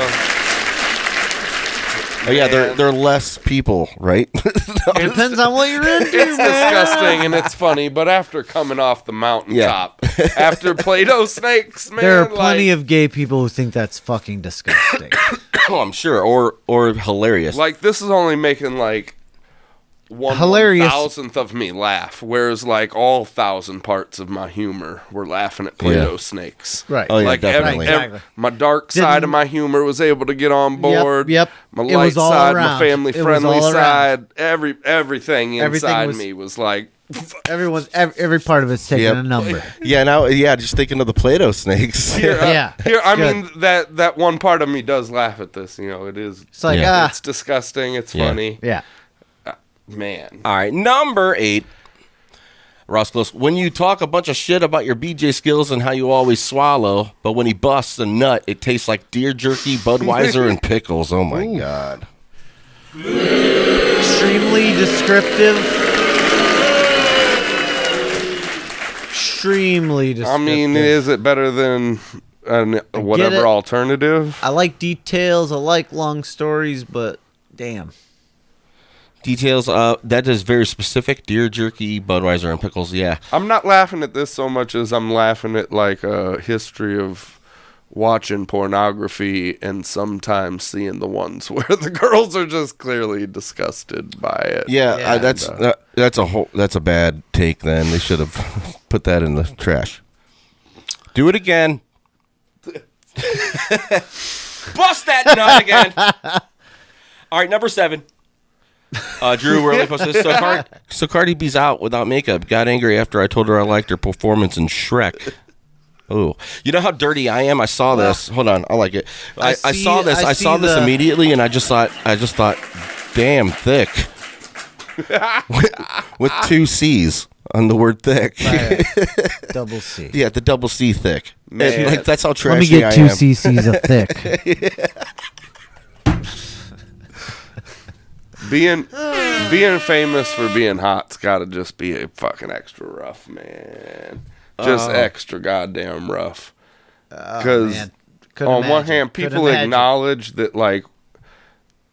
S8: Oh yeah, they're they're less people, right?
S9: It depends on what you're into.
S1: It's
S9: man.
S1: disgusting and it's funny, but after coming off the mountaintop, after Play-Doh snakes, man,
S9: There are plenty of gay people who think that's fucking disgusting.
S8: oh, I'm sure, or or hilarious.
S1: like, like this is only making like one
S9: Hilarious.
S1: thousandth of me laugh, whereas like all thousand parts of my humor were laughing at Play-Doh
S9: Yeah.
S1: snakes.
S9: Right. Oh, yeah,
S1: like every-
S9: definitely.
S1: every-
S9: Exactly.
S1: my dark side of my humor was able to get on board.
S9: yep.
S1: My
S9: It
S1: light
S9: was all
S1: side, my
S9: around.
S1: family
S9: It was
S1: friendly
S9: all around.
S1: side, every everything inside
S9: Everything was-
S1: me was like
S9: Everyone's every, every part of it's taking
S8: Yep.
S9: a number.
S8: Yeah, now yeah, just thinking of the Play-Doh snakes.
S1: Here, uh, here. I
S9: good.
S1: mean that that one part of me does laugh at this. You know, it is. It's
S9: like, Yeah. ah.
S1: it's disgusting. It's
S8: Yeah.
S1: funny.
S9: Yeah.
S1: Uh, man.
S8: All right, number eight. Ross Close, when you talk a bunch of shit about your BJ skills and how you always swallow, but when he busts a nut, it tastes like deer jerky, Budweiser, and pickles. Oh my god!
S9: Extremely descriptive. Extremely
S1: I
S9: descriptive.
S1: mean, is it better than an,
S9: it.
S1: whatever alternative?
S9: I like details. I like long stories, but damn.
S8: Details. Uh, that is very specific. Deer jerky, Budweiser, and pickles. Yeah,
S1: I'm not laughing at this so much as I'm laughing at like a history of watching pornography and sometimes seeing the ones where the girls are just clearly disgusted by it.
S8: yeah. I,
S1: And,
S8: that's
S1: uh,
S8: that- that's a whole that's a bad take. Then they should have put that in the trash. Do it again.
S7: Bust that nut again. All right, number seven.
S8: Uh, Drew Worley posted this. So, Car- so Cardi B's out without makeup. Got angry after I told her I liked her performance in Shrek. Oh, you know how dirty I am. I saw this. Hold on, I like it. I, I,
S9: I see-
S8: saw this.
S9: I
S8: I, saw
S9: see
S8: this
S9: the-
S8: immediately, and I just thought. I just thought, damn thick, with, with two C's on the word thick.
S9: Right. Double C.
S8: Yeah, the double C thick.
S9: Man.
S8: And, like that's how trashy
S9: Let me get
S8: I
S9: two
S8: am.
S9: CCs of thick.
S1: being being famous for being hot's got to just be a fucking extra rough, man. Just
S9: Oh.
S1: extra goddamn rough.
S9: man.
S1: Because
S9: Couldn't
S1: on one
S9: imagine.
S1: hand,
S9: Couldn't
S1: people
S9: imagine.
S1: acknowledge that like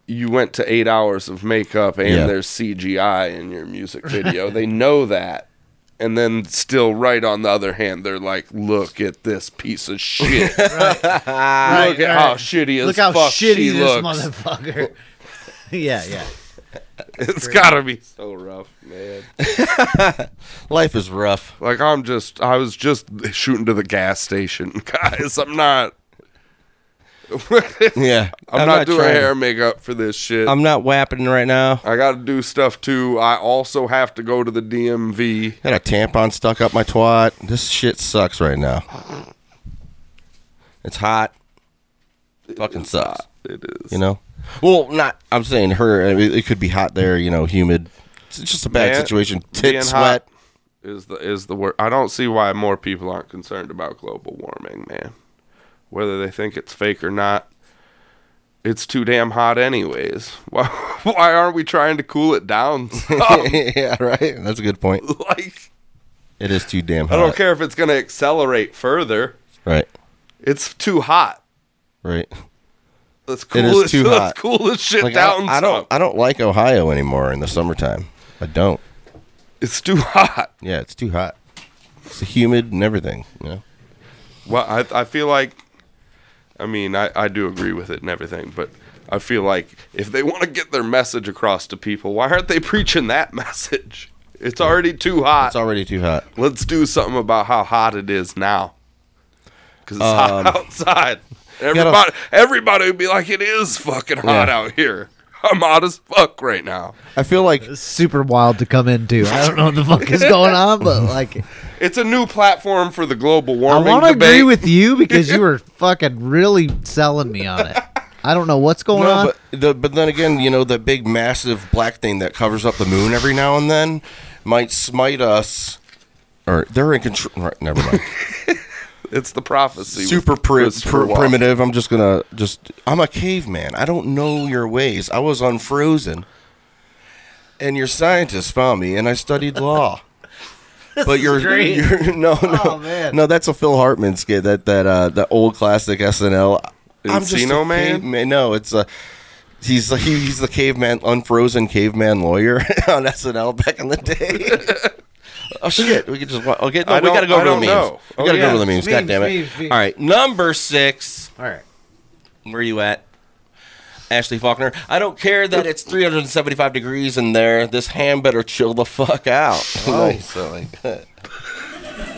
S1: you went to eight hours of makeup and
S8: Yeah.
S1: there's CGI in your music video. they know that. And then still right on the other hand, they're like, look at this piece of shit. Look at how shitty as
S9: Look how
S1: fuck
S9: shitty
S1: she
S9: this
S1: looks.
S9: motherfucker. yeah, yeah.
S1: It's gotta be so rough, man.
S8: Life is rough.
S1: Like I'm just, I was just shooting to the gas station, guys. I'm not.
S8: yeah,
S1: I'm, not, doing hair and makeup for this shit.
S8: I'm not wapping right now.
S1: I got to do stuff too. I also have to go to the DMV.
S8: Got a tampon stuck up my twat. This shit sucks right now. It's hot. Fucking sucks.
S1: It is.
S8: You know. Well, not. I'm saying her. I mean, it could be hot there. You know, humid. It's just a bad
S1: Man,
S8: situation.
S1: being
S8: Tit
S1: hot
S8: sweat.
S1: is the is the word. I don't see why more people aren't concerned about global warming, man. Whether they think it's fake or not, it's too damn hot anyways. Why why aren't we trying to cool it down? some?
S8: yeah, right. That's a good point.
S1: Like
S8: It is too damn
S1: I
S8: hot.
S1: don't care if it's going to accelerate further.
S8: Right.
S1: It's too hot.
S8: Right.
S1: Let's
S8: It
S1: cool
S8: is too
S1: let's
S8: hot.
S1: cool this shit
S8: Like, I-
S1: down.
S8: I, don't. I don't like Ohio anymore in the summertime. I don't.
S1: It's too hot.
S8: Yeah, it's too hot. It's humid and everything. You know.
S1: Well, I I feel like, I mean, I, I do agree with it and everything, but I feel like if they want to get their message across to people, why aren't they preaching that message? It's already too hot. It's
S8: already too hot.
S1: Let's do something about how hot it is now, because it's
S8: Um,
S1: hot outside. Everybody, everybody would be like, "It is fucking hot
S8: Yeah.
S1: out here. I'm hot as fuck right now."
S8: I feel like
S9: super wild to come into. I don't know what the fuck is going on, but like
S1: It's a new platform for the global
S9: I
S1: warming
S9: want to
S1: debate.
S9: agree with you because you were fucking really selling me on it. I don't know what's going
S8: no,
S9: on.
S8: But, the, but then again, you know, the big massive black thing that covers up the moon every now and then might smite us. Or they're in control. Right, never mind.
S1: it's the prophecy. with
S8: Super pri-
S1: Christopher
S8: pri-
S1: Walken.
S8: primitive. I'm just gonna just. I'm a caveman. I don't know your ways. I was unfrozen, and your scientists found me, and I studied law. but you're,
S15: great.
S8: you're no no
S15: Oh, man.
S8: no. That's a Phil Hartman skit. That that uh that old classic SNL.
S1: Encino Man?
S8: caveman. No, it's a. He's the, he's the caveman, unfrozen caveman lawyer on SNL back in the day. oh shit, we could just wa- okay. No,
S1: I
S8: we
S1: don't-
S8: gotta
S1: I
S8: go over the
S1: don't
S8: memes.
S1: know.
S8: We
S1: Oh,
S8: gotta
S1: yeah.
S8: go over the memes. God
S1: Memes,
S8: damn it!
S1: memes, memes.
S8: All right, number six.
S9: All right,
S8: where you at? Ashley Faulkner. I don't care that it's 375 degrees in there. This ham better chill the fuck out.
S1: Oh.
S8: Like, so like that.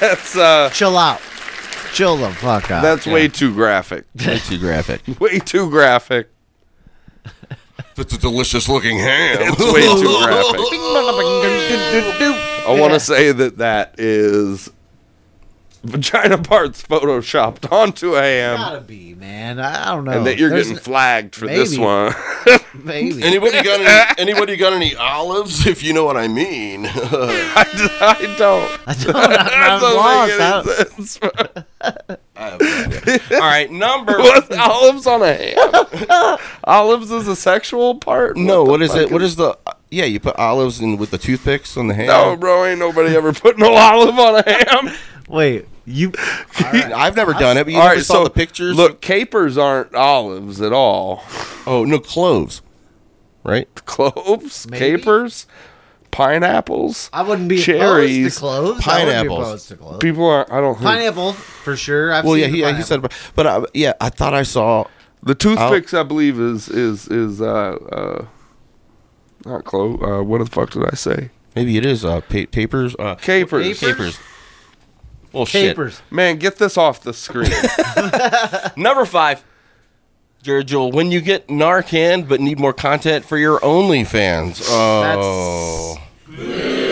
S1: That's uh
S9: chill out. Chill the fuck out.
S1: That's way too graphic.
S8: Way too graphic.
S1: way too graphic.
S8: It's a delicious looking ham.
S1: It's way too graphic. I want to say that that is vagina parts photoshopped onto a ham,
S9: man. I I don't know.
S1: and that you're
S9: Oh, There's-
S1: getting flagged for this
S9: maybe.
S1: one.
S9: Maybe.
S8: Anybody got any, anybody got any olives? If you know what I mean.
S1: I
S8: I,
S1: don't.
S8: I
S9: don't. I'm
S1: That doesn't make any sense.
S8: All right, number
S1: What's olives on a ham. olives is a sexual part.
S8: No, what
S1: the
S8: is
S1: fuck
S8: it? What is the? Yeah, you put olives in with the toothpicks on the ham.
S1: No, bro, ain't nobody ever put no olive on a ham.
S9: Wait, you?
S8: I've never done it, but you
S1: All
S8: never
S1: right,
S8: saw
S1: so
S8: the pictures.
S1: Look, capers aren't olives at all.
S8: Oh no, cloves, right?
S1: Cloves, capers, pineapples.
S9: I wouldn't be opposed
S1: cherries,
S9: to cloves. I wouldn't be
S8: Pineapples.
S9: opposed to cloves.
S1: People are. I don't. think-
S9: Pineapple for sure. I've
S8: well,
S9: seen
S8: yeah,
S9: the
S8: he, yeah, he
S9: pineapple.
S8: said, about- but uh, yeah, I thought I saw
S1: the toothpicks. I believe is is is uh uh not clove. Uh, what the fuck did I say?
S8: Maybe it is uh, pa- papers. Uh,
S1: Capers.
S8: Capers. Well,
S1: Man, get this off the screen.
S8: shit. Number five. Virgil, when you get Narcan but need more content for your OnlyFans. uh, Oh.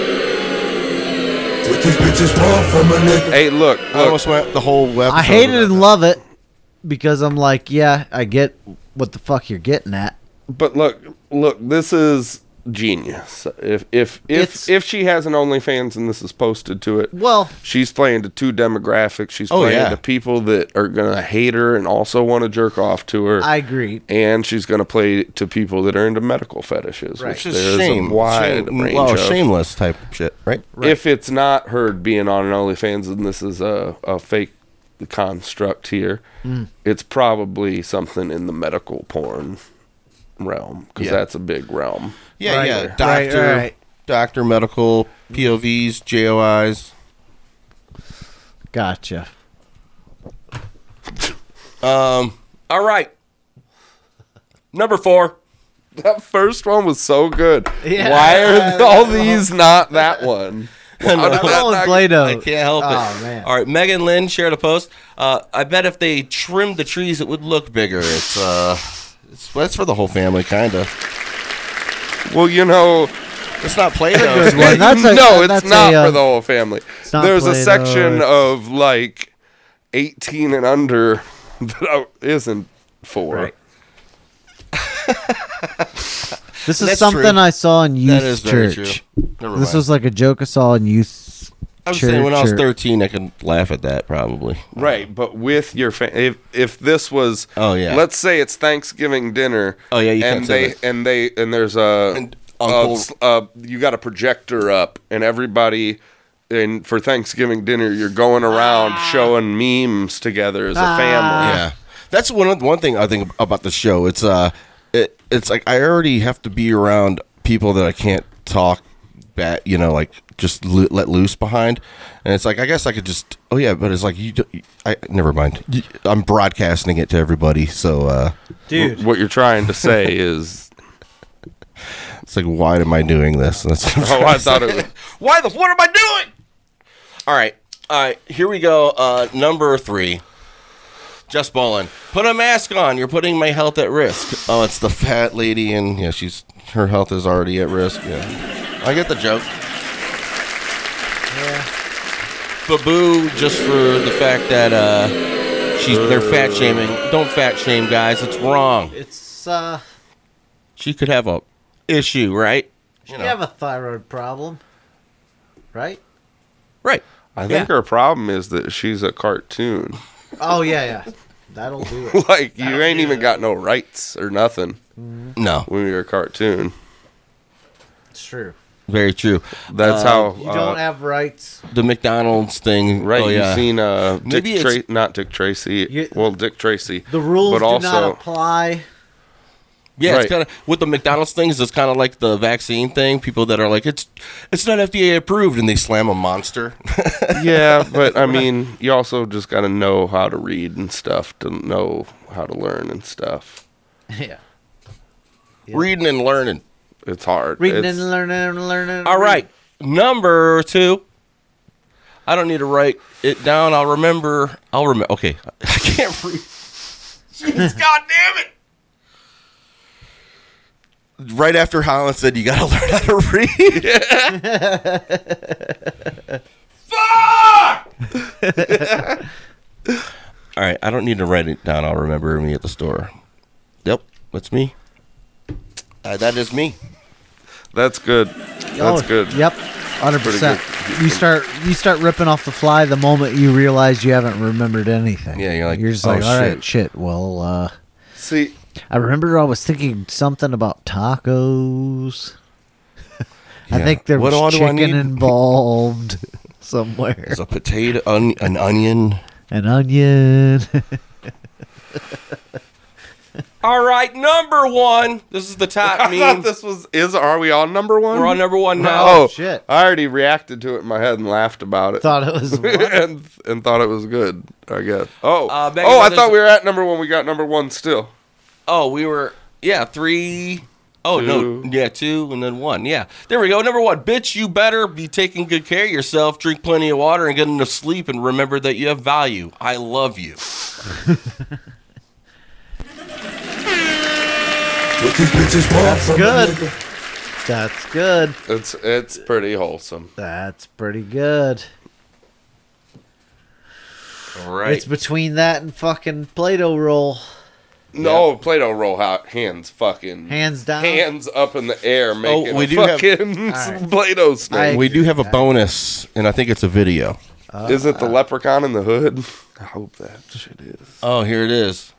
S8: Hey, look, I almost went the whole website.
S9: I hate it and love it because I'm like, yeah, I get what the fuck you're getting at.
S1: But look, look, this is genius. If if if if she has an OnlyFans and this is posted to it,
S9: well,
S1: she's playing to two demographics. She's
S9: Oh,
S1: playing
S9: yeah.
S1: to people that are gonna hate her and also want to jerk off to her.
S9: I agree.
S1: And she's gonna play to people that are into medical fetishes,
S8: Right.
S1: which
S8: Which is
S1: there's
S8: shame-
S1: a wide
S8: shame-
S1: range
S8: well,
S1: of.
S8: shameless type shit, right?
S1: If it's not her being on an OnlyFans and this is a a fake construct here,
S8: Mm.
S1: it's probably something in the medical porn realm because
S8: Yeah.
S1: that's a big realm.
S8: Yeah,
S1: Right
S8: yeah.
S1: there.
S8: Doctor, doctor, medical, POVs, JOIs.
S9: Gotcha.
S8: Um. All right. Number four.
S1: That first one was so good.
S8: Yeah.
S1: Why are all these not that one? How did that not-
S8: I can't help it.
S1: Oh, man.
S8: All right, Megan Lynn shared a post. Uh, I bet if they trimmed the trees, it would look bigger. It's uh, it's that's for the whole family, kinda.
S1: Well, you know,
S8: it's not Play-Doh.
S1: That's a good one. That's a- No, it's that's a, not for uh, the whole family.
S8: It's not
S1: There's a
S8: Play-Doh,
S1: section
S8: it's-
S1: of like 18 and under that I- isn't for.
S9: This is
S8: That's
S9: something
S8: true.
S9: I saw in
S8: That
S9: youth
S8: is very true.
S9: church.
S8: Never
S9: This
S8: mind.
S9: was like a joke I saw in youth
S8: I was
S9: church.
S8: saying when I was
S9: or-
S8: thirteen, I could laugh at that probably.
S1: Right, but with your fa- if if this was
S8: Oh, yeah.
S1: let's say it's Thanksgiving dinner.
S8: Oh, yeah, you
S1: and
S8: can't say
S1: they
S8: that.
S1: and they and there's a, a
S8: Uncle-
S1: s- a- you got a projector up and everybody and for Thanksgiving dinner you're going around showing memes together as a family.
S9: Ah.
S8: Yeah, that's one of- one thing I think about the show. It's uh, it, it's like I already have to be around people that I can't talk back. You know, like just lo- let loose behind, and it's like I guess I could just. Oh yeah, but it's like you. do- I never mind. You- I'm broadcasting it to everybody, so uh,
S1: Dude. What you're trying to say is.
S8: It's like, why am I doing this? That's what I'm
S1: Oh,
S8: trying
S1: I
S8: to
S1: thought
S8: say.
S1: it was
S8: Why the what am I doing? All right, all right. Here we go. Uh, number three. Just bowling. Put a mask on. You're putting my health at risk. Oh, it's the fat lady, and yeah, she's her health is already at risk. Yeah, I get the joke. Baboo, just for the fact that uh, she's they're fat shaming. Don't fat shame, guys. It's wrong.
S9: It's uh,
S8: She could have a issue, right?
S9: you have a thyroid problem, right?
S8: Right.
S1: I think her problem is that she's a cartoon.
S9: Oh yeah, yeah. That'll do it.
S1: like you ain't even got no rights or nothing.
S9: Mhm.
S8: No,
S1: when you're a cartoon.
S9: It's true.
S8: Very true.
S1: That's
S8: Uh,
S1: how
S9: You
S1: uh,
S9: don't have rights.
S8: the McDonald's thing.
S1: Right,
S8: Oh, yeah.
S1: you've seen uh, Dick
S8: Maybe it's-
S1: Tra- not Dick Tracy.
S9: You-
S1: well, Dick Tracy.
S9: The rules
S1: but
S9: do
S1: also
S9: not apply.
S8: Yeah,
S1: Right.
S8: it's kind of with the McDonald's things. It's kind of like the vaccine thing. People that are like, it's it's not FDA approved, and they slam a monster.
S1: yeah, but I mean, you also just got to know how to read and stuff to know how to learn and stuff.
S9: Yeah.
S8: Reading and learning.
S1: It's hard.
S9: Reading
S1: It's-
S9: and learning and learning.
S8: All right, number two. I don't need to write it down. I'll remember. I'll remember. Okay, I can't read. Jeez, God damn it! Right after Holland said, "You got to learn how to read." All right, I don't need to write it down. I'll remember me at the store. Yep, that's me. Uh, that is me.
S1: That's good. That's
S9: Oh,
S1: good.
S9: Yep, hundred percent. You start you start ripping off the fly the moment you realize you haven't remembered anything. Yeah, you're like you're just
S8: "Oh,
S9: like, all right,
S8: shit."
S9: shit. Well, uh,
S1: see,
S9: I remember I was thinking something about tacos. I
S8: Yeah.
S9: think there
S8: What all
S9: was
S8: do I
S9: chicken
S8: need?
S9: involved somewhere.
S8: There's a potato, on an onion.
S9: An onion.
S8: All right, number one. This is the top
S1: I
S8: meme.
S1: thought this was is are we on number one?
S8: We're on number one now.
S1: Oh shit! I already reacted to it in my head and laughed about it.
S9: Thought it was
S1: and, and thought it was good. I guess. Oh,
S8: Uh, Megan,
S1: oh! I
S8: there's-
S1: thought we were at number one. We got number one still.
S8: Oh, we were yeah three oh no, yeah two and then one. Yeah, there we go. Number one, bitch, you better be taking good care of yourself. Drink plenty of water and get enough sleep, and remember that you have value. I love you.
S2: What these bitches want
S9: That's good. That's good.
S1: It's it's pretty wholesome.
S9: That's pretty good.
S1: All right.
S9: It's between that and fucking Play-Doh roll.
S1: no, Play-Doh roll out hands fucking
S9: Hands down.
S1: hands up in the air making
S8: we
S1: a
S8: do have-
S1: fucking Play-Doh snake.
S8: we do have a bonus, and I think it's a video.
S1: is it the leprechaun in the hood? I hope that shit is.
S8: Oh, here it is.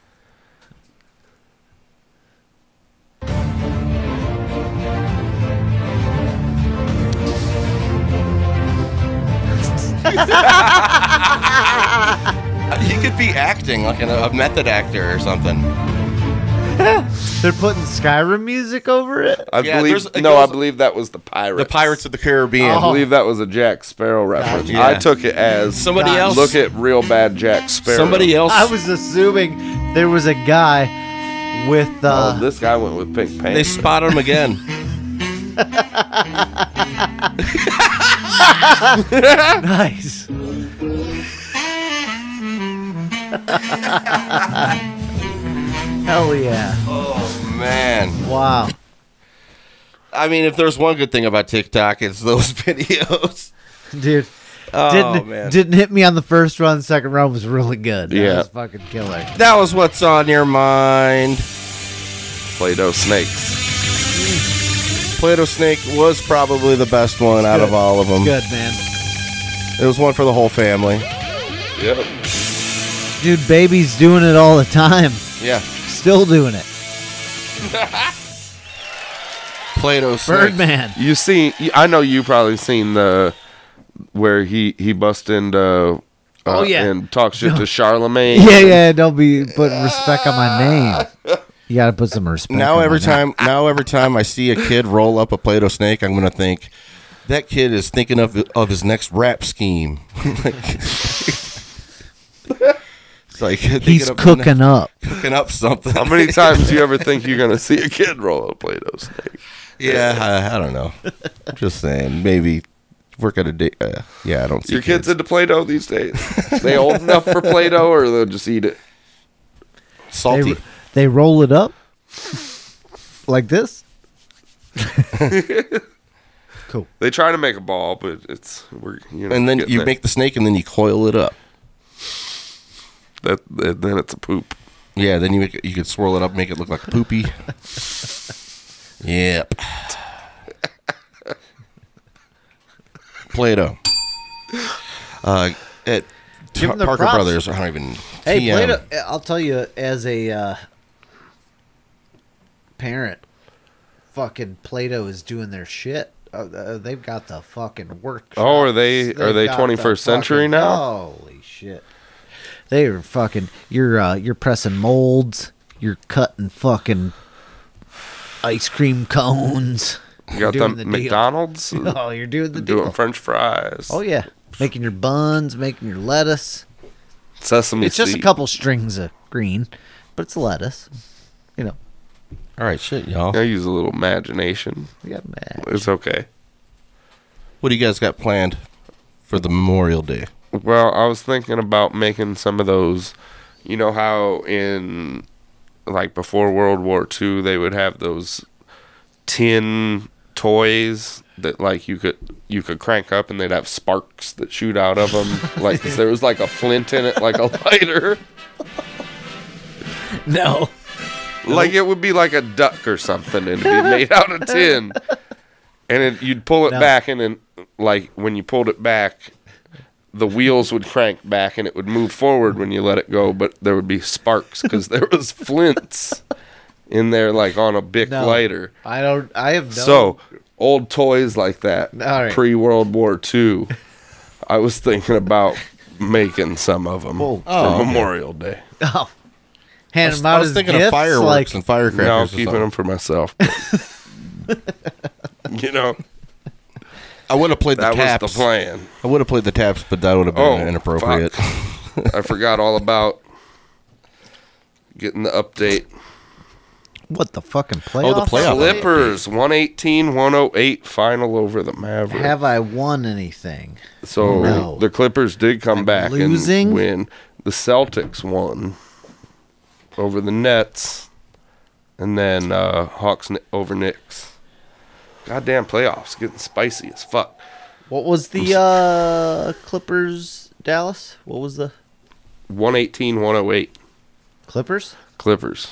S8: He could be acting like an, a method actor or something.
S9: They're putting Skyrim music over it.
S1: I believe no, I believe that was the pirates. The
S8: Pirates of the Caribbean.
S1: I believe that was a Jack Sparrow reference.
S8: Gotcha.
S1: I took it as
S8: Oh, Somebody else-
S1: Look at real bad Jack Sparrow.
S8: uh,
S9: I was assuming there was a guy with uh,
S1: oh, this guy went with pink paint.
S8: They spotted him again.
S9: nice. Hell yeah.
S8: Oh man.
S9: Wow.
S8: I mean, if there's one good thing about TikTok, it's those videos.
S9: Dude.
S8: Oh,
S9: didn't
S8: man.
S9: didn't hit me on the first run, second run was really good. That
S8: Yeah.
S9: was fucking killer.
S8: That was what's on your mind.
S1: Play-Doh snakes.
S8: Play-Doh snake was probably the best one out of all of them.
S9: Good man.
S8: It was one for the whole family.
S1: Yep.
S9: Dude, baby's doing it all the time.
S8: Yeah.
S9: Still doing it.
S8: Play-Doh snake.
S9: Birdman.
S1: You seen? I know you probably seen the where he he bust into. Uh,
S9: Oh, yeah.
S1: and talk shit
S9: No.
S1: to Charlemagne.
S9: Yeah, yeah, don't be putting respect on my name. You gotta put some respect
S8: Now
S9: on
S8: every
S9: my name.
S8: time, now every time I see a kid roll up a Play-Doh snake, I'm gonna think that kid is thinking of of his next rap scheme. Like- it's like thinking of- cooking up something.
S1: How many times do you ever think you're gonna see a kid roll a Play-Doh snake?
S8: Yeah, I, I don't know. I'm just saying, maybe work at a day. Uh, yeah, I don't see
S1: Your kids, into Play-Doh these days? they old enough for Play-Doh, or they'll just eat it?
S8: salty.
S9: They, they roll it up like this. cool.
S1: They try to make a ball, but it's we're you know.
S8: and then
S1: getting
S8: you
S1: there.
S8: make the snake, and then you coil it up.
S1: That, that then it's a poop.
S8: Yeah, then you make it, you could swirl it up, make it look like a poopy. yep. Play-Doh. Uh, at
S9: Give
S8: Ta-
S9: 'em their
S8: Parker
S9: props.
S8: Brothers, I don't even.
S9: Hey,
S8: TM.
S9: Plato, I'll tell you as a uh, parent, fucking Plato is doing their shit. Uh, Uh, they've got the fucking work.
S1: Oh, are they are they 21st century now?
S9: Holy shit! They are fucking. You're uh, you're pressing molds. You're cutting fucking ice cream cones.
S1: You got
S9: Doing
S1: the,
S9: deal.
S1: McDonald's.
S9: Oh, you're doing the
S1: doing
S9: deal.
S1: French fries.
S9: Oh yeah, making your buns, making your lettuce.
S1: sesame.
S9: it's just a
S1: seed.
S9: couple strings of green, but it's lettuce. You know,
S8: All right, shit, y'all.
S1: I use a little imagination.
S9: Yeah, man.
S1: It's okay.
S8: What do you guys got planned for the Memorial Day?
S1: Well, I was thinking about making some of those. You know how in like before World War II they would have those tin toys that like you could you could crank up and they'd have sparks that shoot out of them. like 'cause there was like a flint in it, like a lighter.
S9: No.
S1: Like it would be like a duck or something, and it'd be made out of tin. And it, you'd pull it
S9: No.
S1: back, and then like when you pulled it back, the wheels would crank back, and it would move forward when you let it go. But there would be sparks because there was flints in there, like on a bic
S9: No.
S1: lighter.
S9: I don't. I have no.
S1: So old toys like that,
S9: All right.
S1: pre World War II. I was thinking about making some of them for
S9: Oh, okay.
S1: Memorial Day.
S9: Oh.
S8: I
S9: Hand
S8: was-
S9: them out
S8: I was
S9: as
S8: thinking of
S9: gifts,
S8: fireworks
S9: like,
S8: and firecrackers
S1: No,
S8: or
S1: I'm keeping
S8: something.
S1: them for myself. you know,
S8: I would have played
S1: That
S8: the
S1: was
S8: taps.
S1: the plan.
S8: I would have played the taps, but that would have been
S1: Oh,
S8: inappropriate.
S1: I forgot all about getting the update.
S9: What the fucking playoffs?
S1: Oh, the playoff Clippers 118 108 final over the Mavericks.
S9: Have I won anything?
S1: so
S9: Oh, No.
S1: the Clippers did come back
S9: losing?
S1: and win. The Celtics won over the Nets. and then uh, Hawks ni- over Knicks. Goddamn playoffs getting spicy as fuck.
S9: What was the uh, Clippers Dallas? What was the
S1: 118 108.
S9: Clippers?
S1: Clippers.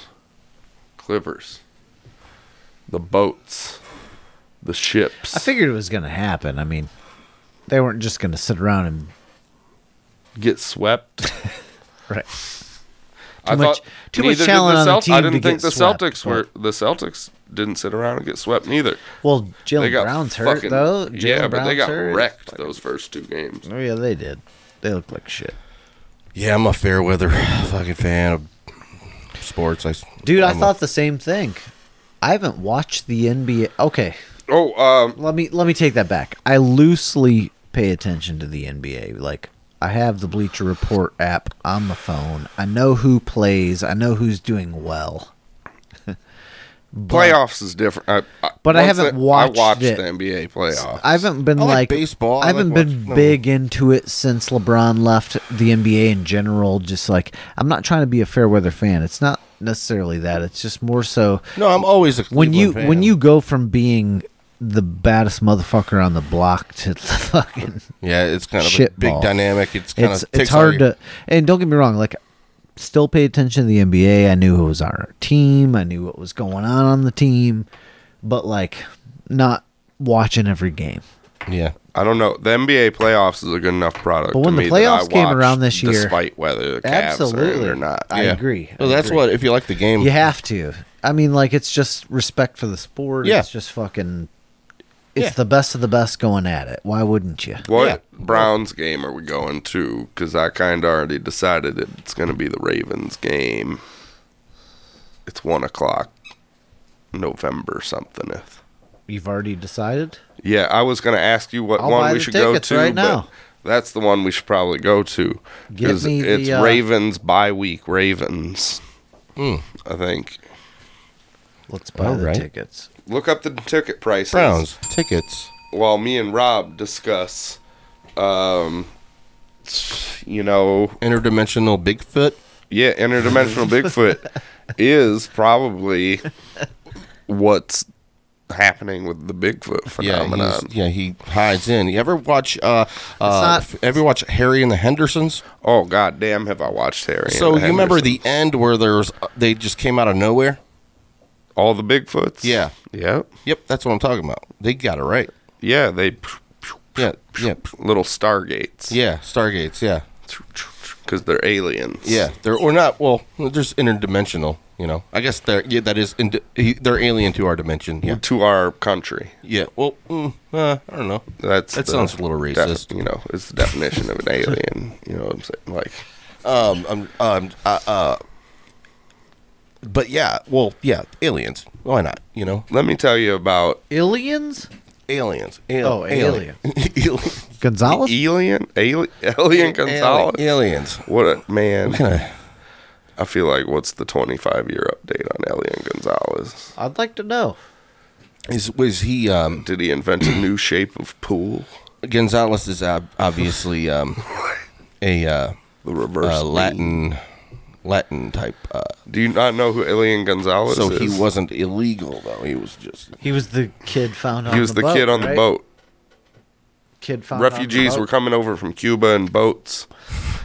S1: Clippers. The boats. The ships.
S9: I figured it was going to happen. I mean, they weren't just going to sit around and
S1: get swept.
S9: right.
S1: I
S9: Too much-
S1: thought
S9: too much
S1: neither did
S9: talent on the
S1: Celt-
S9: team
S1: I
S9: to
S1: didn't think
S9: get
S1: the
S9: swept,
S1: Celtics
S9: but-
S1: were the Celtics didn't sit around and get swept neither.
S9: Well, Jalen
S1: They got
S9: Brown's hurt, though. Jalen
S1: yeah, but they
S9: Brown's
S1: got
S9: hurt.
S1: wrecked those first two games.
S9: Oh, yeah, they did. They looked like shit.
S8: Yeah, I'm a fair weather fucking fan of sports. I,
S9: Dude, i
S8: I'm a-
S9: thought the same thing. I haven't watched the NBA. Okay.
S1: Oh, um,
S9: let me let me take that back. I loosely pay attention to the NBA. Like I have the Bleacher Report app on the phone. I know who plays. I know who's doing well.
S1: playoffs is different. I, I,
S9: But I
S1: once
S9: haven't
S1: the-
S9: watched
S1: I watched
S9: it.
S1: the NBA playoffs.
S9: I haven't been
S1: I
S9: like,
S1: like baseball.
S9: I
S1: I
S9: haven't
S1: like
S9: been
S1: watching-
S9: big into it since LeBron left the NBA in general. Just like I'm not trying to be a fair weather fan. It's not necessarily that. It's just more so.
S8: No, I'm always a
S9: when you
S8: Cleveland fan.
S9: when you go from being the baddest motherfucker on the block to the fucking
S8: Yeah, it's kind of a
S9: shit
S8: big
S9: ball.
S8: dynamic. It's kind of
S9: it's, it's hard to and don't get me wrong like still pay attention to the nba i knew who was on our team i knew what was going on on the team but like not watching every game
S8: Yeah.
S1: I don't know. The NBA playoffs is a good enough product.
S9: But
S1: to
S9: when the
S1: me that I
S9: playoffs came
S1: watch
S9: around this year-
S1: despite whether the Cavs are in
S9: Absolutely.
S1: or not,
S9: I agree. I
S8: Well, that's
S9: agree.
S8: what if you like the game.
S9: you have to i mean like it's just respect for the sport
S8: Yeah.
S9: it's just fucking it's
S8: Yeah.
S9: the best of the best going at it why wouldn't you
S1: What Browns game are we going to? Because I kind of already decided that it's going to be the Ravens game. It's one o'clock, November something. -eth.
S9: you've already decided
S1: Yeah, I was going to ask you what
S9: I'll buy
S1: one we
S9: the
S1: should go
S9: tickets
S1: to.
S9: right
S1: but
S9: now.
S1: That's the one we should probably go to.
S9: Get
S1: 'cause
S9: me the,
S1: it's
S9: uh,
S1: Ravens bye week. Ravens,
S8: Mm.
S1: I think.
S9: Let's buy the
S8: Alright.
S9: tickets.
S1: Look up the ticket prices.
S8: Browns tickets.
S1: while me and Rob discuss, um, you know,
S8: interdimensional Bigfoot.
S1: Yeah, interdimensional Bigfoot is probably what's happening with the Bigfoot phenomenon.
S8: Yeah, he's- yeah, he hides in. You ever watch? Uh, uh,
S1: not-
S8: f- ever watch Harry and the Hendersons?
S1: Oh God damn, have I watched Harry? and
S8: So
S1: the
S8: you remember
S1: Hendersons.
S8: the end where there's they just came out of nowhere.
S1: All the Bigfoots.
S8: Yeah.
S1: Yep.
S8: Yep. That's what I'm talking about. They got it right.
S1: Yeah. They.
S8: Yeah. Yeah.
S1: Little stargates.
S8: Yeah. Stargates. Yeah.
S1: because they're aliens.
S8: Yeah. They're or not. Well, they're just interdimensional. You know. I guess they're yeah. That is. ind- he- They're alien to our dimension. Yeah.
S1: To our country.
S8: Yeah. Well. Mm, uh, I don't know.
S1: That's
S8: that
S1: the
S8: sounds a little
S1: defi-
S8: racist.
S1: you know, it's the definition of an alien. You know what I'm saying? Like.
S8: Um, um, um, uh, uh, but yeah, well, yeah, aliens. Why not? You know,
S1: Let me tell you about
S9: aliens
S8: aliens.
S9: Oh,
S8: alien.
S9: gonzalez
S1: Alien, alien, alien Gonzalez,
S8: aliens.
S1: What a man! I... feel like what's the twenty-five year update on Alien Gonzalez?
S9: i'd like to know
S8: Is was he? Um,
S1: Did he invent a new shape of pool?
S8: Gonzalez is ob- obviously um, a uh,
S1: the reverse
S8: Latin Latin type. Uh,
S1: Do you not know who Alien Gonzalez
S8: so
S1: is?
S8: he wasn't illegal though. He was just
S9: he was the kid found on
S1: He was the,
S9: boat,
S1: kid on the
S9: right?
S1: boat.
S9: kid found on the
S1: Refugees
S9: boat.
S1: were coming over from Cuba in boats,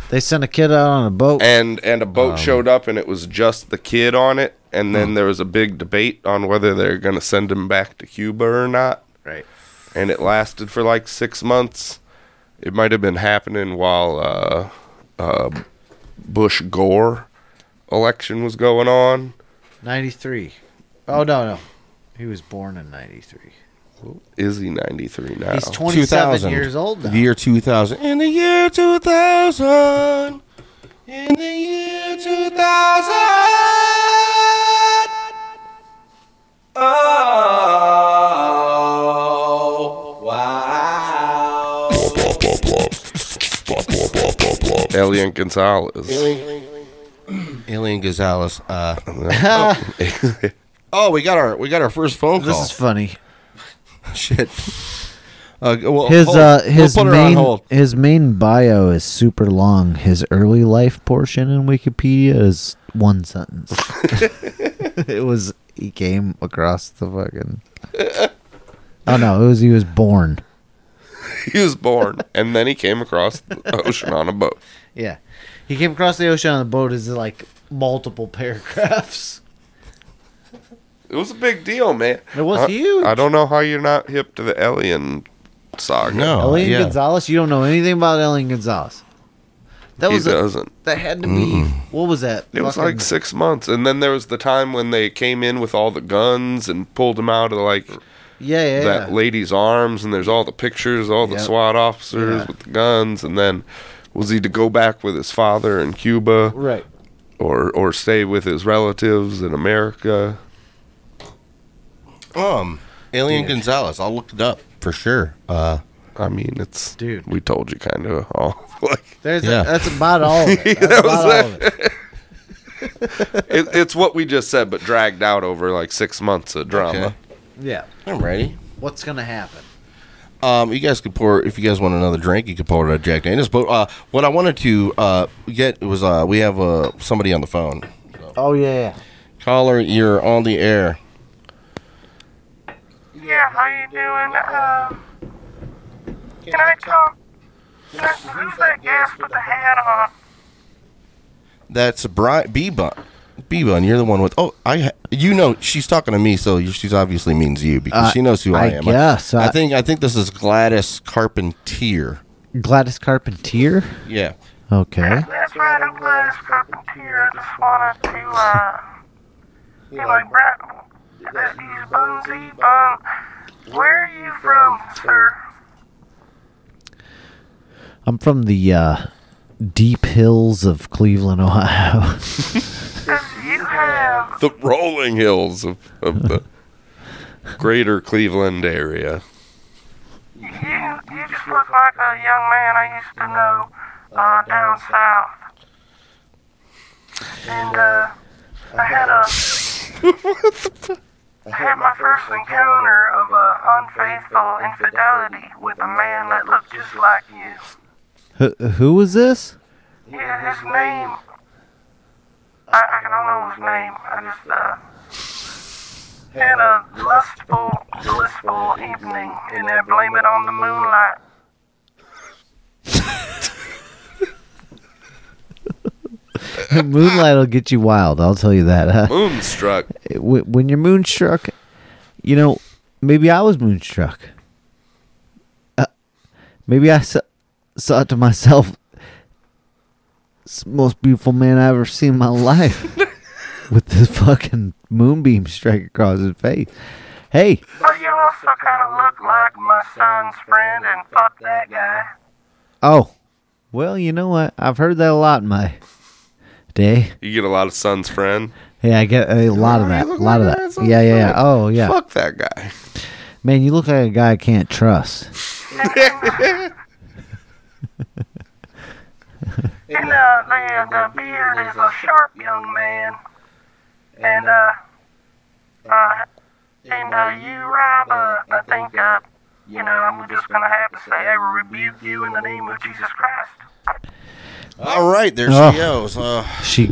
S9: they sent a kid out on a boat
S1: and and a boat
S9: Um, Hmm.
S1: showed up, and it was just the kid on it. And then there was a big debate on whether they're going to send him back to Cuba or not.
S9: Right.
S1: and it lasted for like six months. It might have been happening while uh, uh, Bush Gore election was going on.
S9: 93. Oh, no, no. He was born in 93.
S1: Is he 93 now?
S9: He's 27 years old now.
S8: The year two thousand. In the year two thousand.
S15: In the year 2000. Oh, wow.
S1: Alien Gonzalez.
S8: Alien Gonzalez. Uh, oh. Oh, we got our we got our first phone call.
S9: This is funny.
S8: Shit. Uh, well,
S9: His
S8: hold-
S9: uh his
S8: we'll put her on
S9: main
S8: hold.
S9: his main bio is super long. His early life portion in Wikipedia is one sentence. it was he came across the fucking. Oh no! It was he was born.
S1: he was born, and then he came across the ocean on a boat.
S9: Yeah, he came across the ocean on the boat. Is like multiple paragraphs.
S1: It was a big deal, man.
S9: It was
S1: I,
S9: huge.
S1: I don't know how you're not hip to the Elian saga.
S9: No,
S8: Oh,
S9: Elian Gonzalez. You don't know anything about Elian Gonzalez. That
S1: He
S9: was a-
S1: doesn't.
S9: that had to be.
S8: Mm.
S1: Mm-mm.
S9: What was that?
S1: It was
S9: Fucking-
S1: like six months, and then there was the time when they came in with all the guns and pulled him out of like
S9: Yeah, yeah,
S1: that
S9: yeah.
S1: lady's arms, and there's all the pictures, all the
S9: Yep.
S1: SWAT officers
S9: Yeah.
S1: with the guns, and then was he to go back with his father in Cuba,
S9: Right.
S1: or or stay with his relatives in America?
S8: Um, Alien Gonzalez. I'll look it up for sure. Uh,
S1: I mean, it's
S9: dude.
S1: We told you kind of all like
S9: There's
S8: Yeah.
S9: a, that's about all. Of it. That's
S1: That was
S9: about all of it.
S1: it, it's what we just said, but dragged out over like six months of drama.
S9: Yeah.
S8: I'm ready.
S9: What's gonna happen?
S8: Um, you guys could pour if you guys want another drink, you could pour it out of Jack Daniels. But uh, what I wanted to uh, get was uh, we have uh, somebody on the phone.
S9: Oh yeah.
S8: Caller, you're on the air.
S15: Yeah, how you doing? Um, can I talk? Can I, who's that gas with the hat on?
S8: That's Brian B Bun. B Bun, you're the one with. Oh, I. ha- You know, she's talking to me, so you- she's obviously means you because
S9: Uh,
S8: she knows who I, uh,
S9: I
S8: am.
S9: guess,
S8: I,
S9: I-
S8: think. I think this is Gladys Carpentier.
S9: Uh, Gladys Carpentier.
S8: Yeah.
S9: Okay.
S15: That's right, I'm Gladys Carpentier. I just wanted to, uh, be like, Brad, that these bunsy bun. Where are you from, sir?
S9: I'm from the uh, deep hills of Cleveland, Ohio.
S1: The rolling hills of, of the greater Cleveland area.
S15: You, you just look like a young man I used to know, uh, down south. And, uh, I had a. I had my first encounter of uh, unfaithful infidelity with a man that looked just like you.
S9: Who, who was this?
S15: Yeah, his name. I, I don't know his name. I just uh, had a lustful, blissful evening, and I blame it on the moonlight.
S9: Moonlight will get you wild. I'll tell you that. Huh?
S1: Moonstruck.
S9: Wh- When you're moonstruck, you know, maybe I was moonstruck. Uh, maybe I sa- saw it to myself. "It's the most beautiful man I ever seen in my life, with this fucking moonbeam straight across his face. Hey,
S15: But you also kind of look like my son's friend, and fuck that guy.
S9: oh, well, you know what? I've heard that a lot in my day.
S1: You get a lot of son's friend.
S9: Yeah, I get a lot of that. A lot of that. Yeah, yeah, yeah. Oh, yeah.
S1: Fuck that guy.
S9: Man, you look like a guy I can't trust.
S15: And uh, the, the beard is a sharp young man. And uh, uh, and uh, you, Rob, uh, I think uh, you know, I'm just gonna have to say I rebuke you in the name of Jesus Christ.
S8: All right, there
S9: Oh.
S8: she goes. Uh,
S9: She.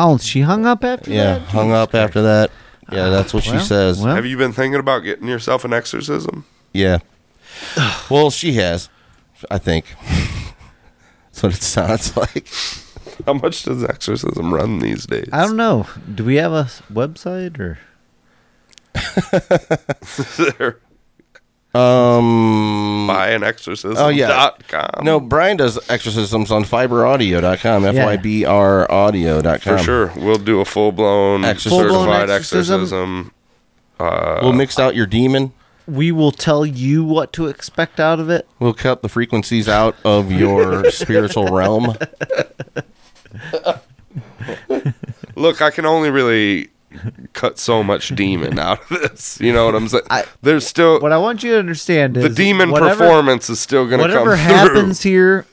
S9: Oh, she hung up after
S8: yeah,
S9: that?
S8: hung up after that. Yeah, that's what
S9: Well,
S8: she says.
S1: Have you been thinking about getting yourself an exorcism?
S8: Yeah. Well, she has, I think. That's what it sounds like.
S1: How much does exorcism run these days?
S9: I don't know. Do we have a s- website or?
S8: Um,
S1: Buy an exorcism.
S8: Oh yeah.
S1: Dot com.
S8: No, Brian does exorcisms on fiberaudio.com,
S1: Yeah.
S8: F-Y-B-R-audio.com.
S1: For sure. We'll do a full blown
S8: Exorcism.
S1: certified
S8: um, Full-blown exorcism.
S1: exorcism. Uh,
S8: we'll mix out your demon.
S9: We will tell you what to expect out of it.
S8: We'll cut the frequencies out of your spiritual realm.
S1: Look, I can only really cut so much demon out of this. You know what I'm saying? There's still
S9: what I want you to understand is
S1: the demon
S9: whatever-
S1: performance is still going to come
S9: Whatever
S1: through.
S9: happens here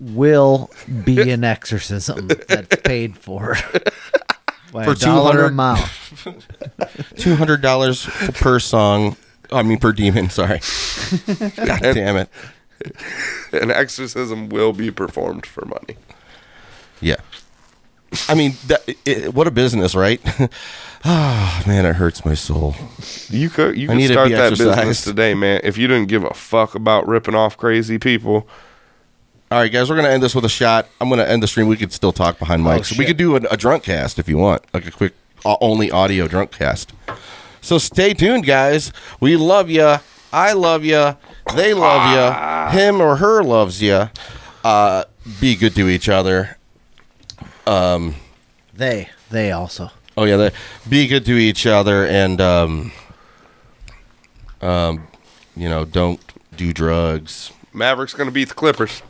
S9: will be an exorcism that's paid for by
S8: For
S9: a dollar
S8: 200
S9: amount.
S8: Two hundred dollars per song. I mean per demon. Sorry. God damn it.
S1: An exorcism will be performed for money.
S8: Yeah. I mean, that, it, it- what a business, right? Ah, man, it hurts my soul.
S1: You could you
S8: I
S1: can
S8: need to
S1: start
S8: be
S1: that business
S8: exercised.
S1: today, man. If you didn't give a fuck about ripping off crazy people.
S8: All right, guys, we're gonna end this with a shot. I'm gonna end the stream. We could still talk behind mics. we
S1: shit.
S8: could do an, a drunk cast if you want, like a quick uh, only audio drunk cast. So stay tuned, guys. We love you. I love you. They love you. Him or her loves you. Uh, be good to each other. Um,
S9: They, they also.
S8: Oh yeah, they, be good to each other and um, um, you know, don't do drugs.
S1: Mavericks gonna beat the Clippers.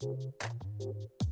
S15: Thank you.